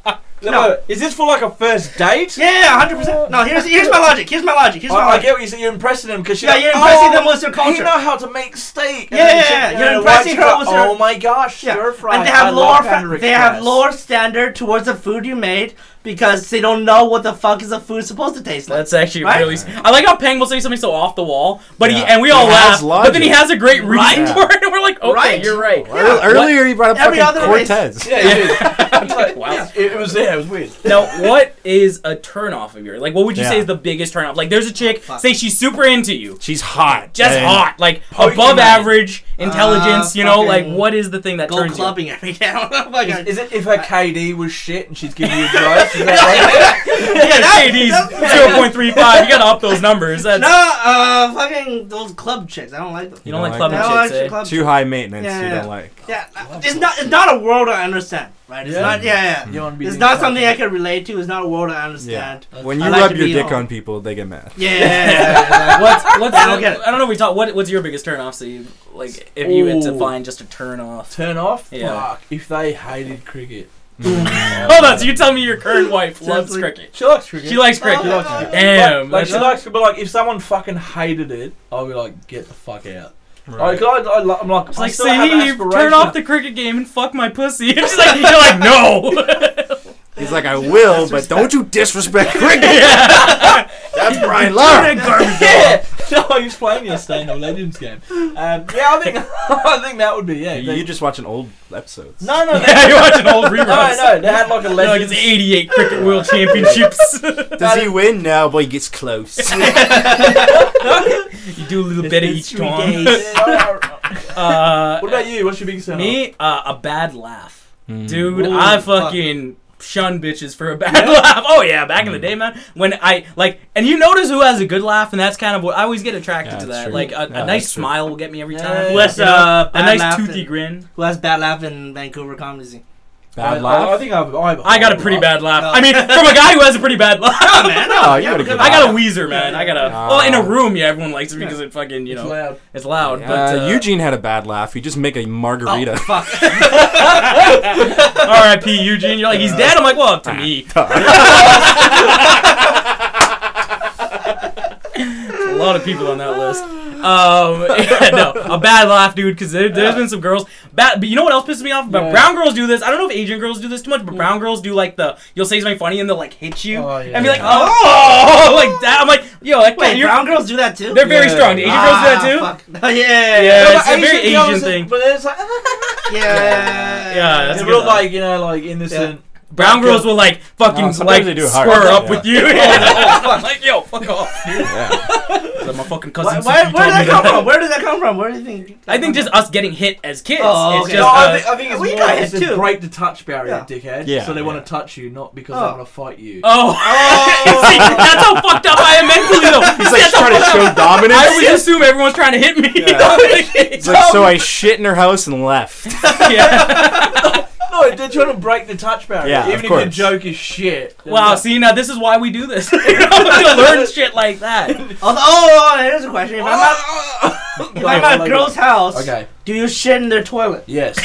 [SPEAKER 2] No,
[SPEAKER 4] No.
[SPEAKER 2] is this for like a first date?
[SPEAKER 4] yeah, hundred percent. No, here's here's my logic. Here's my logic. Here's
[SPEAKER 2] I,
[SPEAKER 4] my
[SPEAKER 2] I
[SPEAKER 4] logic.
[SPEAKER 2] get what you say. You're impressing them because
[SPEAKER 4] Yeah, you're impressing them with your
[SPEAKER 2] You
[SPEAKER 4] culture.
[SPEAKER 2] know how to make steak.
[SPEAKER 4] Yeah,
[SPEAKER 2] then
[SPEAKER 4] yeah,
[SPEAKER 2] she-
[SPEAKER 4] yeah,
[SPEAKER 2] you
[SPEAKER 4] you're
[SPEAKER 2] know,
[SPEAKER 4] impressing
[SPEAKER 2] white
[SPEAKER 4] her
[SPEAKER 2] chick,
[SPEAKER 4] with
[SPEAKER 2] Oh
[SPEAKER 4] your-
[SPEAKER 2] my gosh,
[SPEAKER 4] Yeah.
[SPEAKER 2] stir fry.
[SPEAKER 4] And they have
[SPEAKER 2] I
[SPEAKER 4] lower
[SPEAKER 2] love
[SPEAKER 4] fa-
[SPEAKER 2] Henrik
[SPEAKER 4] they have
[SPEAKER 2] Press.
[SPEAKER 4] lower standard towards the food you made because they don't know what the fuck is a food supposed to taste like.
[SPEAKER 3] That's actually
[SPEAKER 4] Right?
[SPEAKER 3] really. I like how Peng will say something so off the wall, but he
[SPEAKER 1] Yeah.
[SPEAKER 3] and we all
[SPEAKER 1] He
[SPEAKER 3] laugh.
[SPEAKER 1] has
[SPEAKER 3] But then he
[SPEAKER 1] logic.
[SPEAKER 3] has a great reason
[SPEAKER 1] Right.
[SPEAKER 3] for it, and we're like, okay,
[SPEAKER 4] Right?
[SPEAKER 3] you're right.
[SPEAKER 1] Earl-
[SPEAKER 4] Yeah.
[SPEAKER 1] Earlier you brought up
[SPEAKER 4] Every
[SPEAKER 1] fucking
[SPEAKER 4] other race-
[SPEAKER 1] Cortez.
[SPEAKER 2] Yeah, it is. It's like-
[SPEAKER 3] Wow.
[SPEAKER 2] It, it was yeah, it was weird.
[SPEAKER 3] Now, what is a turnoff of yours? Like, what would you
[SPEAKER 1] Yeah.
[SPEAKER 3] say is the biggest turnoff? Like, there's a chick,
[SPEAKER 4] Fuck.
[SPEAKER 3] say she's super into you,
[SPEAKER 1] She's hot.
[SPEAKER 3] just
[SPEAKER 1] and-
[SPEAKER 3] hot, like
[SPEAKER 2] Pokemon.
[SPEAKER 3] above average intelligence.
[SPEAKER 4] Uh,
[SPEAKER 3] you know, like
[SPEAKER 4] fucking
[SPEAKER 3] what is the thing that
[SPEAKER 4] Go
[SPEAKER 3] turns you?
[SPEAKER 4] clubbing every day. I don't know if I
[SPEAKER 2] Is,
[SPEAKER 4] can-
[SPEAKER 2] is it if her KD was shit and she's giving you advice? Is that right?
[SPEAKER 3] Yeah,
[SPEAKER 4] that-
[SPEAKER 3] KD's
[SPEAKER 4] that's-
[SPEAKER 3] zero point three five. You gotta up those numbers. That's,
[SPEAKER 4] No, uh, fucking those club chicks. I don't like them.
[SPEAKER 3] You don't
[SPEAKER 1] You
[SPEAKER 3] like
[SPEAKER 1] don't
[SPEAKER 4] I
[SPEAKER 3] clubbing
[SPEAKER 4] don't like
[SPEAKER 3] chicks, eh?
[SPEAKER 4] club
[SPEAKER 1] Too high maintenance.
[SPEAKER 4] Yeah,
[SPEAKER 1] you
[SPEAKER 4] yeah.
[SPEAKER 1] don't like.
[SPEAKER 4] Yeah, uh, it's not. It's not a world I understand. Right? It's
[SPEAKER 2] Yeah.
[SPEAKER 4] not. Yeah, yeah.
[SPEAKER 2] You wanna be
[SPEAKER 4] It's
[SPEAKER 2] the
[SPEAKER 4] not something I
[SPEAKER 2] example.
[SPEAKER 4] can relate to. It's not a world I understand.
[SPEAKER 1] When
[SPEAKER 4] I
[SPEAKER 1] you
[SPEAKER 4] like
[SPEAKER 1] rub
[SPEAKER 4] to
[SPEAKER 1] your
[SPEAKER 4] be
[SPEAKER 1] dick
[SPEAKER 4] home.
[SPEAKER 1] on people, they get mad.
[SPEAKER 4] Yeah. yeah, yeah, yeah.
[SPEAKER 3] What's what's
[SPEAKER 4] I don't get it.
[SPEAKER 3] I don't know. If we talk. What what's your biggest turnoff? So you like if you had to
[SPEAKER 2] Ooh.
[SPEAKER 3] find just a turnoff.
[SPEAKER 2] Turn off.
[SPEAKER 3] Yeah.
[SPEAKER 2] Fuck. If they hated cricket,
[SPEAKER 4] Mm.
[SPEAKER 2] Oh,
[SPEAKER 3] Hold on. So you tell me your current wife loves
[SPEAKER 4] Seriously.
[SPEAKER 3] cricket.
[SPEAKER 2] she likes cricket.
[SPEAKER 3] She likes
[SPEAKER 2] She
[SPEAKER 3] cricket.
[SPEAKER 2] likes
[SPEAKER 4] Oh,
[SPEAKER 2] cricket.
[SPEAKER 3] Damn,
[SPEAKER 2] Like, like she
[SPEAKER 3] that's-
[SPEAKER 2] likes, but like if someone fucking hated it, I'll be like, get the fuck out.
[SPEAKER 1] Right.
[SPEAKER 2] Like, I, I, I'm like,
[SPEAKER 3] It's
[SPEAKER 2] I
[SPEAKER 3] like,
[SPEAKER 2] still have
[SPEAKER 3] see, turn
[SPEAKER 2] aspiration.
[SPEAKER 3] off the cricket game and fuck my pussy. And she's like, you're like, no.
[SPEAKER 1] He's like, I will, but don't you disrespect cricket.
[SPEAKER 3] yeah.
[SPEAKER 1] That's Brian
[SPEAKER 3] You're a
[SPEAKER 1] Lara.
[SPEAKER 3] garbage dog.
[SPEAKER 2] Yeah, no, I was playing yesterday in a Legends game. Um, yeah, I think I think that would be yeah.
[SPEAKER 1] You
[SPEAKER 2] They,
[SPEAKER 1] just watching old episodes.
[SPEAKER 2] no, no,
[SPEAKER 3] Yeah,
[SPEAKER 2] they,
[SPEAKER 3] you're watching old
[SPEAKER 2] no,
[SPEAKER 3] reruns.
[SPEAKER 2] no, they had like a
[SPEAKER 3] You're like, it's
[SPEAKER 2] Legends.
[SPEAKER 3] 88 Cricket World Championships.
[SPEAKER 1] Does he win? No, but he gets close.
[SPEAKER 3] you do a little bit of
[SPEAKER 4] been
[SPEAKER 3] each
[SPEAKER 4] three
[SPEAKER 3] time.
[SPEAKER 4] days.
[SPEAKER 3] Uh,
[SPEAKER 2] what about you? What's your biggest turn
[SPEAKER 3] me? Uh, a bad laugh.
[SPEAKER 1] Hmm.
[SPEAKER 3] Dude,
[SPEAKER 4] Ooh,
[SPEAKER 3] I
[SPEAKER 4] fuck.
[SPEAKER 3] fucking shun bitches for a bad laugh. Oh yeah, back in the day, man. When I like, and you notice who has a good laugh, and that's kind of what I always get attracted
[SPEAKER 1] Yeah,
[SPEAKER 3] to
[SPEAKER 1] that's
[SPEAKER 3] that.
[SPEAKER 1] true.
[SPEAKER 3] Like a,
[SPEAKER 1] Yeah,
[SPEAKER 3] a nice
[SPEAKER 1] that's true.
[SPEAKER 3] smile will get me every
[SPEAKER 2] Yeah,
[SPEAKER 3] time.
[SPEAKER 2] yeah,
[SPEAKER 3] you
[SPEAKER 4] Who has
[SPEAKER 3] know?
[SPEAKER 4] uh,
[SPEAKER 3] a
[SPEAKER 4] bad
[SPEAKER 3] nice
[SPEAKER 4] laugh
[SPEAKER 3] toothy
[SPEAKER 4] in-
[SPEAKER 3] grin.
[SPEAKER 4] Who has bad laugh in Vancouver comedy
[SPEAKER 2] I,
[SPEAKER 4] scene?
[SPEAKER 1] Bad
[SPEAKER 2] I, I
[SPEAKER 1] laugh.
[SPEAKER 2] think I've, I've
[SPEAKER 3] I got a pretty bad laugh.
[SPEAKER 4] No.
[SPEAKER 3] I mean, from a guy who has a pretty bad laugh.
[SPEAKER 4] Oh man, no,
[SPEAKER 1] Oh, you
[SPEAKER 4] yeah,
[SPEAKER 1] would've
[SPEAKER 4] because-
[SPEAKER 1] given
[SPEAKER 3] I got a Weezer, man. I got a.
[SPEAKER 1] Nah.
[SPEAKER 3] Well, in a room, yeah, everyone likes it because it fucking, you
[SPEAKER 2] It's
[SPEAKER 3] know,
[SPEAKER 2] loud.
[SPEAKER 3] it's loud. But
[SPEAKER 1] Uh, Eugene had a bad laugh. He just make a margarita.
[SPEAKER 4] Oh, fuck.
[SPEAKER 3] R.I.P. Eugene. You're like, he's dead. I'm like, well, to me. a lot of people on that list. Um, yeah, no, a bad laugh, dude. Because there, there's been some girls. Bad, but you know what else pisses me off? But
[SPEAKER 2] Yeah.
[SPEAKER 3] brown girls do this. I don't know if Asian girls do this too much, but brown girls do like the you'll say something funny and they'll like hit you
[SPEAKER 2] Oh, yeah.
[SPEAKER 3] and be like, oh, like that. I'm like, yo, that
[SPEAKER 4] Wait,
[SPEAKER 3] can't- you're,
[SPEAKER 4] brown girls do that too.
[SPEAKER 3] they're very
[SPEAKER 2] Yeah.
[SPEAKER 3] strong. The Asian
[SPEAKER 4] ah,
[SPEAKER 3] girls do that too.
[SPEAKER 4] Fuck. yeah,
[SPEAKER 3] Yeah,
[SPEAKER 4] yeah, yeah.
[SPEAKER 2] No,
[SPEAKER 3] it's
[SPEAKER 2] but
[SPEAKER 3] a very
[SPEAKER 2] girls
[SPEAKER 3] Asian
[SPEAKER 2] is-
[SPEAKER 3] thing.
[SPEAKER 2] But it's like,
[SPEAKER 4] yeah.
[SPEAKER 3] Yeah, that's
[SPEAKER 2] They're
[SPEAKER 3] a
[SPEAKER 2] real
[SPEAKER 3] good one.
[SPEAKER 2] like you know like innocent.
[SPEAKER 3] Brown
[SPEAKER 2] Yeah.
[SPEAKER 3] girls will like fucking
[SPEAKER 5] sometimes
[SPEAKER 3] like
[SPEAKER 5] they
[SPEAKER 3] square
[SPEAKER 5] do hard. Yeah.
[SPEAKER 3] up with you. I'm like, yo, fuck off. dude."
[SPEAKER 1] Yeah.
[SPEAKER 3] Like, my fucking
[SPEAKER 4] Why,
[SPEAKER 3] cousin.
[SPEAKER 4] why,
[SPEAKER 3] Suki told
[SPEAKER 4] where did
[SPEAKER 3] me
[SPEAKER 4] that come from? Where did that come from? Where do you think?
[SPEAKER 3] I think just us getting hit as kids.
[SPEAKER 4] Oh,
[SPEAKER 3] It's
[SPEAKER 4] okay.
[SPEAKER 3] just,
[SPEAKER 2] No,
[SPEAKER 3] uh,
[SPEAKER 2] I think, I think it's
[SPEAKER 4] we
[SPEAKER 2] more
[SPEAKER 4] got
[SPEAKER 2] it's
[SPEAKER 4] it
[SPEAKER 2] to
[SPEAKER 4] too.
[SPEAKER 2] break the touch barrier, dickhead.
[SPEAKER 5] Yeah,
[SPEAKER 2] so they want
[SPEAKER 5] yeah.
[SPEAKER 2] to touch you, not because
[SPEAKER 4] Oh.
[SPEAKER 2] they want to fight you.
[SPEAKER 3] Oh, See, that's how fucked up I am mentally though.
[SPEAKER 5] He's like
[SPEAKER 3] That's how
[SPEAKER 5] trying to
[SPEAKER 3] fucked
[SPEAKER 5] show
[SPEAKER 3] up-
[SPEAKER 5] dominance.
[SPEAKER 3] I always assume everyone's trying to hit me.
[SPEAKER 1] It's like, so I shit in her house and left.
[SPEAKER 3] yeah.
[SPEAKER 2] No, they're trying to break the touch barrier.
[SPEAKER 1] Yeah,
[SPEAKER 2] even
[SPEAKER 1] of
[SPEAKER 2] if
[SPEAKER 1] course.
[SPEAKER 2] the joke is shit. they're
[SPEAKER 3] Wow.
[SPEAKER 2] like-
[SPEAKER 3] See, now this is why we do this. to learn shit like that.
[SPEAKER 4] Also, oh, oh, here's a question. If I'm at, if I'm at a girl's house,
[SPEAKER 2] Okay.
[SPEAKER 4] do you shit in their toilet?
[SPEAKER 2] Yes.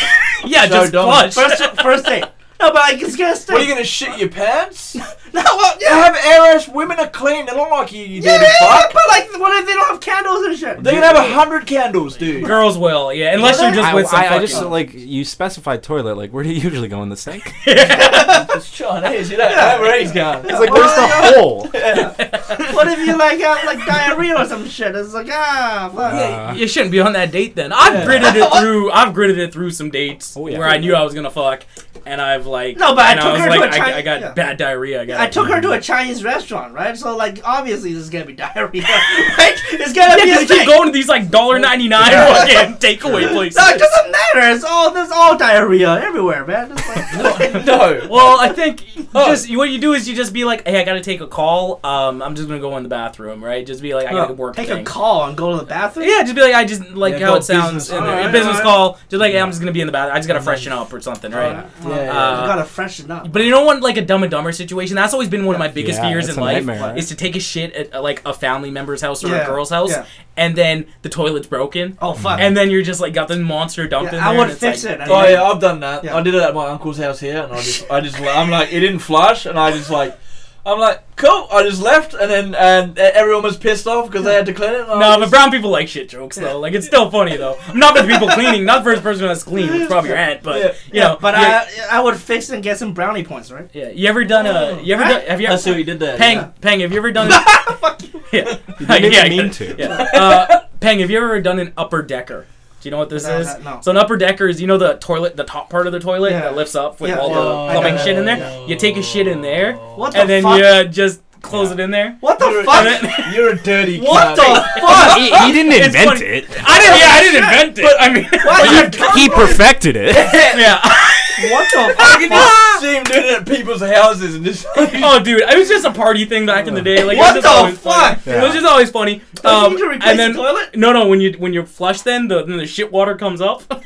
[SPEAKER 3] Yeah,
[SPEAKER 2] So
[SPEAKER 3] just
[SPEAKER 2] dumb.
[SPEAKER 3] clutch.
[SPEAKER 4] First, first date. No, but like it's gonna stay.
[SPEAKER 2] what are you gonna shit your pants? they
[SPEAKER 4] No, well, yeah,
[SPEAKER 2] have Irish women are clean. They don't like you. You
[SPEAKER 4] yeah,
[SPEAKER 2] dirty fuck.
[SPEAKER 4] but like, what if they don't have candles and shit?
[SPEAKER 2] They're gonna have a hundred candles, dude.
[SPEAKER 3] Girls will, yeah, unless you're just
[SPEAKER 1] I,
[SPEAKER 3] with some
[SPEAKER 1] I, I
[SPEAKER 3] fucking.
[SPEAKER 1] just like you specified toilet. Like, where do you usually go in the sink?
[SPEAKER 2] It's Chinese. You don't know where he's going.
[SPEAKER 1] It's like, where's the hole?
[SPEAKER 4] What if you like have like diarrhea or some shit? It's like ah, fuck.
[SPEAKER 1] Uh,
[SPEAKER 3] you shouldn't be on that date then. I've gritted it through. I've gritted it through some dates
[SPEAKER 1] Oh, yeah.
[SPEAKER 3] where I knew I was gonna fuck, and I've like.
[SPEAKER 4] No, but I
[SPEAKER 3] and
[SPEAKER 4] took
[SPEAKER 3] was
[SPEAKER 4] her to
[SPEAKER 3] like,
[SPEAKER 4] a
[SPEAKER 3] I-
[SPEAKER 4] Chi-
[SPEAKER 3] I got
[SPEAKER 4] yeah.
[SPEAKER 3] bad diarrhea. I, got
[SPEAKER 4] I took her to a Chinese restaurant, right? So like, obviously this is gonna be diarrhea, right? It's gonna
[SPEAKER 3] Yeah,
[SPEAKER 4] be a
[SPEAKER 3] because they keep
[SPEAKER 4] thing.
[SPEAKER 3] going to these like dollar ninety nine fucking takeaway places.
[SPEAKER 4] No, it doesn't matter. It's all there's all diarrhea everywhere, man. It's like,
[SPEAKER 2] No.
[SPEAKER 3] Well, I think you just what you do is you just be like, "Hey, I gotta take a call. Um, I'm just gonna go in the bathroom, right? Just be like, I gotta work.
[SPEAKER 4] Take
[SPEAKER 3] thing.
[SPEAKER 4] a call and go to the bathroom.
[SPEAKER 3] Yeah, just be like, I just like
[SPEAKER 2] Yeah,
[SPEAKER 3] how
[SPEAKER 2] go
[SPEAKER 3] it sounds.
[SPEAKER 2] business
[SPEAKER 3] in
[SPEAKER 2] call.
[SPEAKER 3] a
[SPEAKER 4] Alright,
[SPEAKER 3] business
[SPEAKER 4] alright.
[SPEAKER 3] call, just like, hey, I'm just gonna be in the bathroom. I just gotta freshen up or something, right?
[SPEAKER 4] Right.
[SPEAKER 2] Yeah,
[SPEAKER 4] Uh,
[SPEAKER 2] yeah,
[SPEAKER 3] yeah.
[SPEAKER 4] you gotta freshen up.
[SPEAKER 3] But you don't want like a Dumb and Dumber situation. That's always been one of my biggest
[SPEAKER 1] Yeah,
[SPEAKER 3] fears
[SPEAKER 1] that's
[SPEAKER 3] in
[SPEAKER 1] a
[SPEAKER 3] life
[SPEAKER 1] nightmare, right?
[SPEAKER 3] is to take a shit at uh, like a family member's house or a
[SPEAKER 4] Yeah,
[SPEAKER 3] girl's house,
[SPEAKER 4] yeah.
[SPEAKER 3] and then the toilet's broken,
[SPEAKER 4] Oh fuck!
[SPEAKER 3] and then you're just like got this monster dump in
[SPEAKER 4] yeah,
[SPEAKER 3] there.
[SPEAKER 4] I would
[SPEAKER 3] and it's
[SPEAKER 4] fix
[SPEAKER 3] like-
[SPEAKER 4] it. I
[SPEAKER 2] Oh
[SPEAKER 4] mean,
[SPEAKER 2] yeah, I've done that.
[SPEAKER 4] Yeah.
[SPEAKER 2] I did it at my uncle's house here, and I just, I just, I'm like, it didn't flush, and I just like, I'm like, cool. I just left, and then and everyone was pissed off because they had to clean it. and I
[SPEAKER 3] No,
[SPEAKER 2] was-
[SPEAKER 3] but brown people like shit jokes though. Like it's still funny though. Not for the people cleaning, not for the person that's clean, which is probably your aunt. But
[SPEAKER 2] Yeah,
[SPEAKER 3] you know,
[SPEAKER 4] But
[SPEAKER 3] yeah,
[SPEAKER 4] I I would fix and get some brownie points, right?
[SPEAKER 3] yeah. You ever done a? You ever done? Have you
[SPEAKER 2] I see what
[SPEAKER 3] ever?
[SPEAKER 2] you did there.
[SPEAKER 3] Pang,
[SPEAKER 4] yeah.
[SPEAKER 3] Pang, have you ever done? Yeah,
[SPEAKER 1] you didn't even
[SPEAKER 3] Yeah,
[SPEAKER 1] mean
[SPEAKER 3] yeah.
[SPEAKER 1] to.
[SPEAKER 3] Yeah. Uh, Pang, have you ever done an upper decker? Do you know what this
[SPEAKER 4] No,
[SPEAKER 3] is?
[SPEAKER 4] no, no.
[SPEAKER 3] So an upper decker is you know the toilet, the top part of the toilet
[SPEAKER 4] Yeah.
[SPEAKER 3] that lifts up with
[SPEAKER 4] Yeah,
[SPEAKER 3] all
[SPEAKER 4] yeah.
[SPEAKER 3] the plumbing
[SPEAKER 4] Oh, I know,
[SPEAKER 3] shit in there.
[SPEAKER 4] yeah.
[SPEAKER 3] You take a shit in there,
[SPEAKER 4] What the
[SPEAKER 3] and then
[SPEAKER 4] fuck?
[SPEAKER 3] you uh, just close it in there.
[SPEAKER 4] What the
[SPEAKER 3] and
[SPEAKER 4] fuck?
[SPEAKER 3] then-
[SPEAKER 2] You're a dirty. cunt.
[SPEAKER 4] What the fuck?
[SPEAKER 1] he, he didn't
[SPEAKER 3] It's
[SPEAKER 1] invent
[SPEAKER 3] funny.
[SPEAKER 1] it.
[SPEAKER 3] I didn't. Yeah, I didn't invent it. But I mean,
[SPEAKER 4] What the
[SPEAKER 1] He perfected it.
[SPEAKER 3] yeah.
[SPEAKER 4] What the
[SPEAKER 2] I can
[SPEAKER 4] fuck?
[SPEAKER 2] just see him doing it at people's houses and just.
[SPEAKER 3] oh, dude, it was just a party thing back in the day. Like,
[SPEAKER 4] What
[SPEAKER 3] it was just
[SPEAKER 4] the
[SPEAKER 3] always funny.
[SPEAKER 4] fuck?
[SPEAKER 3] It was just always funny.
[SPEAKER 4] Don't you
[SPEAKER 3] Um,
[SPEAKER 4] need to replace
[SPEAKER 3] and then
[SPEAKER 4] the toilet?
[SPEAKER 3] no, no, when you when you flush, then the then the shit water comes up.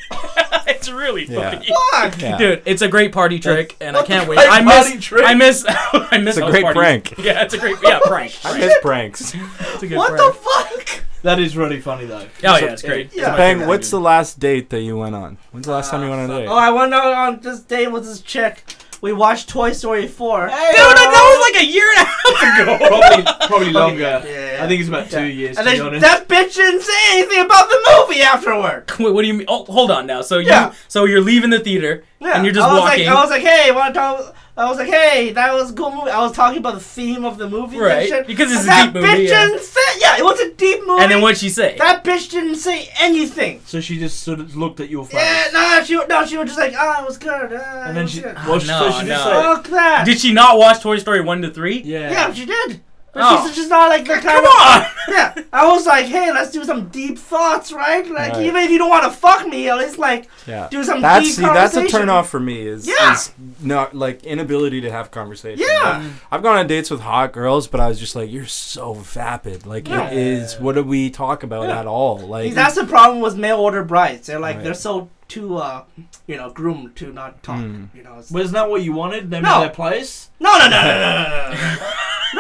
[SPEAKER 3] it's really
[SPEAKER 1] Yeah.
[SPEAKER 3] funny.
[SPEAKER 4] Fuck!
[SPEAKER 1] Yeah.
[SPEAKER 3] Dude, it's a great party trick, and I
[SPEAKER 2] That's
[SPEAKER 3] can't
[SPEAKER 2] a
[SPEAKER 3] wait.
[SPEAKER 2] great
[SPEAKER 3] I miss,
[SPEAKER 2] party trick.
[SPEAKER 3] I miss, I miss.
[SPEAKER 1] It's a
[SPEAKER 3] house
[SPEAKER 1] great
[SPEAKER 3] parties.
[SPEAKER 1] prank.
[SPEAKER 3] Yeah, it's a great, yeah, prank.
[SPEAKER 1] I
[SPEAKER 3] prank.
[SPEAKER 1] miss pranks.
[SPEAKER 3] It's a good
[SPEAKER 4] What the
[SPEAKER 3] prank.
[SPEAKER 4] fuck?
[SPEAKER 2] That is really funny though.
[SPEAKER 3] Oh yeah, it's great.
[SPEAKER 4] Yeah.
[SPEAKER 1] Bang, what's the last date that you went on? When's the last time you
[SPEAKER 3] Uh,
[SPEAKER 1] went on a date?
[SPEAKER 4] Oh, I went out on this date with this chick. We watched Toy Story 4.
[SPEAKER 2] Hey,
[SPEAKER 3] Dude, that, that was like a year and a half ago.
[SPEAKER 2] probably probably longer.
[SPEAKER 4] Yeah.
[SPEAKER 2] I think it's about two
[SPEAKER 4] Yeah.
[SPEAKER 2] years.
[SPEAKER 4] and
[SPEAKER 2] to
[SPEAKER 4] then
[SPEAKER 2] be honest.
[SPEAKER 4] that bitch didn't say anything about the movie afterward.
[SPEAKER 3] Wait, what do you mean? Oh, hold on now. So you,
[SPEAKER 4] Yeah.
[SPEAKER 3] so you're leaving the theater,
[SPEAKER 4] Yeah.
[SPEAKER 3] and you're just
[SPEAKER 4] I was
[SPEAKER 3] walking.
[SPEAKER 4] Like, I was like, hey, want to talk? I was like, hey, that was a cool movie. I was talking about the theme of the movie. and
[SPEAKER 3] Right,
[SPEAKER 4] shit.
[SPEAKER 3] because it's
[SPEAKER 4] And
[SPEAKER 3] a
[SPEAKER 4] that
[SPEAKER 3] deep
[SPEAKER 4] bitch
[SPEAKER 3] movie, yeah.
[SPEAKER 4] didn't say. Yeah, it was a deep movie.
[SPEAKER 3] and then what'd she say?
[SPEAKER 4] That bitch didn't say anything.
[SPEAKER 2] so she just sort of looked at your face.
[SPEAKER 4] Yeah, no, she no, she was just like, ah, it was good. Ah,
[SPEAKER 2] And
[SPEAKER 4] it
[SPEAKER 2] then
[SPEAKER 4] was
[SPEAKER 2] she.
[SPEAKER 4] good.
[SPEAKER 2] Well, she-
[SPEAKER 3] no,
[SPEAKER 2] so she
[SPEAKER 3] no.
[SPEAKER 2] just like.
[SPEAKER 4] fuck that.
[SPEAKER 3] Did she not watch Toy Story one to three?
[SPEAKER 2] Yeah.
[SPEAKER 4] Oh, yeah, she did. But
[SPEAKER 3] Oh.
[SPEAKER 4] she's just not like the kind
[SPEAKER 3] Come
[SPEAKER 4] of.
[SPEAKER 3] on.
[SPEAKER 4] Yeah, I was like, hey, let's do some deep thoughts, right? Like,
[SPEAKER 1] Right.
[SPEAKER 4] even if you don't want to fuck me, at least like
[SPEAKER 1] yeah.
[SPEAKER 4] do some
[SPEAKER 1] That's
[SPEAKER 4] deep
[SPEAKER 1] see, that's a
[SPEAKER 4] conversation.
[SPEAKER 1] turn off for me. Is,
[SPEAKER 4] Yeah.
[SPEAKER 1] is not like inability to have conversation.
[SPEAKER 4] Yeah.
[SPEAKER 1] I've gone on dates with hot girls, but I was just like, you're so vapid. Like
[SPEAKER 4] Yeah.
[SPEAKER 1] it is. What do we talk about at all? Like
[SPEAKER 4] That's the problem with mail order brides. They're like
[SPEAKER 1] Right.
[SPEAKER 4] they're so too uh, you know, groomed to not talk.
[SPEAKER 1] Mm.
[SPEAKER 4] You know. It's,
[SPEAKER 2] Well, isn't that what you wanted? Them
[SPEAKER 4] No.
[SPEAKER 2] in their place?
[SPEAKER 4] no, no, no, no, no, no, no, no.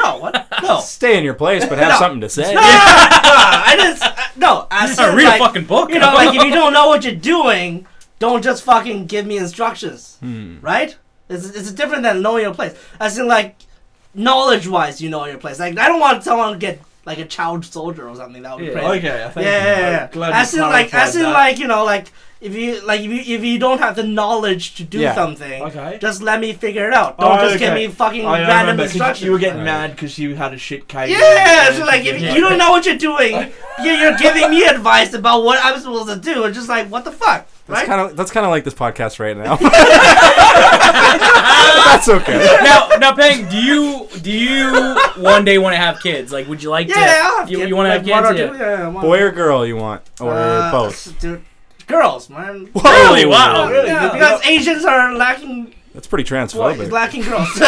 [SPEAKER 4] no, what? No.
[SPEAKER 1] stay in your place, but have
[SPEAKER 4] No.
[SPEAKER 1] something to say.
[SPEAKER 4] No, no, no, no, no, no. I didn't. s- I- No, I
[SPEAKER 3] Just
[SPEAKER 4] said
[SPEAKER 3] read
[SPEAKER 4] like,
[SPEAKER 3] a fucking book.
[SPEAKER 4] you know, like if you don't know what you're doing, don't just fucking give me instructions,
[SPEAKER 1] Hmm.
[SPEAKER 4] right? It's it's different than knowing your place. As in, like knowledge-wise, you know your place. Like I don't want someone to get like a child soldier or something. That would be
[SPEAKER 3] Yeah.
[SPEAKER 4] crazy.
[SPEAKER 2] Okay, I think.
[SPEAKER 4] Yeah, yeah, yeah.
[SPEAKER 2] I'm glad you
[SPEAKER 4] As in, like,
[SPEAKER 2] clarified
[SPEAKER 4] as in,
[SPEAKER 2] that.
[SPEAKER 4] like, you know, like, if you like if you if you don't have the knowledge to do
[SPEAKER 1] Yeah.
[SPEAKER 4] something,
[SPEAKER 2] Okay.
[SPEAKER 4] just let me figure it out. Don't
[SPEAKER 2] Oh,
[SPEAKER 4] just give
[SPEAKER 2] okay.
[SPEAKER 4] me fucking
[SPEAKER 2] I
[SPEAKER 4] random
[SPEAKER 2] remember 'cause
[SPEAKER 4] instructions.
[SPEAKER 2] you were getting
[SPEAKER 1] Right.
[SPEAKER 2] mad because you had a shit case.
[SPEAKER 4] yeah, so like if
[SPEAKER 2] Yeah.
[SPEAKER 4] you don't know what you're doing, you- you're giving me advice about what I'm supposed to do. It's just like what the fuck,
[SPEAKER 1] That's
[SPEAKER 4] right?
[SPEAKER 1] kind of that's kind of like this podcast right now. that's okay.
[SPEAKER 3] now, now, Peng, do you do you one day want to have kids? Like, would you like
[SPEAKER 4] yeah,
[SPEAKER 3] to?
[SPEAKER 4] I'll have
[SPEAKER 3] you,
[SPEAKER 4] kids,
[SPEAKER 3] you want to
[SPEAKER 4] like,
[SPEAKER 3] have
[SPEAKER 4] one
[SPEAKER 3] kids?
[SPEAKER 4] or
[SPEAKER 3] Yeah.
[SPEAKER 4] two, yeah, one-
[SPEAKER 1] Boy or girl you want, or
[SPEAKER 4] Uh,
[SPEAKER 1] both?
[SPEAKER 4] Dude, girls, man.
[SPEAKER 3] Really? Wow.
[SPEAKER 1] Whoa.
[SPEAKER 2] Really?
[SPEAKER 4] Yeah,
[SPEAKER 2] You-
[SPEAKER 4] because Asians are lacking,
[SPEAKER 1] That's pretty
[SPEAKER 4] boys,
[SPEAKER 1] transphobic.
[SPEAKER 4] lacking girls.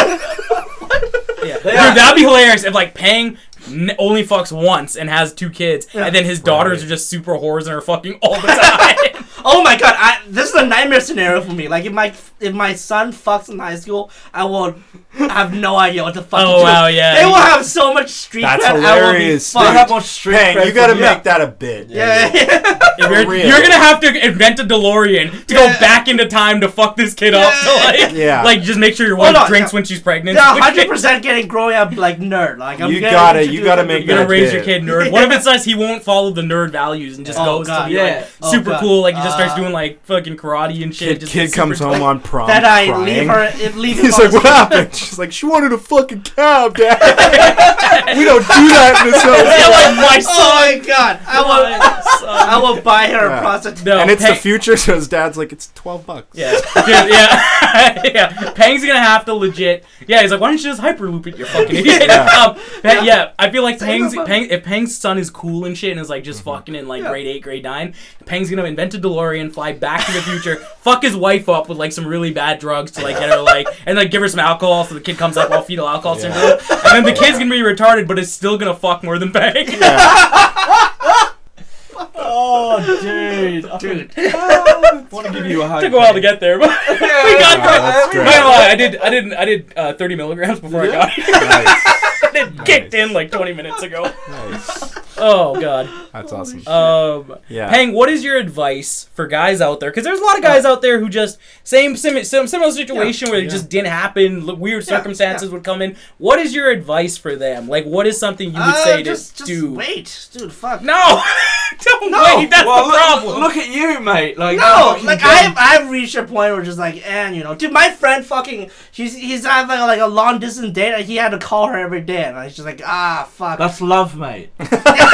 [SPEAKER 3] Yeah. Dude,
[SPEAKER 2] Yeah.
[SPEAKER 3] that'd be hilarious if like Pang n- only fucks once and has two kids,
[SPEAKER 4] Yeah.
[SPEAKER 3] and then his daughters
[SPEAKER 1] Right.
[SPEAKER 3] are just super whores and are fucking all the time.
[SPEAKER 4] Oh my god, I, this is a nightmare scenario for me. Like if my if my son fucks in high school, I will have no idea what the fuck. to
[SPEAKER 3] oh
[SPEAKER 4] do.
[SPEAKER 3] wow, yeah.
[SPEAKER 4] They will have so much street
[SPEAKER 1] That's
[SPEAKER 4] cred.
[SPEAKER 1] hilarious,
[SPEAKER 4] I will
[SPEAKER 2] I
[SPEAKER 4] be
[SPEAKER 2] have
[SPEAKER 4] fucked.
[SPEAKER 2] more street
[SPEAKER 1] Pang,
[SPEAKER 2] cred
[SPEAKER 1] you gotta
[SPEAKER 2] than-
[SPEAKER 1] make that a bit.
[SPEAKER 4] Yeah, yeah, yeah.
[SPEAKER 3] If
[SPEAKER 1] for
[SPEAKER 3] you're,
[SPEAKER 1] real.
[SPEAKER 3] you're gonna have to invent a DeLorean to go
[SPEAKER 4] Yeah.
[SPEAKER 3] back into time to fuck this kid up. To, like,
[SPEAKER 1] Yeah.
[SPEAKER 3] like just make sure your
[SPEAKER 4] Hold
[SPEAKER 3] wife
[SPEAKER 4] on,
[SPEAKER 3] drinks
[SPEAKER 4] yeah.
[SPEAKER 3] when she's pregnant.
[SPEAKER 4] They're hundred percent getting growing up like nerd. Like I'm
[SPEAKER 1] You
[SPEAKER 4] getting
[SPEAKER 1] gotta- you
[SPEAKER 4] introduced
[SPEAKER 1] gotta
[SPEAKER 4] to
[SPEAKER 1] make
[SPEAKER 3] You're
[SPEAKER 1] that
[SPEAKER 3] gonna
[SPEAKER 4] nerd.
[SPEAKER 3] raise
[SPEAKER 1] kid.
[SPEAKER 3] your kid nerd. What if it says he won't follow the nerd values and just
[SPEAKER 4] Oh,
[SPEAKER 3] goes
[SPEAKER 4] God.
[SPEAKER 3] to be
[SPEAKER 2] Yeah.
[SPEAKER 3] like super
[SPEAKER 4] Oh, God.
[SPEAKER 3] cool? Like he just starts
[SPEAKER 4] Uh,
[SPEAKER 3] doing like fucking karate and shit.
[SPEAKER 1] Kid,
[SPEAKER 3] just
[SPEAKER 1] kid
[SPEAKER 3] super
[SPEAKER 1] comes
[SPEAKER 3] cool.
[SPEAKER 1] home on prom
[SPEAKER 4] That I
[SPEAKER 1] crying.
[SPEAKER 4] leave her. It leave. him
[SPEAKER 1] He's
[SPEAKER 4] on
[SPEAKER 1] like,
[SPEAKER 4] the
[SPEAKER 1] what happened? She's like, she wanted a fucking cab, dad. we don't do that in this
[SPEAKER 3] Yeah,
[SPEAKER 1] house.
[SPEAKER 3] like my
[SPEAKER 4] street.
[SPEAKER 3] son.
[SPEAKER 4] Oh my god, I will. I will buy her
[SPEAKER 1] Yeah.
[SPEAKER 4] a prostitute.
[SPEAKER 3] No,
[SPEAKER 1] and it's
[SPEAKER 3] Pang-
[SPEAKER 1] the future, so his dad's like, it's twelve bucks.
[SPEAKER 3] Yeah, Dude, yeah, yeah. Pang's gonna have to legit. Yeah, he's like, why don't you just hyperloop it, you fucking idiot?
[SPEAKER 1] Yeah.
[SPEAKER 3] Um, Pang- yeah, I feel like
[SPEAKER 4] Save
[SPEAKER 3] Pang's
[SPEAKER 4] up.
[SPEAKER 3] Pang, if Pang's son is cool and shit and is like
[SPEAKER 1] Mm-hmm.
[SPEAKER 3] just fucking in like
[SPEAKER 4] Yeah.
[SPEAKER 3] grade eight, grade nine, Pang's gonna invent a DeLorean, fly back to the future, fuck his wife up with like some really bad drugs to like get her like and like give her some alcohol so the kid comes up all fetal alcohol
[SPEAKER 1] Yeah.
[SPEAKER 3] syndrome, and then the kid's gonna be retarded but is still gonna fuck more than Pang.
[SPEAKER 1] Yeah.
[SPEAKER 2] Oh, dude. I
[SPEAKER 4] Dude.
[SPEAKER 2] want to give you a hug.
[SPEAKER 3] Took a while to get there, but we got
[SPEAKER 1] Wow, that's
[SPEAKER 3] there.
[SPEAKER 1] great.
[SPEAKER 3] Not gonna lie, I did, I did, I did uh, 30 milligrams before I got here.
[SPEAKER 1] nice,
[SPEAKER 3] it kicked in like 20 minutes ago.
[SPEAKER 1] nice.
[SPEAKER 3] Oh god.
[SPEAKER 1] That's awesome.
[SPEAKER 3] Um,
[SPEAKER 1] yeah.
[SPEAKER 3] Pang, what is your advice for guys out there? Because there's a lot of guys out there who just same sim, sim, similar situation where it
[SPEAKER 1] Yeah.
[SPEAKER 3] just didn't happen. l- Weird
[SPEAKER 4] Yeah,
[SPEAKER 3] circumstances would come in. What is your advice for them? Like, what is something you would
[SPEAKER 4] Uh,
[SPEAKER 3] say
[SPEAKER 4] just,
[SPEAKER 3] to
[SPEAKER 4] just
[SPEAKER 3] do?
[SPEAKER 4] wait, dude. Fuck.
[SPEAKER 3] No, don't
[SPEAKER 4] No!
[SPEAKER 3] wait. That's
[SPEAKER 2] Oh, well,
[SPEAKER 3] the
[SPEAKER 2] look-
[SPEAKER 3] problem.
[SPEAKER 2] Look, at you, mate. Like
[SPEAKER 4] No,
[SPEAKER 2] fucking
[SPEAKER 4] like
[SPEAKER 2] dumb.
[SPEAKER 4] I've I've reached a point where just like and you know, dude, my friend fucking he's he's had like a, like a long distance date and he had to call her every day and I was just like ah fuck.
[SPEAKER 2] That's love, mate.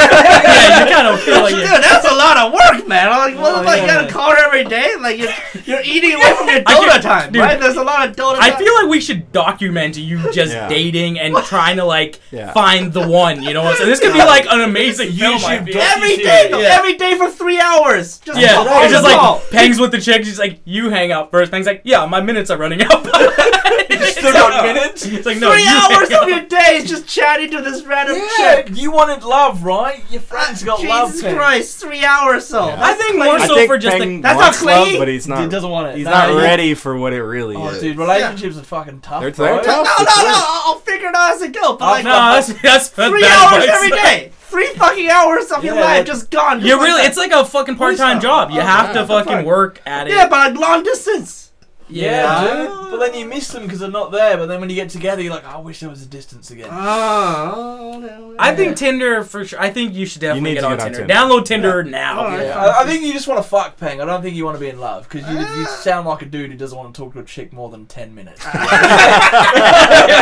[SPEAKER 3] yeah, you kind of feel like
[SPEAKER 4] dude,
[SPEAKER 3] it.
[SPEAKER 4] that's a lot of work, man. I'm like, what
[SPEAKER 2] Oh,
[SPEAKER 4] the fuck? You
[SPEAKER 2] yeah.
[SPEAKER 4] gotta call her every day? Like you're you're eating away from your
[SPEAKER 3] I can-
[SPEAKER 4] donut time,
[SPEAKER 3] dude,
[SPEAKER 4] right? There's a lot of donut.
[SPEAKER 3] I
[SPEAKER 4] time.
[SPEAKER 3] feel like we should document you just
[SPEAKER 1] Yeah.
[SPEAKER 3] dating and trying to like
[SPEAKER 1] Yeah.
[SPEAKER 3] find the one. You know what I'm saying? This could be like an amazing film. I
[SPEAKER 2] should
[SPEAKER 3] feel.
[SPEAKER 2] document
[SPEAKER 4] every
[SPEAKER 2] Yeah.
[SPEAKER 4] day,
[SPEAKER 3] Yeah.
[SPEAKER 4] every day for three hours. Just
[SPEAKER 3] Yeah,
[SPEAKER 4] call
[SPEAKER 3] it's just
[SPEAKER 4] her call.
[SPEAKER 3] like Peng's with the chick. She's like, "You hang out first. Peng's like, "Yeah, my minutes are running out."
[SPEAKER 2] Still got minutes.
[SPEAKER 3] It's like no,
[SPEAKER 4] three
[SPEAKER 3] you
[SPEAKER 4] hours
[SPEAKER 3] hang
[SPEAKER 4] of
[SPEAKER 3] out.
[SPEAKER 4] your day is just chatting to this random
[SPEAKER 2] Yeah,
[SPEAKER 4] chick.
[SPEAKER 2] you wanted love, right? Your friend's got love.
[SPEAKER 4] Ah, Jesus
[SPEAKER 2] Peng.
[SPEAKER 4] Christ, three hours so.
[SPEAKER 1] Yeah.
[SPEAKER 3] I think more
[SPEAKER 1] I
[SPEAKER 3] so
[SPEAKER 1] think
[SPEAKER 3] for just the
[SPEAKER 1] Pang
[SPEAKER 4] That's
[SPEAKER 1] wants
[SPEAKER 4] not clingy.
[SPEAKER 1] love, but he's
[SPEAKER 2] He
[SPEAKER 1] not.
[SPEAKER 2] doesn't want it.
[SPEAKER 1] He's
[SPEAKER 2] No,
[SPEAKER 1] not
[SPEAKER 2] you-
[SPEAKER 1] ready for what it really
[SPEAKER 2] Oh,
[SPEAKER 1] is.
[SPEAKER 2] dude, relationships are fucking tough.
[SPEAKER 1] They're- they're
[SPEAKER 2] bro.
[SPEAKER 1] tough.
[SPEAKER 4] No, no, no, I'll, I'll figure it out as it go. But
[SPEAKER 2] Oh,
[SPEAKER 4] like,
[SPEAKER 3] no, that's that's that's
[SPEAKER 4] three
[SPEAKER 3] bad
[SPEAKER 4] hours
[SPEAKER 3] advice.
[SPEAKER 4] every day, three fucking hours of your
[SPEAKER 2] Yeah,
[SPEAKER 4] life
[SPEAKER 2] like-
[SPEAKER 4] just gone. just
[SPEAKER 3] You
[SPEAKER 4] like
[SPEAKER 3] really,
[SPEAKER 4] that.
[SPEAKER 3] it's like a fucking part-time
[SPEAKER 4] Who's that?
[SPEAKER 3] job. You
[SPEAKER 4] Oh,
[SPEAKER 3] have
[SPEAKER 1] yeah.
[SPEAKER 3] to fucking work at it.
[SPEAKER 4] yeah, but like long distance.
[SPEAKER 2] Yeah,
[SPEAKER 4] Yeah.
[SPEAKER 2] dude. But then you miss them because they're not there. But then when you get together, you're like, I wish there was a distance again.
[SPEAKER 4] Oh,
[SPEAKER 3] I think Tinder for sure. I think you should definitely
[SPEAKER 1] need
[SPEAKER 3] get,
[SPEAKER 1] to
[SPEAKER 3] on,
[SPEAKER 1] get on
[SPEAKER 3] Tinder.
[SPEAKER 1] Tinder.
[SPEAKER 3] Download Tinder now.
[SPEAKER 4] Alright.
[SPEAKER 2] Yeah. I, I think you just want to fuck Peng. I don't think you want to be in love because you, you
[SPEAKER 4] Ah.
[SPEAKER 2] sound like a dude who doesn't want to talk to a chick more than ten minutes. Ah.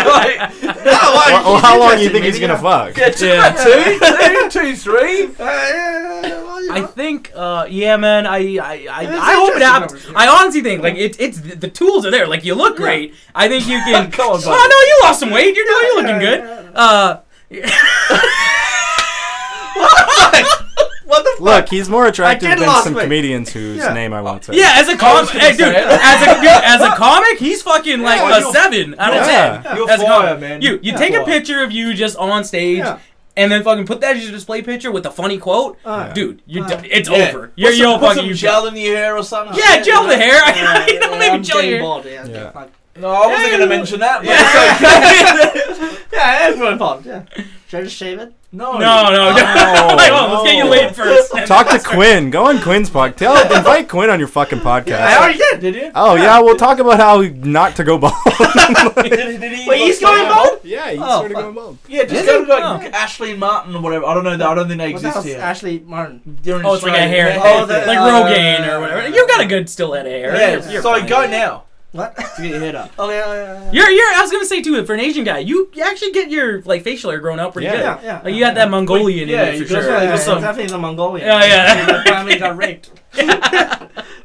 [SPEAKER 2] Like,
[SPEAKER 1] Well, well, how long do you think he's gonna fuck?
[SPEAKER 2] yeah, two,
[SPEAKER 3] Yeah.
[SPEAKER 2] two, two, two, three.
[SPEAKER 4] Uh,
[SPEAKER 3] I think, uh, yeah, man. I, I, I,
[SPEAKER 4] It's
[SPEAKER 3] I hope it
[SPEAKER 4] interesting
[SPEAKER 3] happens.
[SPEAKER 4] conversation.
[SPEAKER 3] I honestly think, like, it, it's the the tools are there. Like, you look great. I think you can.
[SPEAKER 2] Come on,
[SPEAKER 3] oh no,
[SPEAKER 2] buddy.
[SPEAKER 3] you lost some weight. You're doing. You're looking good. Uh,
[SPEAKER 4] What the fuck?
[SPEAKER 1] Look, he's more attractive
[SPEAKER 4] I did
[SPEAKER 1] than
[SPEAKER 4] lost
[SPEAKER 1] some
[SPEAKER 4] weight.
[SPEAKER 1] comedians whose
[SPEAKER 4] Yeah.
[SPEAKER 1] name I won't say.
[SPEAKER 3] yeah, as a comic,
[SPEAKER 2] gonna
[SPEAKER 3] hey, dude,
[SPEAKER 2] say it.
[SPEAKER 3] as a dude, as a comic, he's fucking like
[SPEAKER 2] Yeah,
[SPEAKER 3] a
[SPEAKER 2] you're-
[SPEAKER 3] seven out of
[SPEAKER 1] yeah.
[SPEAKER 3] ten.
[SPEAKER 2] You're
[SPEAKER 3] As a
[SPEAKER 2] fire,
[SPEAKER 3] comic.
[SPEAKER 2] man.
[SPEAKER 3] You you
[SPEAKER 2] Yeah.
[SPEAKER 3] take a
[SPEAKER 2] Fire.
[SPEAKER 3] picture of you just on stage.
[SPEAKER 4] Yeah.
[SPEAKER 3] And then fucking put that as your display picture with a funny quote,
[SPEAKER 4] Uh,
[SPEAKER 3] dude. You,
[SPEAKER 4] uh,
[SPEAKER 3] are it's
[SPEAKER 2] Yeah.
[SPEAKER 3] over.
[SPEAKER 2] Put
[SPEAKER 3] You're,
[SPEAKER 2] some-
[SPEAKER 3] you're
[SPEAKER 2] put
[SPEAKER 3] fucking
[SPEAKER 2] some
[SPEAKER 3] you
[SPEAKER 2] gel in your hair or something.
[SPEAKER 3] Yeah, gel the hair. I,
[SPEAKER 4] Yeah,
[SPEAKER 3] I know,
[SPEAKER 4] yeah,
[SPEAKER 3] maybe
[SPEAKER 4] I'm
[SPEAKER 3] gel
[SPEAKER 4] getting
[SPEAKER 3] your.
[SPEAKER 4] bald, yeah, okay,
[SPEAKER 1] Yeah.
[SPEAKER 4] fuck.
[SPEAKER 2] No, I wasn't gonna mention that. But it's okay.
[SPEAKER 4] yeah, everyone bald. Yeah, should I just shave it?
[SPEAKER 2] No,
[SPEAKER 3] No, no, no.
[SPEAKER 4] Oh.
[SPEAKER 1] No,
[SPEAKER 3] Wait, hold on, let's get you
[SPEAKER 1] no.
[SPEAKER 3] laid first.
[SPEAKER 1] Talk to Quinn. Go on Quinn's podcast. Tell invite Quinn on your fucking
[SPEAKER 4] I
[SPEAKER 1] podcast.
[SPEAKER 4] already did.
[SPEAKER 1] Uh,
[SPEAKER 2] Did you?
[SPEAKER 1] Oh yeah, we'll talk about how not to go bald.
[SPEAKER 2] Did, did he
[SPEAKER 4] Wait, he's
[SPEAKER 2] look
[SPEAKER 4] going
[SPEAKER 2] like-
[SPEAKER 4] bald?
[SPEAKER 1] Yeah, he's
[SPEAKER 4] Oh,
[SPEAKER 1] sort of
[SPEAKER 4] fuck.
[SPEAKER 1] going bald.
[SPEAKER 2] Yeah, just
[SPEAKER 3] Is
[SPEAKER 2] go
[SPEAKER 3] it?
[SPEAKER 2] to like
[SPEAKER 3] Oh.
[SPEAKER 2] Ashley Martin or whatever. I don't know. that- I don't think they
[SPEAKER 4] What the
[SPEAKER 2] exist
[SPEAKER 4] hell's
[SPEAKER 2] here.
[SPEAKER 4] Ashley Martin?
[SPEAKER 2] They're in
[SPEAKER 3] Oh, it's like a
[SPEAKER 2] Australia.
[SPEAKER 3] hair,
[SPEAKER 4] Oh, the-
[SPEAKER 3] like
[SPEAKER 4] uh,
[SPEAKER 3] Rogaine or whatever. You've got a good still head of hair.
[SPEAKER 2] Yeah,
[SPEAKER 3] You're- you're
[SPEAKER 2] so
[SPEAKER 3] fine.
[SPEAKER 2] go now
[SPEAKER 4] What?
[SPEAKER 2] to get your head up.
[SPEAKER 4] oh yeah, yeah, yeah.
[SPEAKER 3] You're, you're. I was gonna say too, for an Asian guy, you you actually get your like facial hair grown out pretty
[SPEAKER 1] Yeah.
[SPEAKER 3] good.
[SPEAKER 4] Yeah, yeah.
[SPEAKER 3] Like you got that Mongolian
[SPEAKER 2] Yeah,
[SPEAKER 3] in it
[SPEAKER 2] you
[SPEAKER 3] for sure.
[SPEAKER 2] just-
[SPEAKER 4] Yeah, yeah,
[SPEAKER 3] Just some-
[SPEAKER 4] definitely the Mongolian.
[SPEAKER 3] Yeah, yeah.
[SPEAKER 4] My family got raped.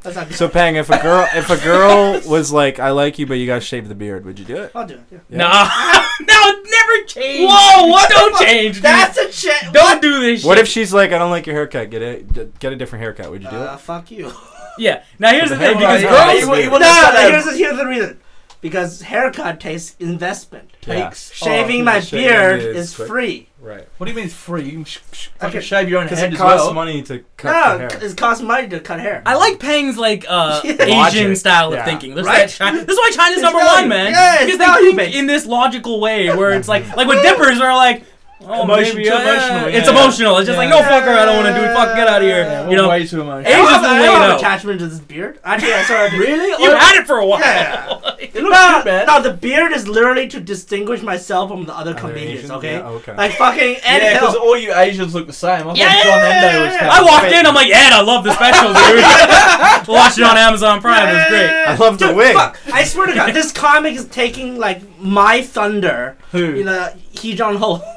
[SPEAKER 4] That's not good.
[SPEAKER 1] So Pang, if a girl if a girl was like, I like you, but you gotta shave the beard, would you do it?
[SPEAKER 4] I'll do it. yeah.
[SPEAKER 1] Yeah.
[SPEAKER 3] Nah, no, it never change.
[SPEAKER 4] Whoa, what the
[SPEAKER 3] Don't
[SPEAKER 4] fuck?
[SPEAKER 3] change. dude.
[SPEAKER 4] That's a shit.
[SPEAKER 3] Don't do this.
[SPEAKER 1] What
[SPEAKER 3] shit.
[SPEAKER 1] if she's like, I don't like your haircut, get it, get a different haircut? Would you do
[SPEAKER 4] Uh,
[SPEAKER 1] it?
[SPEAKER 4] fuck you.
[SPEAKER 3] Yeah. Now here's the
[SPEAKER 1] The
[SPEAKER 3] thing,
[SPEAKER 1] hairline
[SPEAKER 3] because
[SPEAKER 1] is
[SPEAKER 3] girls.
[SPEAKER 1] high.
[SPEAKER 2] you, you, you
[SPEAKER 4] No,
[SPEAKER 2] want to start
[SPEAKER 4] no,
[SPEAKER 2] that-
[SPEAKER 4] here's, the- here's the reason. Because haircut takes investment.
[SPEAKER 1] Yeah.
[SPEAKER 2] takes.
[SPEAKER 4] Shaving
[SPEAKER 1] Oh,
[SPEAKER 4] my
[SPEAKER 1] shaving
[SPEAKER 4] beard
[SPEAKER 1] is
[SPEAKER 4] is
[SPEAKER 1] quick.
[SPEAKER 4] free.
[SPEAKER 1] Right.
[SPEAKER 2] What do you mean it's free? You can sh- sh-
[SPEAKER 4] Okay.
[SPEAKER 2] fucking shave your own
[SPEAKER 1] Because
[SPEAKER 2] head
[SPEAKER 1] it
[SPEAKER 2] as
[SPEAKER 1] costs
[SPEAKER 2] well.
[SPEAKER 1] money to cut
[SPEAKER 4] No,
[SPEAKER 1] the hair.
[SPEAKER 4] it costs money to cut hair.
[SPEAKER 3] I like Pang's like uh, Asian
[SPEAKER 1] Logic.
[SPEAKER 3] style of
[SPEAKER 1] Yeah.
[SPEAKER 3] thinking. There's
[SPEAKER 4] Right?
[SPEAKER 3] that China, this is why China's
[SPEAKER 4] It's
[SPEAKER 3] number
[SPEAKER 4] value-
[SPEAKER 3] one, man.
[SPEAKER 4] yeah, it's
[SPEAKER 3] because they
[SPEAKER 4] value
[SPEAKER 3] think
[SPEAKER 4] based.
[SPEAKER 3] in this logical way where it's like like with dippers are like. Oh,
[SPEAKER 2] Emotion-
[SPEAKER 3] maybe,
[SPEAKER 2] too
[SPEAKER 3] uh,
[SPEAKER 2] emotional,
[SPEAKER 3] It's
[SPEAKER 2] yeah.
[SPEAKER 3] emotional. It's just like no
[SPEAKER 4] Yeah.
[SPEAKER 3] fucker. I don't want to do it. Fuck, get out of here.
[SPEAKER 4] Yeah,
[SPEAKER 3] you know,
[SPEAKER 2] way too much.
[SPEAKER 4] I
[SPEAKER 3] Asians
[SPEAKER 4] don't have,
[SPEAKER 3] will
[SPEAKER 4] I
[SPEAKER 3] lay
[SPEAKER 4] don't
[SPEAKER 3] it
[SPEAKER 4] have
[SPEAKER 3] out.
[SPEAKER 4] attachment to this beard. Actually, I sort of really.
[SPEAKER 3] you had it for a while.
[SPEAKER 4] Yeah.
[SPEAKER 3] Like,
[SPEAKER 2] It looks
[SPEAKER 4] No,
[SPEAKER 2] too bad.
[SPEAKER 4] no, the beard is literally to distinguish myself from the other
[SPEAKER 1] Other
[SPEAKER 4] comedians.
[SPEAKER 1] Asians?
[SPEAKER 4] Okay,
[SPEAKER 1] Oh, Yeah, okay.
[SPEAKER 4] like fucking Ed
[SPEAKER 2] yeah, because
[SPEAKER 4] Hill.
[SPEAKER 2] all you Asians look the same. I thought John
[SPEAKER 4] Yeah, yeah, yeah,
[SPEAKER 2] Endo was
[SPEAKER 4] yeah.
[SPEAKER 2] kind of
[SPEAKER 3] I walked in. I'm like, Ed, I love the special, dude. Watched it on Amazon Prime. It was great.
[SPEAKER 1] I love the
[SPEAKER 4] Dude,
[SPEAKER 1] wig.
[SPEAKER 4] Fuck, I swear to God, this comic is taking like my thunder.
[SPEAKER 2] Who?
[SPEAKER 4] You know, he John Ho.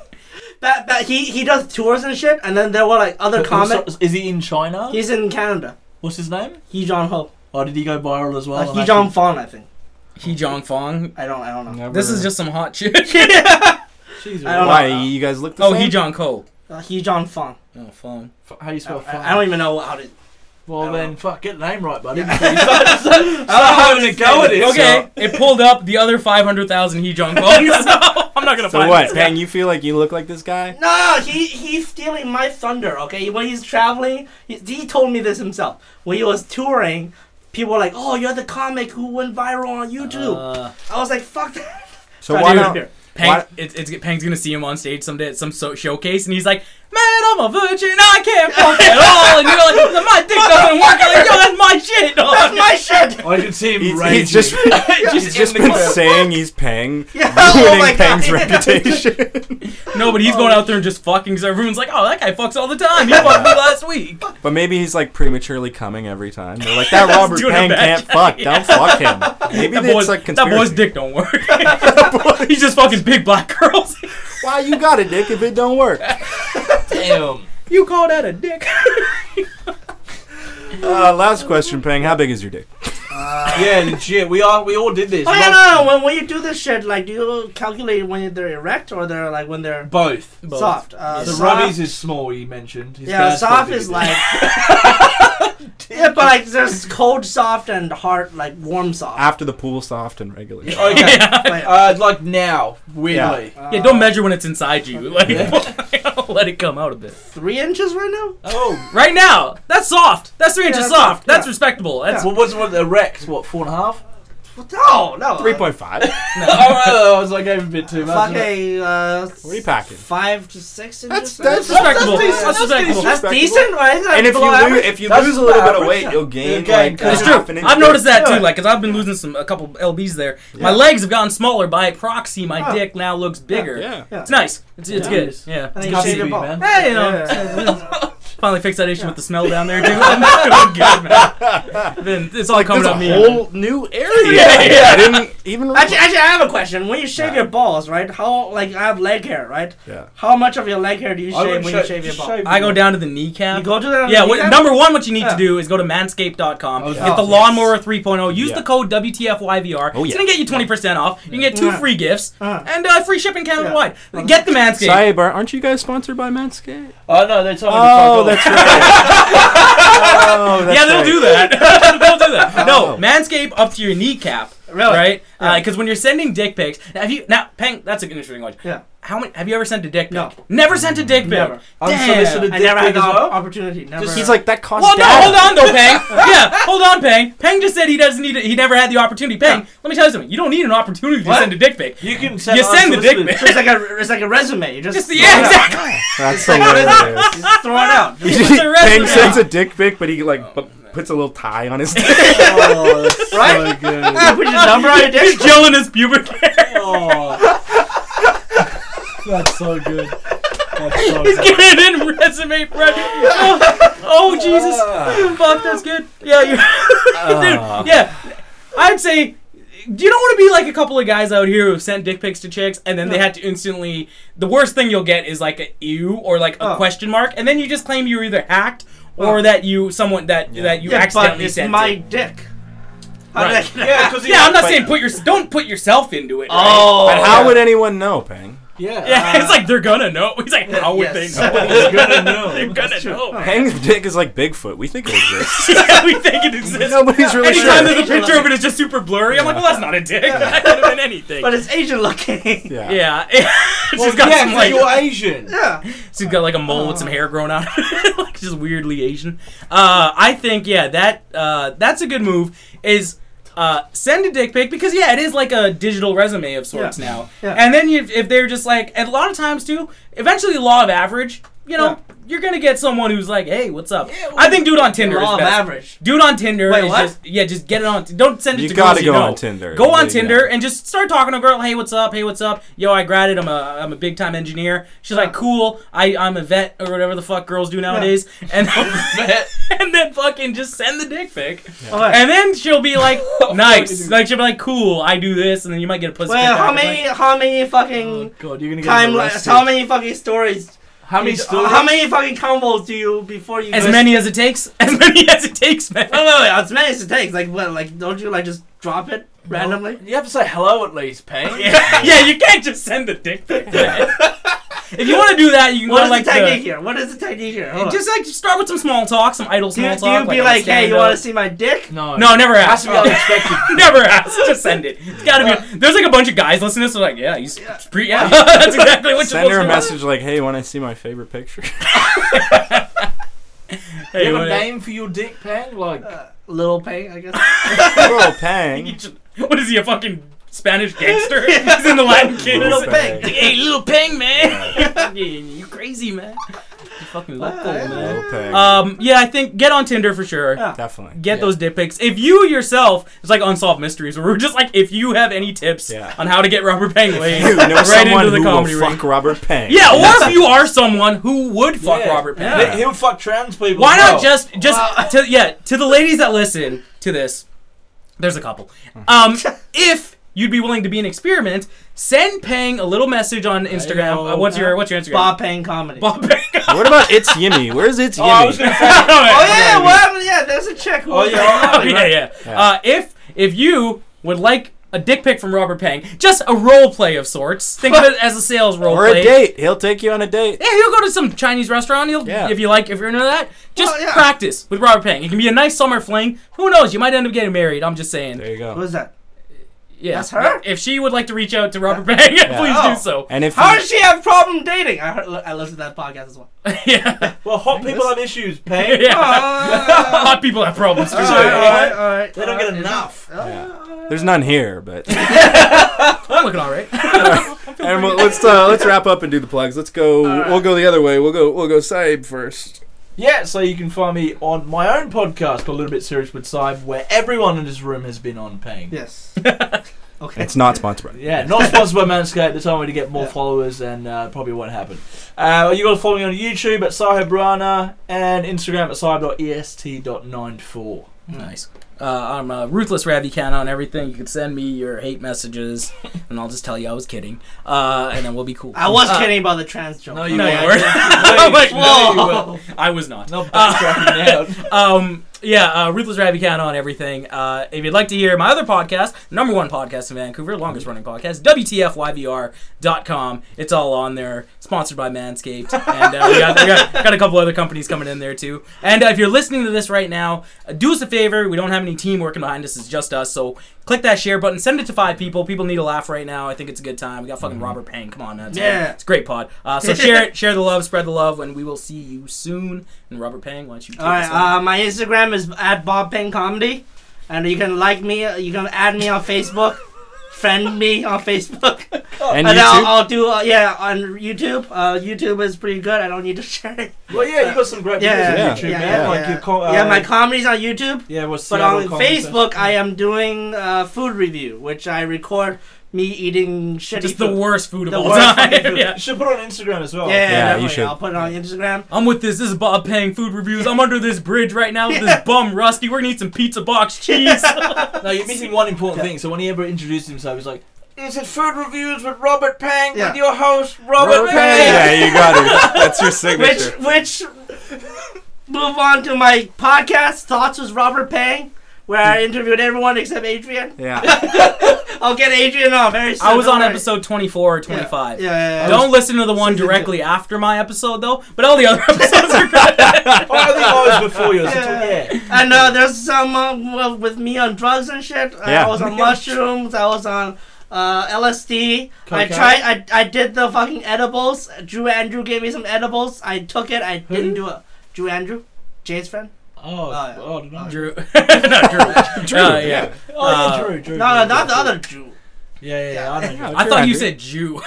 [SPEAKER 4] That, that he he does tours and shit, and then there were like other comics.
[SPEAKER 2] Is he in China?
[SPEAKER 4] He's in Canada.
[SPEAKER 2] What's his name?
[SPEAKER 4] He John Ho.
[SPEAKER 2] Or did he go viral as well?
[SPEAKER 4] Uh,
[SPEAKER 2] I'm
[SPEAKER 4] he
[SPEAKER 2] actually-
[SPEAKER 4] John Fon, I think.
[SPEAKER 3] He Jong Fong.
[SPEAKER 4] I don't. I don't know.
[SPEAKER 3] This is just some hot shit.
[SPEAKER 2] Jeez,
[SPEAKER 4] I don't
[SPEAKER 1] why
[SPEAKER 4] know.
[SPEAKER 1] you guys look the
[SPEAKER 3] oh,
[SPEAKER 1] same.
[SPEAKER 3] He Jong Ko.
[SPEAKER 4] Uh, he John Fon.
[SPEAKER 3] Oh, Fong.
[SPEAKER 2] F- How you
[SPEAKER 4] I,
[SPEAKER 2] spell fun?
[SPEAKER 4] I- I don't even know how to. I
[SPEAKER 2] well
[SPEAKER 4] don't
[SPEAKER 2] then,
[SPEAKER 4] know.
[SPEAKER 2] Oh, fuck, get the name right, buddy. Stop having a go at it.
[SPEAKER 3] Okay, it pulled up the other 500,000 He Jong Kong, so I'm not gonna
[SPEAKER 1] So
[SPEAKER 3] find
[SPEAKER 1] what,
[SPEAKER 3] this
[SPEAKER 1] Pang? You feel like you look like this guy?
[SPEAKER 4] No, he he's stealing my thunder. Okay, when he's traveling, he, he told me this himself. When he was touring, people were like, "Oh, you're the comic who went viral on YouTube."
[SPEAKER 3] Uh,
[SPEAKER 4] I was like, "Fuck that."
[SPEAKER 1] So
[SPEAKER 4] I
[SPEAKER 1] why
[SPEAKER 4] didn't
[SPEAKER 1] not?
[SPEAKER 4] hear.
[SPEAKER 3] Pang,
[SPEAKER 1] What?
[SPEAKER 3] it's, it's, Pang's gonna see him on stage someday at some so- showcase, and he's like, "Man, I'm a virgin, I can't fuck at all." And you're like, "My dick doesn't work." I'm like, "Yo, that's my shit." dog."
[SPEAKER 4] That's my shit.
[SPEAKER 2] I can see him
[SPEAKER 1] He's,
[SPEAKER 2] raging.
[SPEAKER 1] he's just he's
[SPEAKER 2] in
[SPEAKER 1] just
[SPEAKER 2] the
[SPEAKER 1] been
[SPEAKER 2] crowd.
[SPEAKER 1] saying he's Pang,
[SPEAKER 4] Yeah, oh
[SPEAKER 1] ruining
[SPEAKER 4] my
[SPEAKER 1] Pang's
[SPEAKER 4] God.
[SPEAKER 1] reputation.
[SPEAKER 3] no, but he's going out there and just fucking. So everyone's like, "Oh, that guy fucks all the time. He fucked me last week."
[SPEAKER 1] But maybe he's like prematurely coming every time. They're like, that Robert
[SPEAKER 3] doing a
[SPEAKER 1] Pang
[SPEAKER 3] bad
[SPEAKER 1] can't fuck. Don't fuck him. Maybe
[SPEAKER 3] That
[SPEAKER 1] it's
[SPEAKER 3] boy's,
[SPEAKER 1] like
[SPEAKER 3] that boy's
[SPEAKER 1] conspiracy.
[SPEAKER 3] dick don't work. he's just fucking big black girls.
[SPEAKER 1] Why you got it, dick? If it don't work.
[SPEAKER 2] damn.
[SPEAKER 3] you call that a dick?
[SPEAKER 1] Uh, last question, Pang. How big is your dick?
[SPEAKER 2] Yeah, legit. We are. We all did this.
[SPEAKER 4] Oh yeah,
[SPEAKER 2] Like,
[SPEAKER 4] no, no. When, when you do this shit, like, do you calculate when they're erect or they're like when they're
[SPEAKER 2] Both.
[SPEAKER 3] Both.
[SPEAKER 4] soft? Uh,
[SPEAKER 2] The
[SPEAKER 4] soft-
[SPEAKER 2] Robbie's is small. You mentioned. His
[SPEAKER 4] Yeah,
[SPEAKER 2] dad's got
[SPEAKER 4] soft
[SPEAKER 2] bigger
[SPEAKER 4] is
[SPEAKER 2] dick.
[SPEAKER 4] like. yeah, but like there's cold soft and hard, like warm soft.
[SPEAKER 1] After the pool, soft and regular.
[SPEAKER 2] Okay.
[SPEAKER 4] Like,
[SPEAKER 2] Uh,
[SPEAKER 4] uh,
[SPEAKER 2] like now, weirdly.
[SPEAKER 3] Yeah, don't measure when it's inside you. Like, let it come out a bit.
[SPEAKER 4] three inches right now.
[SPEAKER 2] Oh.
[SPEAKER 3] Right now, that's soft. That's three inches
[SPEAKER 4] that's
[SPEAKER 3] soft.
[SPEAKER 4] soft,
[SPEAKER 3] That's
[SPEAKER 4] yeah.
[SPEAKER 3] respectable. That's
[SPEAKER 2] What was what erect? What four and a half?
[SPEAKER 4] Oh, No, no.
[SPEAKER 1] Three point five.
[SPEAKER 2] All right, I was like I gave a bit too much.
[SPEAKER 4] Fuck a uh,
[SPEAKER 1] What are you packing?
[SPEAKER 4] five to six inches.
[SPEAKER 1] that's
[SPEAKER 4] right?
[SPEAKER 3] respectable.
[SPEAKER 1] That's-
[SPEAKER 3] That's
[SPEAKER 1] that's
[SPEAKER 3] respectable.
[SPEAKER 1] decent.
[SPEAKER 4] That's decent, right? That's
[SPEAKER 1] And if you
[SPEAKER 4] below
[SPEAKER 1] lose,
[SPEAKER 4] average.
[SPEAKER 1] if you
[SPEAKER 2] That's
[SPEAKER 1] lose a little bit of
[SPEAKER 2] average,
[SPEAKER 1] weight,
[SPEAKER 2] yeah.
[SPEAKER 1] you'll gain
[SPEAKER 2] You'll
[SPEAKER 1] like
[SPEAKER 2] gain- It's
[SPEAKER 3] It's
[SPEAKER 1] half
[SPEAKER 3] true.
[SPEAKER 1] an inch.
[SPEAKER 3] I've noticed that too,
[SPEAKER 1] Yeah.
[SPEAKER 3] like, because I've been losing some a couple lbs there. My
[SPEAKER 1] Yeah.
[SPEAKER 3] legs have gotten smaller by proxy. My
[SPEAKER 4] Oh.
[SPEAKER 3] dick now looks bigger.
[SPEAKER 1] Yeah.
[SPEAKER 4] Yeah.
[SPEAKER 3] It's nice. It's, it's
[SPEAKER 2] Yeah.
[SPEAKER 3] good. Yeah.
[SPEAKER 4] And
[SPEAKER 3] It's
[SPEAKER 4] then
[SPEAKER 3] good
[SPEAKER 4] you
[SPEAKER 2] gotta
[SPEAKER 3] to
[SPEAKER 4] shave
[SPEAKER 3] see.
[SPEAKER 4] your
[SPEAKER 2] be,
[SPEAKER 4] ball.
[SPEAKER 2] man.
[SPEAKER 3] Hey, you know, finally fixed that issue with the smell down there, dude. I'm doing good, man. Then it's all
[SPEAKER 1] Like,
[SPEAKER 3] coming
[SPEAKER 1] there's a
[SPEAKER 3] up me.
[SPEAKER 1] whole new area.
[SPEAKER 3] Yeah, yeah.
[SPEAKER 1] I didn't even.
[SPEAKER 4] Actually, actually, I have a question. When you shave your balls, right? How like I have leg hair, right?
[SPEAKER 1] Yeah.
[SPEAKER 4] How much of your leg hair do you
[SPEAKER 2] I would
[SPEAKER 4] shave when you
[SPEAKER 2] shave-
[SPEAKER 4] shave your
[SPEAKER 2] just
[SPEAKER 4] balls?
[SPEAKER 2] shave
[SPEAKER 3] I go
[SPEAKER 2] your-
[SPEAKER 3] down to the kneecap.
[SPEAKER 4] You go to the
[SPEAKER 3] Yeah,
[SPEAKER 4] you
[SPEAKER 3] what,
[SPEAKER 4] have-
[SPEAKER 3] number one, what you need
[SPEAKER 4] Yeah.
[SPEAKER 3] to do is go to manscaped.com,
[SPEAKER 2] Oh,
[SPEAKER 3] get the
[SPEAKER 2] yes.
[SPEAKER 3] lawnmower 3.0, use
[SPEAKER 1] Yeah.
[SPEAKER 3] the code WTFYVR.
[SPEAKER 1] Oh,
[SPEAKER 3] It's
[SPEAKER 1] yeah.
[SPEAKER 3] going to get you 20% off. You can get two
[SPEAKER 4] Yeah.
[SPEAKER 3] free gifts
[SPEAKER 4] Uh-huh.
[SPEAKER 3] and uh, free shipping Canada
[SPEAKER 4] Yeah.
[SPEAKER 3] wide. Get the Manscaped.
[SPEAKER 1] Sidebar, aren't you guys sponsored by Manscaped?
[SPEAKER 2] Oh no, they told me.
[SPEAKER 1] Oh,
[SPEAKER 2] to fuck
[SPEAKER 1] that's right. oh, that's
[SPEAKER 3] yeah, they'll
[SPEAKER 1] right.
[SPEAKER 3] do that. they'll do that. No,
[SPEAKER 1] Oh.
[SPEAKER 3] Manscaped up to your kneecap.
[SPEAKER 4] Really?
[SPEAKER 3] Right? Because when you're sending dick pics, now, have you now, Peng? That's an interesting question.
[SPEAKER 4] Yeah.
[SPEAKER 3] How many? Have you ever sent a dick pic?
[SPEAKER 4] No.
[SPEAKER 3] Never sent a dick pic.
[SPEAKER 4] Never.
[SPEAKER 2] Unsolicited
[SPEAKER 4] I
[SPEAKER 2] dick
[SPEAKER 4] never had
[SPEAKER 2] pic
[SPEAKER 4] the
[SPEAKER 2] as well?
[SPEAKER 4] op- opportunity. Never.
[SPEAKER 1] He's like that cost.
[SPEAKER 3] Well, no, hold on though, Peng. yeah, hold on, Peng. Peng just said he doesn't need. A, he never had the opportunity. Peng,
[SPEAKER 4] Yeah.
[SPEAKER 3] let me tell you something. You don't need an opportunity to
[SPEAKER 4] What?
[SPEAKER 3] send a dick pic.
[SPEAKER 2] You can send.
[SPEAKER 3] You send the dick
[SPEAKER 2] unsolicited-
[SPEAKER 4] So it's like a it's like a resume. You just,
[SPEAKER 3] Just the,
[SPEAKER 4] throw it
[SPEAKER 3] yeah,
[SPEAKER 4] out.
[SPEAKER 3] exactly.
[SPEAKER 1] That's hilarious.
[SPEAKER 4] You just throw it out. Just-
[SPEAKER 3] What's the rest
[SPEAKER 1] Pang
[SPEAKER 3] of
[SPEAKER 1] sends
[SPEAKER 3] it?
[SPEAKER 1] a dick pic, but he like bu- puts a little tie on his dick.
[SPEAKER 2] Oh, that's so
[SPEAKER 4] Right?
[SPEAKER 2] good.
[SPEAKER 4] you put your number on your dick.
[SPEAKER 3] He's gelling his pubic hair.
[SPEAKER 2] Oh. That's so good. That's so
[SPEAKER 3] He's
[SPEAKER 2] good.
[SPEAKER 3] getting in resume prep. Oh, oh, Jesus.
[SPEAKER 4] Uh.
[SPEAKER 3] Fuck, that's good. Yeah, you
[SPEAKER 1] Ah.
[SPEAKER 3] Dude, yeah. I'd say do you don't want to be like a couple of guys out here who've sent dick pics to chicks and then they had to instantly the worst thing you'll get is like a ew or like a
[SPEAKER 4] Oh.
[SPEAKER 3] question mark and then you just claim you were either hacked or
[SPEAKER 4] Oh.
[SPEAKER 3] that you someone that that you
[SPEAKER 4] Yeah, but
[SPEAKER 3] accidentally
[SPEAKER 4] it's
[SPEAKER 3] sent
[SPEAKER 4] my
[SPEAKER 3] it.
[SPEAKER 4] dick. How did I
[SPEAKER 3] Right.
[SPEAKER 4] get
[SPEAKER 2] Yeah,
[SPEAKER 4] that?
[SPEAKER 2] because
[SPEAKER 3] Yeah, I'm not saying put your don't put yourself into it. right?
[SPEAKER 4] Oh,
[SPEAKER 1] But how
[SPEAKER 4] yeah.
[SPEAKER 1] would anyone know, Pang?
[SPEAKER 2] Yeah,
[SPEAKER 3] Yeah, it's like they're gonna know. He's like, how would
[SPEAKER 4] yes.
[SPEAKER 3] they know? Oh.
[SPEAKER 2] Nobody's gonna know.
[SPEAKER 3] They're gonna
[SPEAKER 4] That's true.
[SPEAKER 3] know.
[SPEAKER 1] Pang's dick is like Bigfoot. We think it exists.
[SPEAKER 3] yeah, we think it exists.
[SPEAKER 1] Nobody's really
[SPEAKER 3] Anytime
[SPEAKER 1] sure.
[SPEAKER 3] there's a picture of it, it's just super blurry. I'm like, well, that's not a dick. That could have been anything.
[SPEAKER 4] But it's Asian looking.
[SPEAKER 1] Yeah.
[SPEAKER 3] yeah,
[SPEAKER 2] Well,
[SPEAKER 3] she's got
[SPEAKER 2] yeah,
[SPEAKER 3] some
[SPEAKER 2] 'cause
[SPEAKER 3] like
[SPEAKER 2] you're Asian.
[SPEAKER 4] Yeah.
[SPEAKER 3] she's got like a mole with some hair grown out, like just weirdly Asian. Uh, I think yeah, that uh, that's a good move. Is uh, send a dick pic because yeah, it is like a digital resume of sorts
[SPEAKER 4] Yeah.
[SPEAKER 3] now.
[SPEAKER 4] Yeah.
[SPEAKER 3] And then you, if they're just like, and a lot of times too, eventually law of average. You know, you're gonna get someone who's like, hey, what's up?
[SPEAKER 2] Yeah, well,
[SPEAKER 3] I think dude on Tinder
[SPEAKER 4] Law
[SPEAKER 3] is
[SPEAKER 4] of
[SPEAKER 3] best.
[SPEAKER 4] average.
[SPEAKER 3] Dude on Tinder.
[SPEAKER 4] Wait,
[SPEAKER 3] is
[SPEAKER 4] what?
[SPEAKER 3] Just, yeah, just get it on. Don't send it
[SPEAKER 1] You
[SPEAKER 3] to
[SPEAKER 1] gotta
[SPEAKER 3] girls you
[SPEAKER 1] go
[SPEAKER 3] know.
[SPEAKER 1] on Tinder.
[SPEAKER 3] Go on
[SPEAKER 1] Yeah.
[SPEAKER 3] Tinder and just start talking to a girl. Hey, what's up? Hey, what's up? Yo, I graduated. I'm a I'm a big time engineer. She's like, cool. I I'm a vet or whatever the fuck girls do nowadays. And
[SPEAKER 2] Vet.
[SPEAKER 3] and then fucking just send the dick pic.
[SPEAKER 4] Okay.
[SPEAKER 3] And then she'll be like, nice.
[SPEAKER 2] Fucking-
[SPEAKER 3] like she'll be like, cool. I do this, and then you might get a pussy. pic
[SPEAKER 4] Well, how
[SPEAKER 3] back. It's
[SPEAKER 4] many,
[SPEAKER 3] like-
[SPEAKER 4] how many
[SPEAKER 2] Oh
[SPEAKER 4] fucking
[SPEAKER 2] God, you're gonna get
[SPEAKER 4] time,
[SPEAKER 2] arrested.
[SPEAKER 4] how many fucking stories?
[SPEAKER 2] How many
[SPEAKER 4] you-
[SPEAKER 2] stories?
[SPEAKER 4] How many fucking combos do you before you?
[SPEAKER 3] As
[SPEAKER 4] go-
[SPEAKER 3] many as it takes. As many as it takes, man.
[SPEAKER 4] Wait, wait, wait. As many as it takes. Like, what? Like, don't you like just drop it randomly?
[SPEAKER 2] You have to say hello at least, Payne.
[SPEAKER 3] Yeah, yeah, you can't just send a dick pic. man. if you want to do that, you can
[SPEAKER 4] What
[SPEAKER 3] go
[SPEAKER 4] is
[SPEAKER 3] like
[SPEAKER 4] the
[SPEAKER 3] the,
[SPEAKER 4] technique here? What is the technique here? Hold on.
[SPEAKER 3] just like start with some small talk, some idle
[SPEAKER 4] do,
[SPEAKER 3] small
[SPEAKER 4] you, do
[SPEAKER 3] talk.
[SPEAKER 4] you be like, hey, you want to see my dick?
[SPEAKER 2] No.
[SPEAKER 3] No, never
[SPEAKER 2] Has
[SPEAKER 3] ask.
[SPEAKER 2] to be unexpected.
[SPEAKER 3] never ask. Just send it. It's gotta be. There's like a bunch of guys listening to this. They're like, yeah, he's pre. Yeah, that's exactly what
[SPEAKER 1] Send
[SPEAKER 3] you're
[SPEAKER 1] her a
[SPEAKER 3] supposed to
[SPEAKER 1] message like, "Hey, when I see my favorite picture."
[SPEAKER 3] do.
[SPEAKER 2] Do
[SPEAKER 3] Hey,
[SPEAKER 2] you have
[SPEAKER 3] you
[SPEAKER 2] a
[SPEAKER 3] wanna-
[SPEAKER 2] name for your dick, Pang? Like,
[SPEAKER 4] Uh, Little Pang, I guess.
[SPEAKER 1] Bro,
[SPEAKER 3] you
[SPEAKER 1] Pang.
[SPEAKER 3] should- What is he? A fucking Spanish gangster? he's in the Latin Kings.
[SPEAKER 4] Little
[SPEAKER 1] Pang.
[SPEAKER 4] Pang.
[SPEAKER 3] Like, hey, little Peng, man. Fucking- you crazy, man. You fucking loco,
[SPEAKER 4] yeah.
[SPEAKER 3] man.
[SPEAKER 1] Little Pang.
[SPEAKER 3] Um, yeah, I think get on Tinder for sure.
[SPEAKER 4] Yeah.
[SPEAKER 1] Definitely.
[SPEAKER 3] Get
[SPEAKER 2] Yeah.
[SPEAKER 3] those dick pics. If you yourself, it's like unsolved mysteries where we're just like, if you have any tips
[SPEAKER 1] Yeah.
[SPEAKER 3] on how to get Robert Pang laid,
[SPEAKER 1] You know
[SPEAKER 3] right
[SPEAKER 1] someone
[SPEAKER 3] into the
[SPEAKER 1] who will
[SPEAKER 3] comedy ring.
[SPEAKER 1] fuck Robert Pang.
[SPEAKER 3] Yeah, or if you are someone who would fuck
[SPEAKER 2] Yeah.
[SPEAKER 3] Robert Pang.
[SPEAKER 1] Yeah.
[SPEAKER 2] He'll fuck trans people.
[SPEAKER 3] Why
[SPEAKER 2] as
[SPEAKER 3] not
[SPEAKER 2] well.
[SPEAKER 3] just just to yeah to the ladies that listen to this? There's a couple. Um, if you'd be willing to be an experiment, send Pang a little message on Instagram.
[SPEAKER 2] Ayo.
[SPEAKER 3] Uh, what's your what's your Instagram?
[SPEAKER 4] Bob Pang comedy.
[SPEAKER 3] Bob Pang.
[SPEAKER 1] What about it's Yimmy? Where's it's
[SPEAKER 2] Oh, I
[SPEAKER 1] Yimmy?
[SPEAKER 2] was gonna say.
[SPEAKER 4] Oh
[SPEAKER 3] oh
[SPEAKER 4] yeah, what happened? Yeah, there's a chick. who-
[SPEAKER 2] Oh, yeah.
[SPEAKER 3] yeah, yeah.
[SPEAKER 1] Yeah.
[SPEAKER 3] Uh, if if you would like a dick pic from Robert Pang, just a role play of sorts. Think of it as a sales role
[SPEAKER 1] or
[SPEAKER 3] play.
[SPEAKER 1] a date? He'll take you on a date.
[SPEAKER 3] Yeah, he'll go to some Chinese restaurant. He'll,
[SPEAKER 1] Yeah.
[SPEAKER 3] if you like, if you're into that, just
[SPEAKER 4] Well, yeah.
[SPEAKER 3] practice with Robert Pang. It can be a nice summer fling. Who knows? You might end up getting married. I'm just saying.
[SPEAKER 1] There you
[SPEAKER 4] What
[SPEAKER 1] go.
[SPEAKER 4] was that?
[SPEAKER 3] Yeah.
[SPEAKER 4] That's her?
[SPEAKER 3] If she would like to reach out to Robert Pang, please
[SPEAKER 4] Oh.
[SPEAKER 3] do so.
[SPEAKER 1] And if
[SPEAKER 4] How
[SPEAKER 1] you-
[SPEAKER 4] does she have problem dating? I heard, I listened to that podcast as well.
[SPEAKER 3] yeah.
[SPEAKER 2] Well, hot people have issues, Pang.
[SPEAKER 3] Yeah.
[SPEAKER 4] Ah.
[SPEAKER 3] Hot people have problems. for
[SPEAKER 4] All
[SPEAKER 3] sure.
[SPEAKER 4] right, all right, all right.
[SPEAKER 2] They don't get enough.
[SPEAKER 1] Yeah. There's none here, but
[SPEAKER 3] I'm looking all right.
[SPEAKER 1] and we'll, let's uh, let's wrap up and do the plugs. Let's go. We'll go the other way. We'll go. We'll go Saib first.
[SPEAKER 2] Yeah, so you can find me on my own podcast called A Little Bit Serious with Saib, where everyone in this room has been on Pang.
[SPEAKER 4] oh, Yes. okay.
[SPEAKER 1] It's not sponsored. by-
[SPEAKER 2] Yeah, not sponsored by Manscaped. They told me to get more
[SPEAKER 4] Yeah.
[SPEAKER 2] followers, and uh, probably won't happen. Uh, you got to follow me on YouTube at Sahebrana and Instagram at E saib.est.94.
[SPEAKER 4] Hmm.
[SPEAKER 3] Nice. Uh, I'm uh, Ruthless Ravikant on everything. You can send me your hate messages, and I'll just tell you I was kidding. Uh, and then we'll be cool.
[SPEAKER 4] I was
[SPEAKER 3] Uh,
[SPEAKER 4] kidding about the trans joke.
[SPEAKER 2] No, you
[SPEAKER 3] No,
[SPEAKER 2] weren't.
[SPEAKER 3] you weren't.
[SPEAKER 2] No, you-
[SPEAKER 3] Like,
[SPEAKER 2] no, you
[SPEAKER 4] whoa.
[SPEAKER 2] weren't.
[SPEAKER 3] I was not. Uh,
[SPEAKER 2] No backtracking now.
[SPEAKER 3] um, yeah, uh, Ruthless Ravikant on everything. Uh, if you'd like to hear my other podcast, number one podcast in Vancouver, longest running podcast, WTFYVR.com. It's all on there, sponsored by Manscaped. And uh, we, got, we got, got a couple other companies coming in there too. And uh, if you're listening to this right now, uh, do us a favor. We don't have any team working behind us, it's just us. So click that share button, send it to five people. People need a laugh right now. I think it's a good time. We got fucking Robert Payne. Come on, now. It's a-
[SPEAKER 4] Mm-hmm. Yeah.
[SPEAKER 3] It's a great pod. Uh, so share it, share the love, spread the love, and we will see you soon. And Robert Pang, why don't you take
[SPEAKER 4] All right.
[SPEAKER 3] us home?
[SPEAKER 4] Uh, my Instagram is at Bob Peng Comedy, and you can like me. You can add me on Facebook, friend me on Facebook, and,
[SPEAKER 1] And
[SPEAKER 4] then I'll,
[SPEAKER 1] YouTube.
[SPEAKER 4] I'll do uh, yeah on YouTube. Uh, YouTube is pretty good. I don't need to share it.
[SPEAKER 2] Well, yeah, you got some great
[SPEAKER 4] Yeah,
[SPEAKER 2] videos
[SPEAKER 1] yeah,
[SPEAKER 2] on YouTube,
[SPEAKER 4] yeah,
[SPEAKER 2] man.
[SPEAKER 4] yeah,
[SPEAKER 2] like
[SPEAKER 4] yeah.
[SPEAKER 2] your co- uh,
[SPEAKER 4] yeah, my comedy's on YouTube.
[SPEAKER 2] yeah, well,
[SPEAKER 4] But
[SPEAKER 2] Seattle
[SPEAKER 4] on
[SPEAKER 2] Comedy
[SPEAKER 4] Facebook,
[SPEAKER 2] Fest.
[SPEAKER 4] I am doing uh, food review, which I record me eating shitty
[SPEAKER 3] Just the
[SPEAKER 4] food.
[SPEAKER 3] worst food of
[SPEAKER 4] The
[SPEAKER 3] all
[SPEAKER 4] worst
[SPEAKER 3] time.
[SPEAKER 4] fucking food.
[SPEAKER 3] yeah.
[SPEAKER 2] You should put it on Instagram as well.
[SPEAKER 4] Yeah, yeah,
[SPEAKER 1] Yeah, you
[SPEAKER 4] definitely.
[SPEAKER 1] should.
[SPEAKER 4] I'll put it on Instagram.
[SPEAKER 3] I'm with this. This is Bob paying food reviews. I'm under this bridge right now with
[SPEAKER 4] Yeah.
[SPEAKER 3] this bum Rusty. We're gonna eat some pizza box cheese.
[SPEAKER 2] No, you're missing one important thing. So when he ever introduced himself, he's like, "Is it food reviews with Robert Pang
[SPEAKER 4] Yeah.
[SPEAKER 2] with your host
[SPEAKER 3] Oh,
[SPEAKER 2] Robert, Pang?"
[SPEAKER 1] Yeah, you got it. That's your signature.
[SPEAKER 4] Which, which, move on to my podcast. Thoughts with Robert Pang, where I
[SPEAKER 3] Hmm.
[SPEAKER 4] interviewed everyone except Adrian.
[SPEAKER 1] yeah.
[SPEAKER 4] I'll get Adrian on very soon.
[SPEAKER 3] I was
[SPEAKER 4] don't
[SPEAKER 3] on
[SPEAKER 4] worry.
[SPEAKER 3] episode 24 or
[SPEAKER 4] Yeah,
[SPEAKER 3] 25.
[SPEAKER 4] Yeah, yeah, yeah.
[SPEAKER 3] Don't listen to the one
[SPEAKER 4] Season
[SPEAKER 3] directly after my episode though, but all the other episodes are good.
[SPEAKER 2] Oh, I think I was before yours.
[SPEAKER 4] Yeah.
[SPEAKER 2] Yeah. yeah.
[SPEAKER 4] I know there's some uh, well, with me on drugs and shit.
[SPEAKER 1] Yeah.
[SPEAKER 4] I was on mushrooms. I was on uh, LSD. I
[SPEAKER 2] Cocaine.
[SPEAKER 4] tried. I, I did the fucking edibles. Drew Andrew gave me some edibles. I took it. I didn't do it. Drew Andrew, Jay's friend.
[SPEAKER 2] Oh,
[SPEAKER 4] Oh, yeah.
[SPEAKER 2] oh, no.
[SPEAKER 3] Drew, not Drew.
[SPEAKER 1] Drew,
[SPEAKER 3] Uh,
[SPEAKER 1] yeah.
[SPEAKER 3] yeah.
[SPEAKER 2] oh yeah,
[SPEAKER 3] Uh,
[SPEAKER 2] Drew, Drew.
[SPEAKER 4] No, no,
[SPEAKER 2] Drew, Drew.
[SPEAKER 4] not the other Drew.
[SPEAKER 2] Yeah, yeah, yeah. I know. Drew.
[SPEAKER 3] I
[SPEAKER 1] Drew
[SPEAKER 3] thought
[SPEAKER 1] Andrew.
[SPEAKER 3] you said Jew.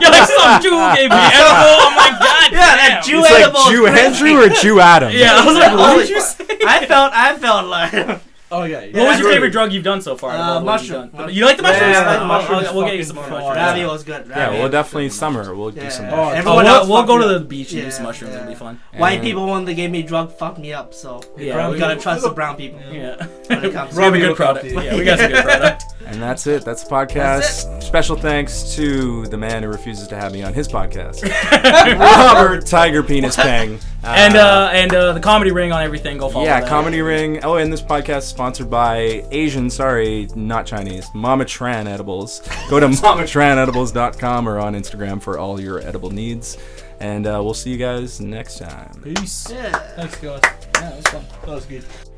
[SPEAKER 3] You're like some Jew gave me edible. Oh my god.
[SPEAKER 4] Yeah, that
[SPEAKER 3] damn.
[SPEAKER 4] Jew
[SPEAKER 1] It's like
[SPEAKER 4] edibles,
[SPEAKER 1] Jew
[SPEAKER 4] Chris.
[SPEAKER 1] Andrew or Jew Adam.
[SPEAKER 3] Yeah, I was like, what
[SPEAKER 4] Holy
[SPEAKER 3] did you
[SPEAKER 4] fuck.
[SPEAKER 3] say?
[SPEAKER 4] I felt. I felt like. uh,
[SPEAKER 2] Oh yeah. yeah.
[SPEAKER 3] What was your
[SPEAKER 4] Andrew.
[SPEAKER 3] favorite drug you've done so far?
[SPEAKER 4] Uh,
[SPEAKER 3] Of all the ones you've
[SPEAKER 4] mushroom.
[SPEAKER 3] done? You like the mushrooms?
[SPEAKER 2] Yeah,
[SPEAKER 3] I'll-
[SPEAKER 2] the
[SPEAKER 3] I'll-
[SPEAKER 2] mushrooms
[SPEAKER 3] I'll, we'll get you
[SPEAKER 2] fucking fun.
[SPEAKER 3] some mushrooms.
[SPEAKER 4] Ravi was good.
[SPEAKER 1] Yeah,
[SPEAKER 4] Ravi
[SPEAKER 1] well,
[SPEAKER 4] was
[SPEAKER 1] definitely
[SPEAKER 4] good.
[SPEAKER 1] summer. We'll do some.
[SPEAKER 2] Oh,
[SPEAKER 3] Oh,
[SPEAKER 4] Everyone
[SPEAKER 3] we'll
[SPEAKER 4] else
[SPEAKER 3] we'll
[SPEAKER 4] fucked
[SPEAKER 3] go
[SPEAKER 4] me
[SPEAKER 3] to
[SPEAKER 4] up.
[SPEAKER 3] the beach and do some
[SPEAKER 4] Yeah,
[SPEAKER 3] mushrooms. It'll
[SPEAKER 4] yeah.
[SPEAKER 3] be fun.
[SPEAKER 4] White
[SPEAKER 1] And-
[SPEAKER 4] people when they gave me drug fucked me up. So
[SPEAKER 3] Yeah,
[SPEAKER 4] we
[SPEAKER 3] we-
[SPEAKER 4] gotta trust the brown people.
[SPEAKER 3] Yeah.
[SPEAKER 4] When it comes
[SPEAKER 3] We have
[SPEAKER 2] Robbie,
[SPEAKER 3] a
[SPEAKER 4] to Uh,
[SPEAKER 3] good
[SPEAKER 2] look up
[SPEAKER 3] product.
[SPEAKER 2] to you.
[SPEAKER 3] Yeah, we got some good product.
[SPEAKER 1] And that's it. That's the podcast. Special thanks to the man who refuses to have me on his podcast, Robert Tiger Penis Pang.
[SPEAKER 3] And uh, and uh, the comedy ring on everything. Go follow.
[SPEAKER 1] yeah,
[SPEAKER 3] that.
[SPEAKER 1] Comedy Ring. Oh, and this podcast is sponsored by Asian, sorry, not Chinese, Mama Tran Edibles. Go to mamatranedibles.com or on Instagram for all your edible needs. And uh, we'll see you guys next time.
[SPEAKER 3] Peace.
[SPEAKER 4] Yeah.
[SPEAKER 2] Thanks, guys. Yeah, that was fun. That was good.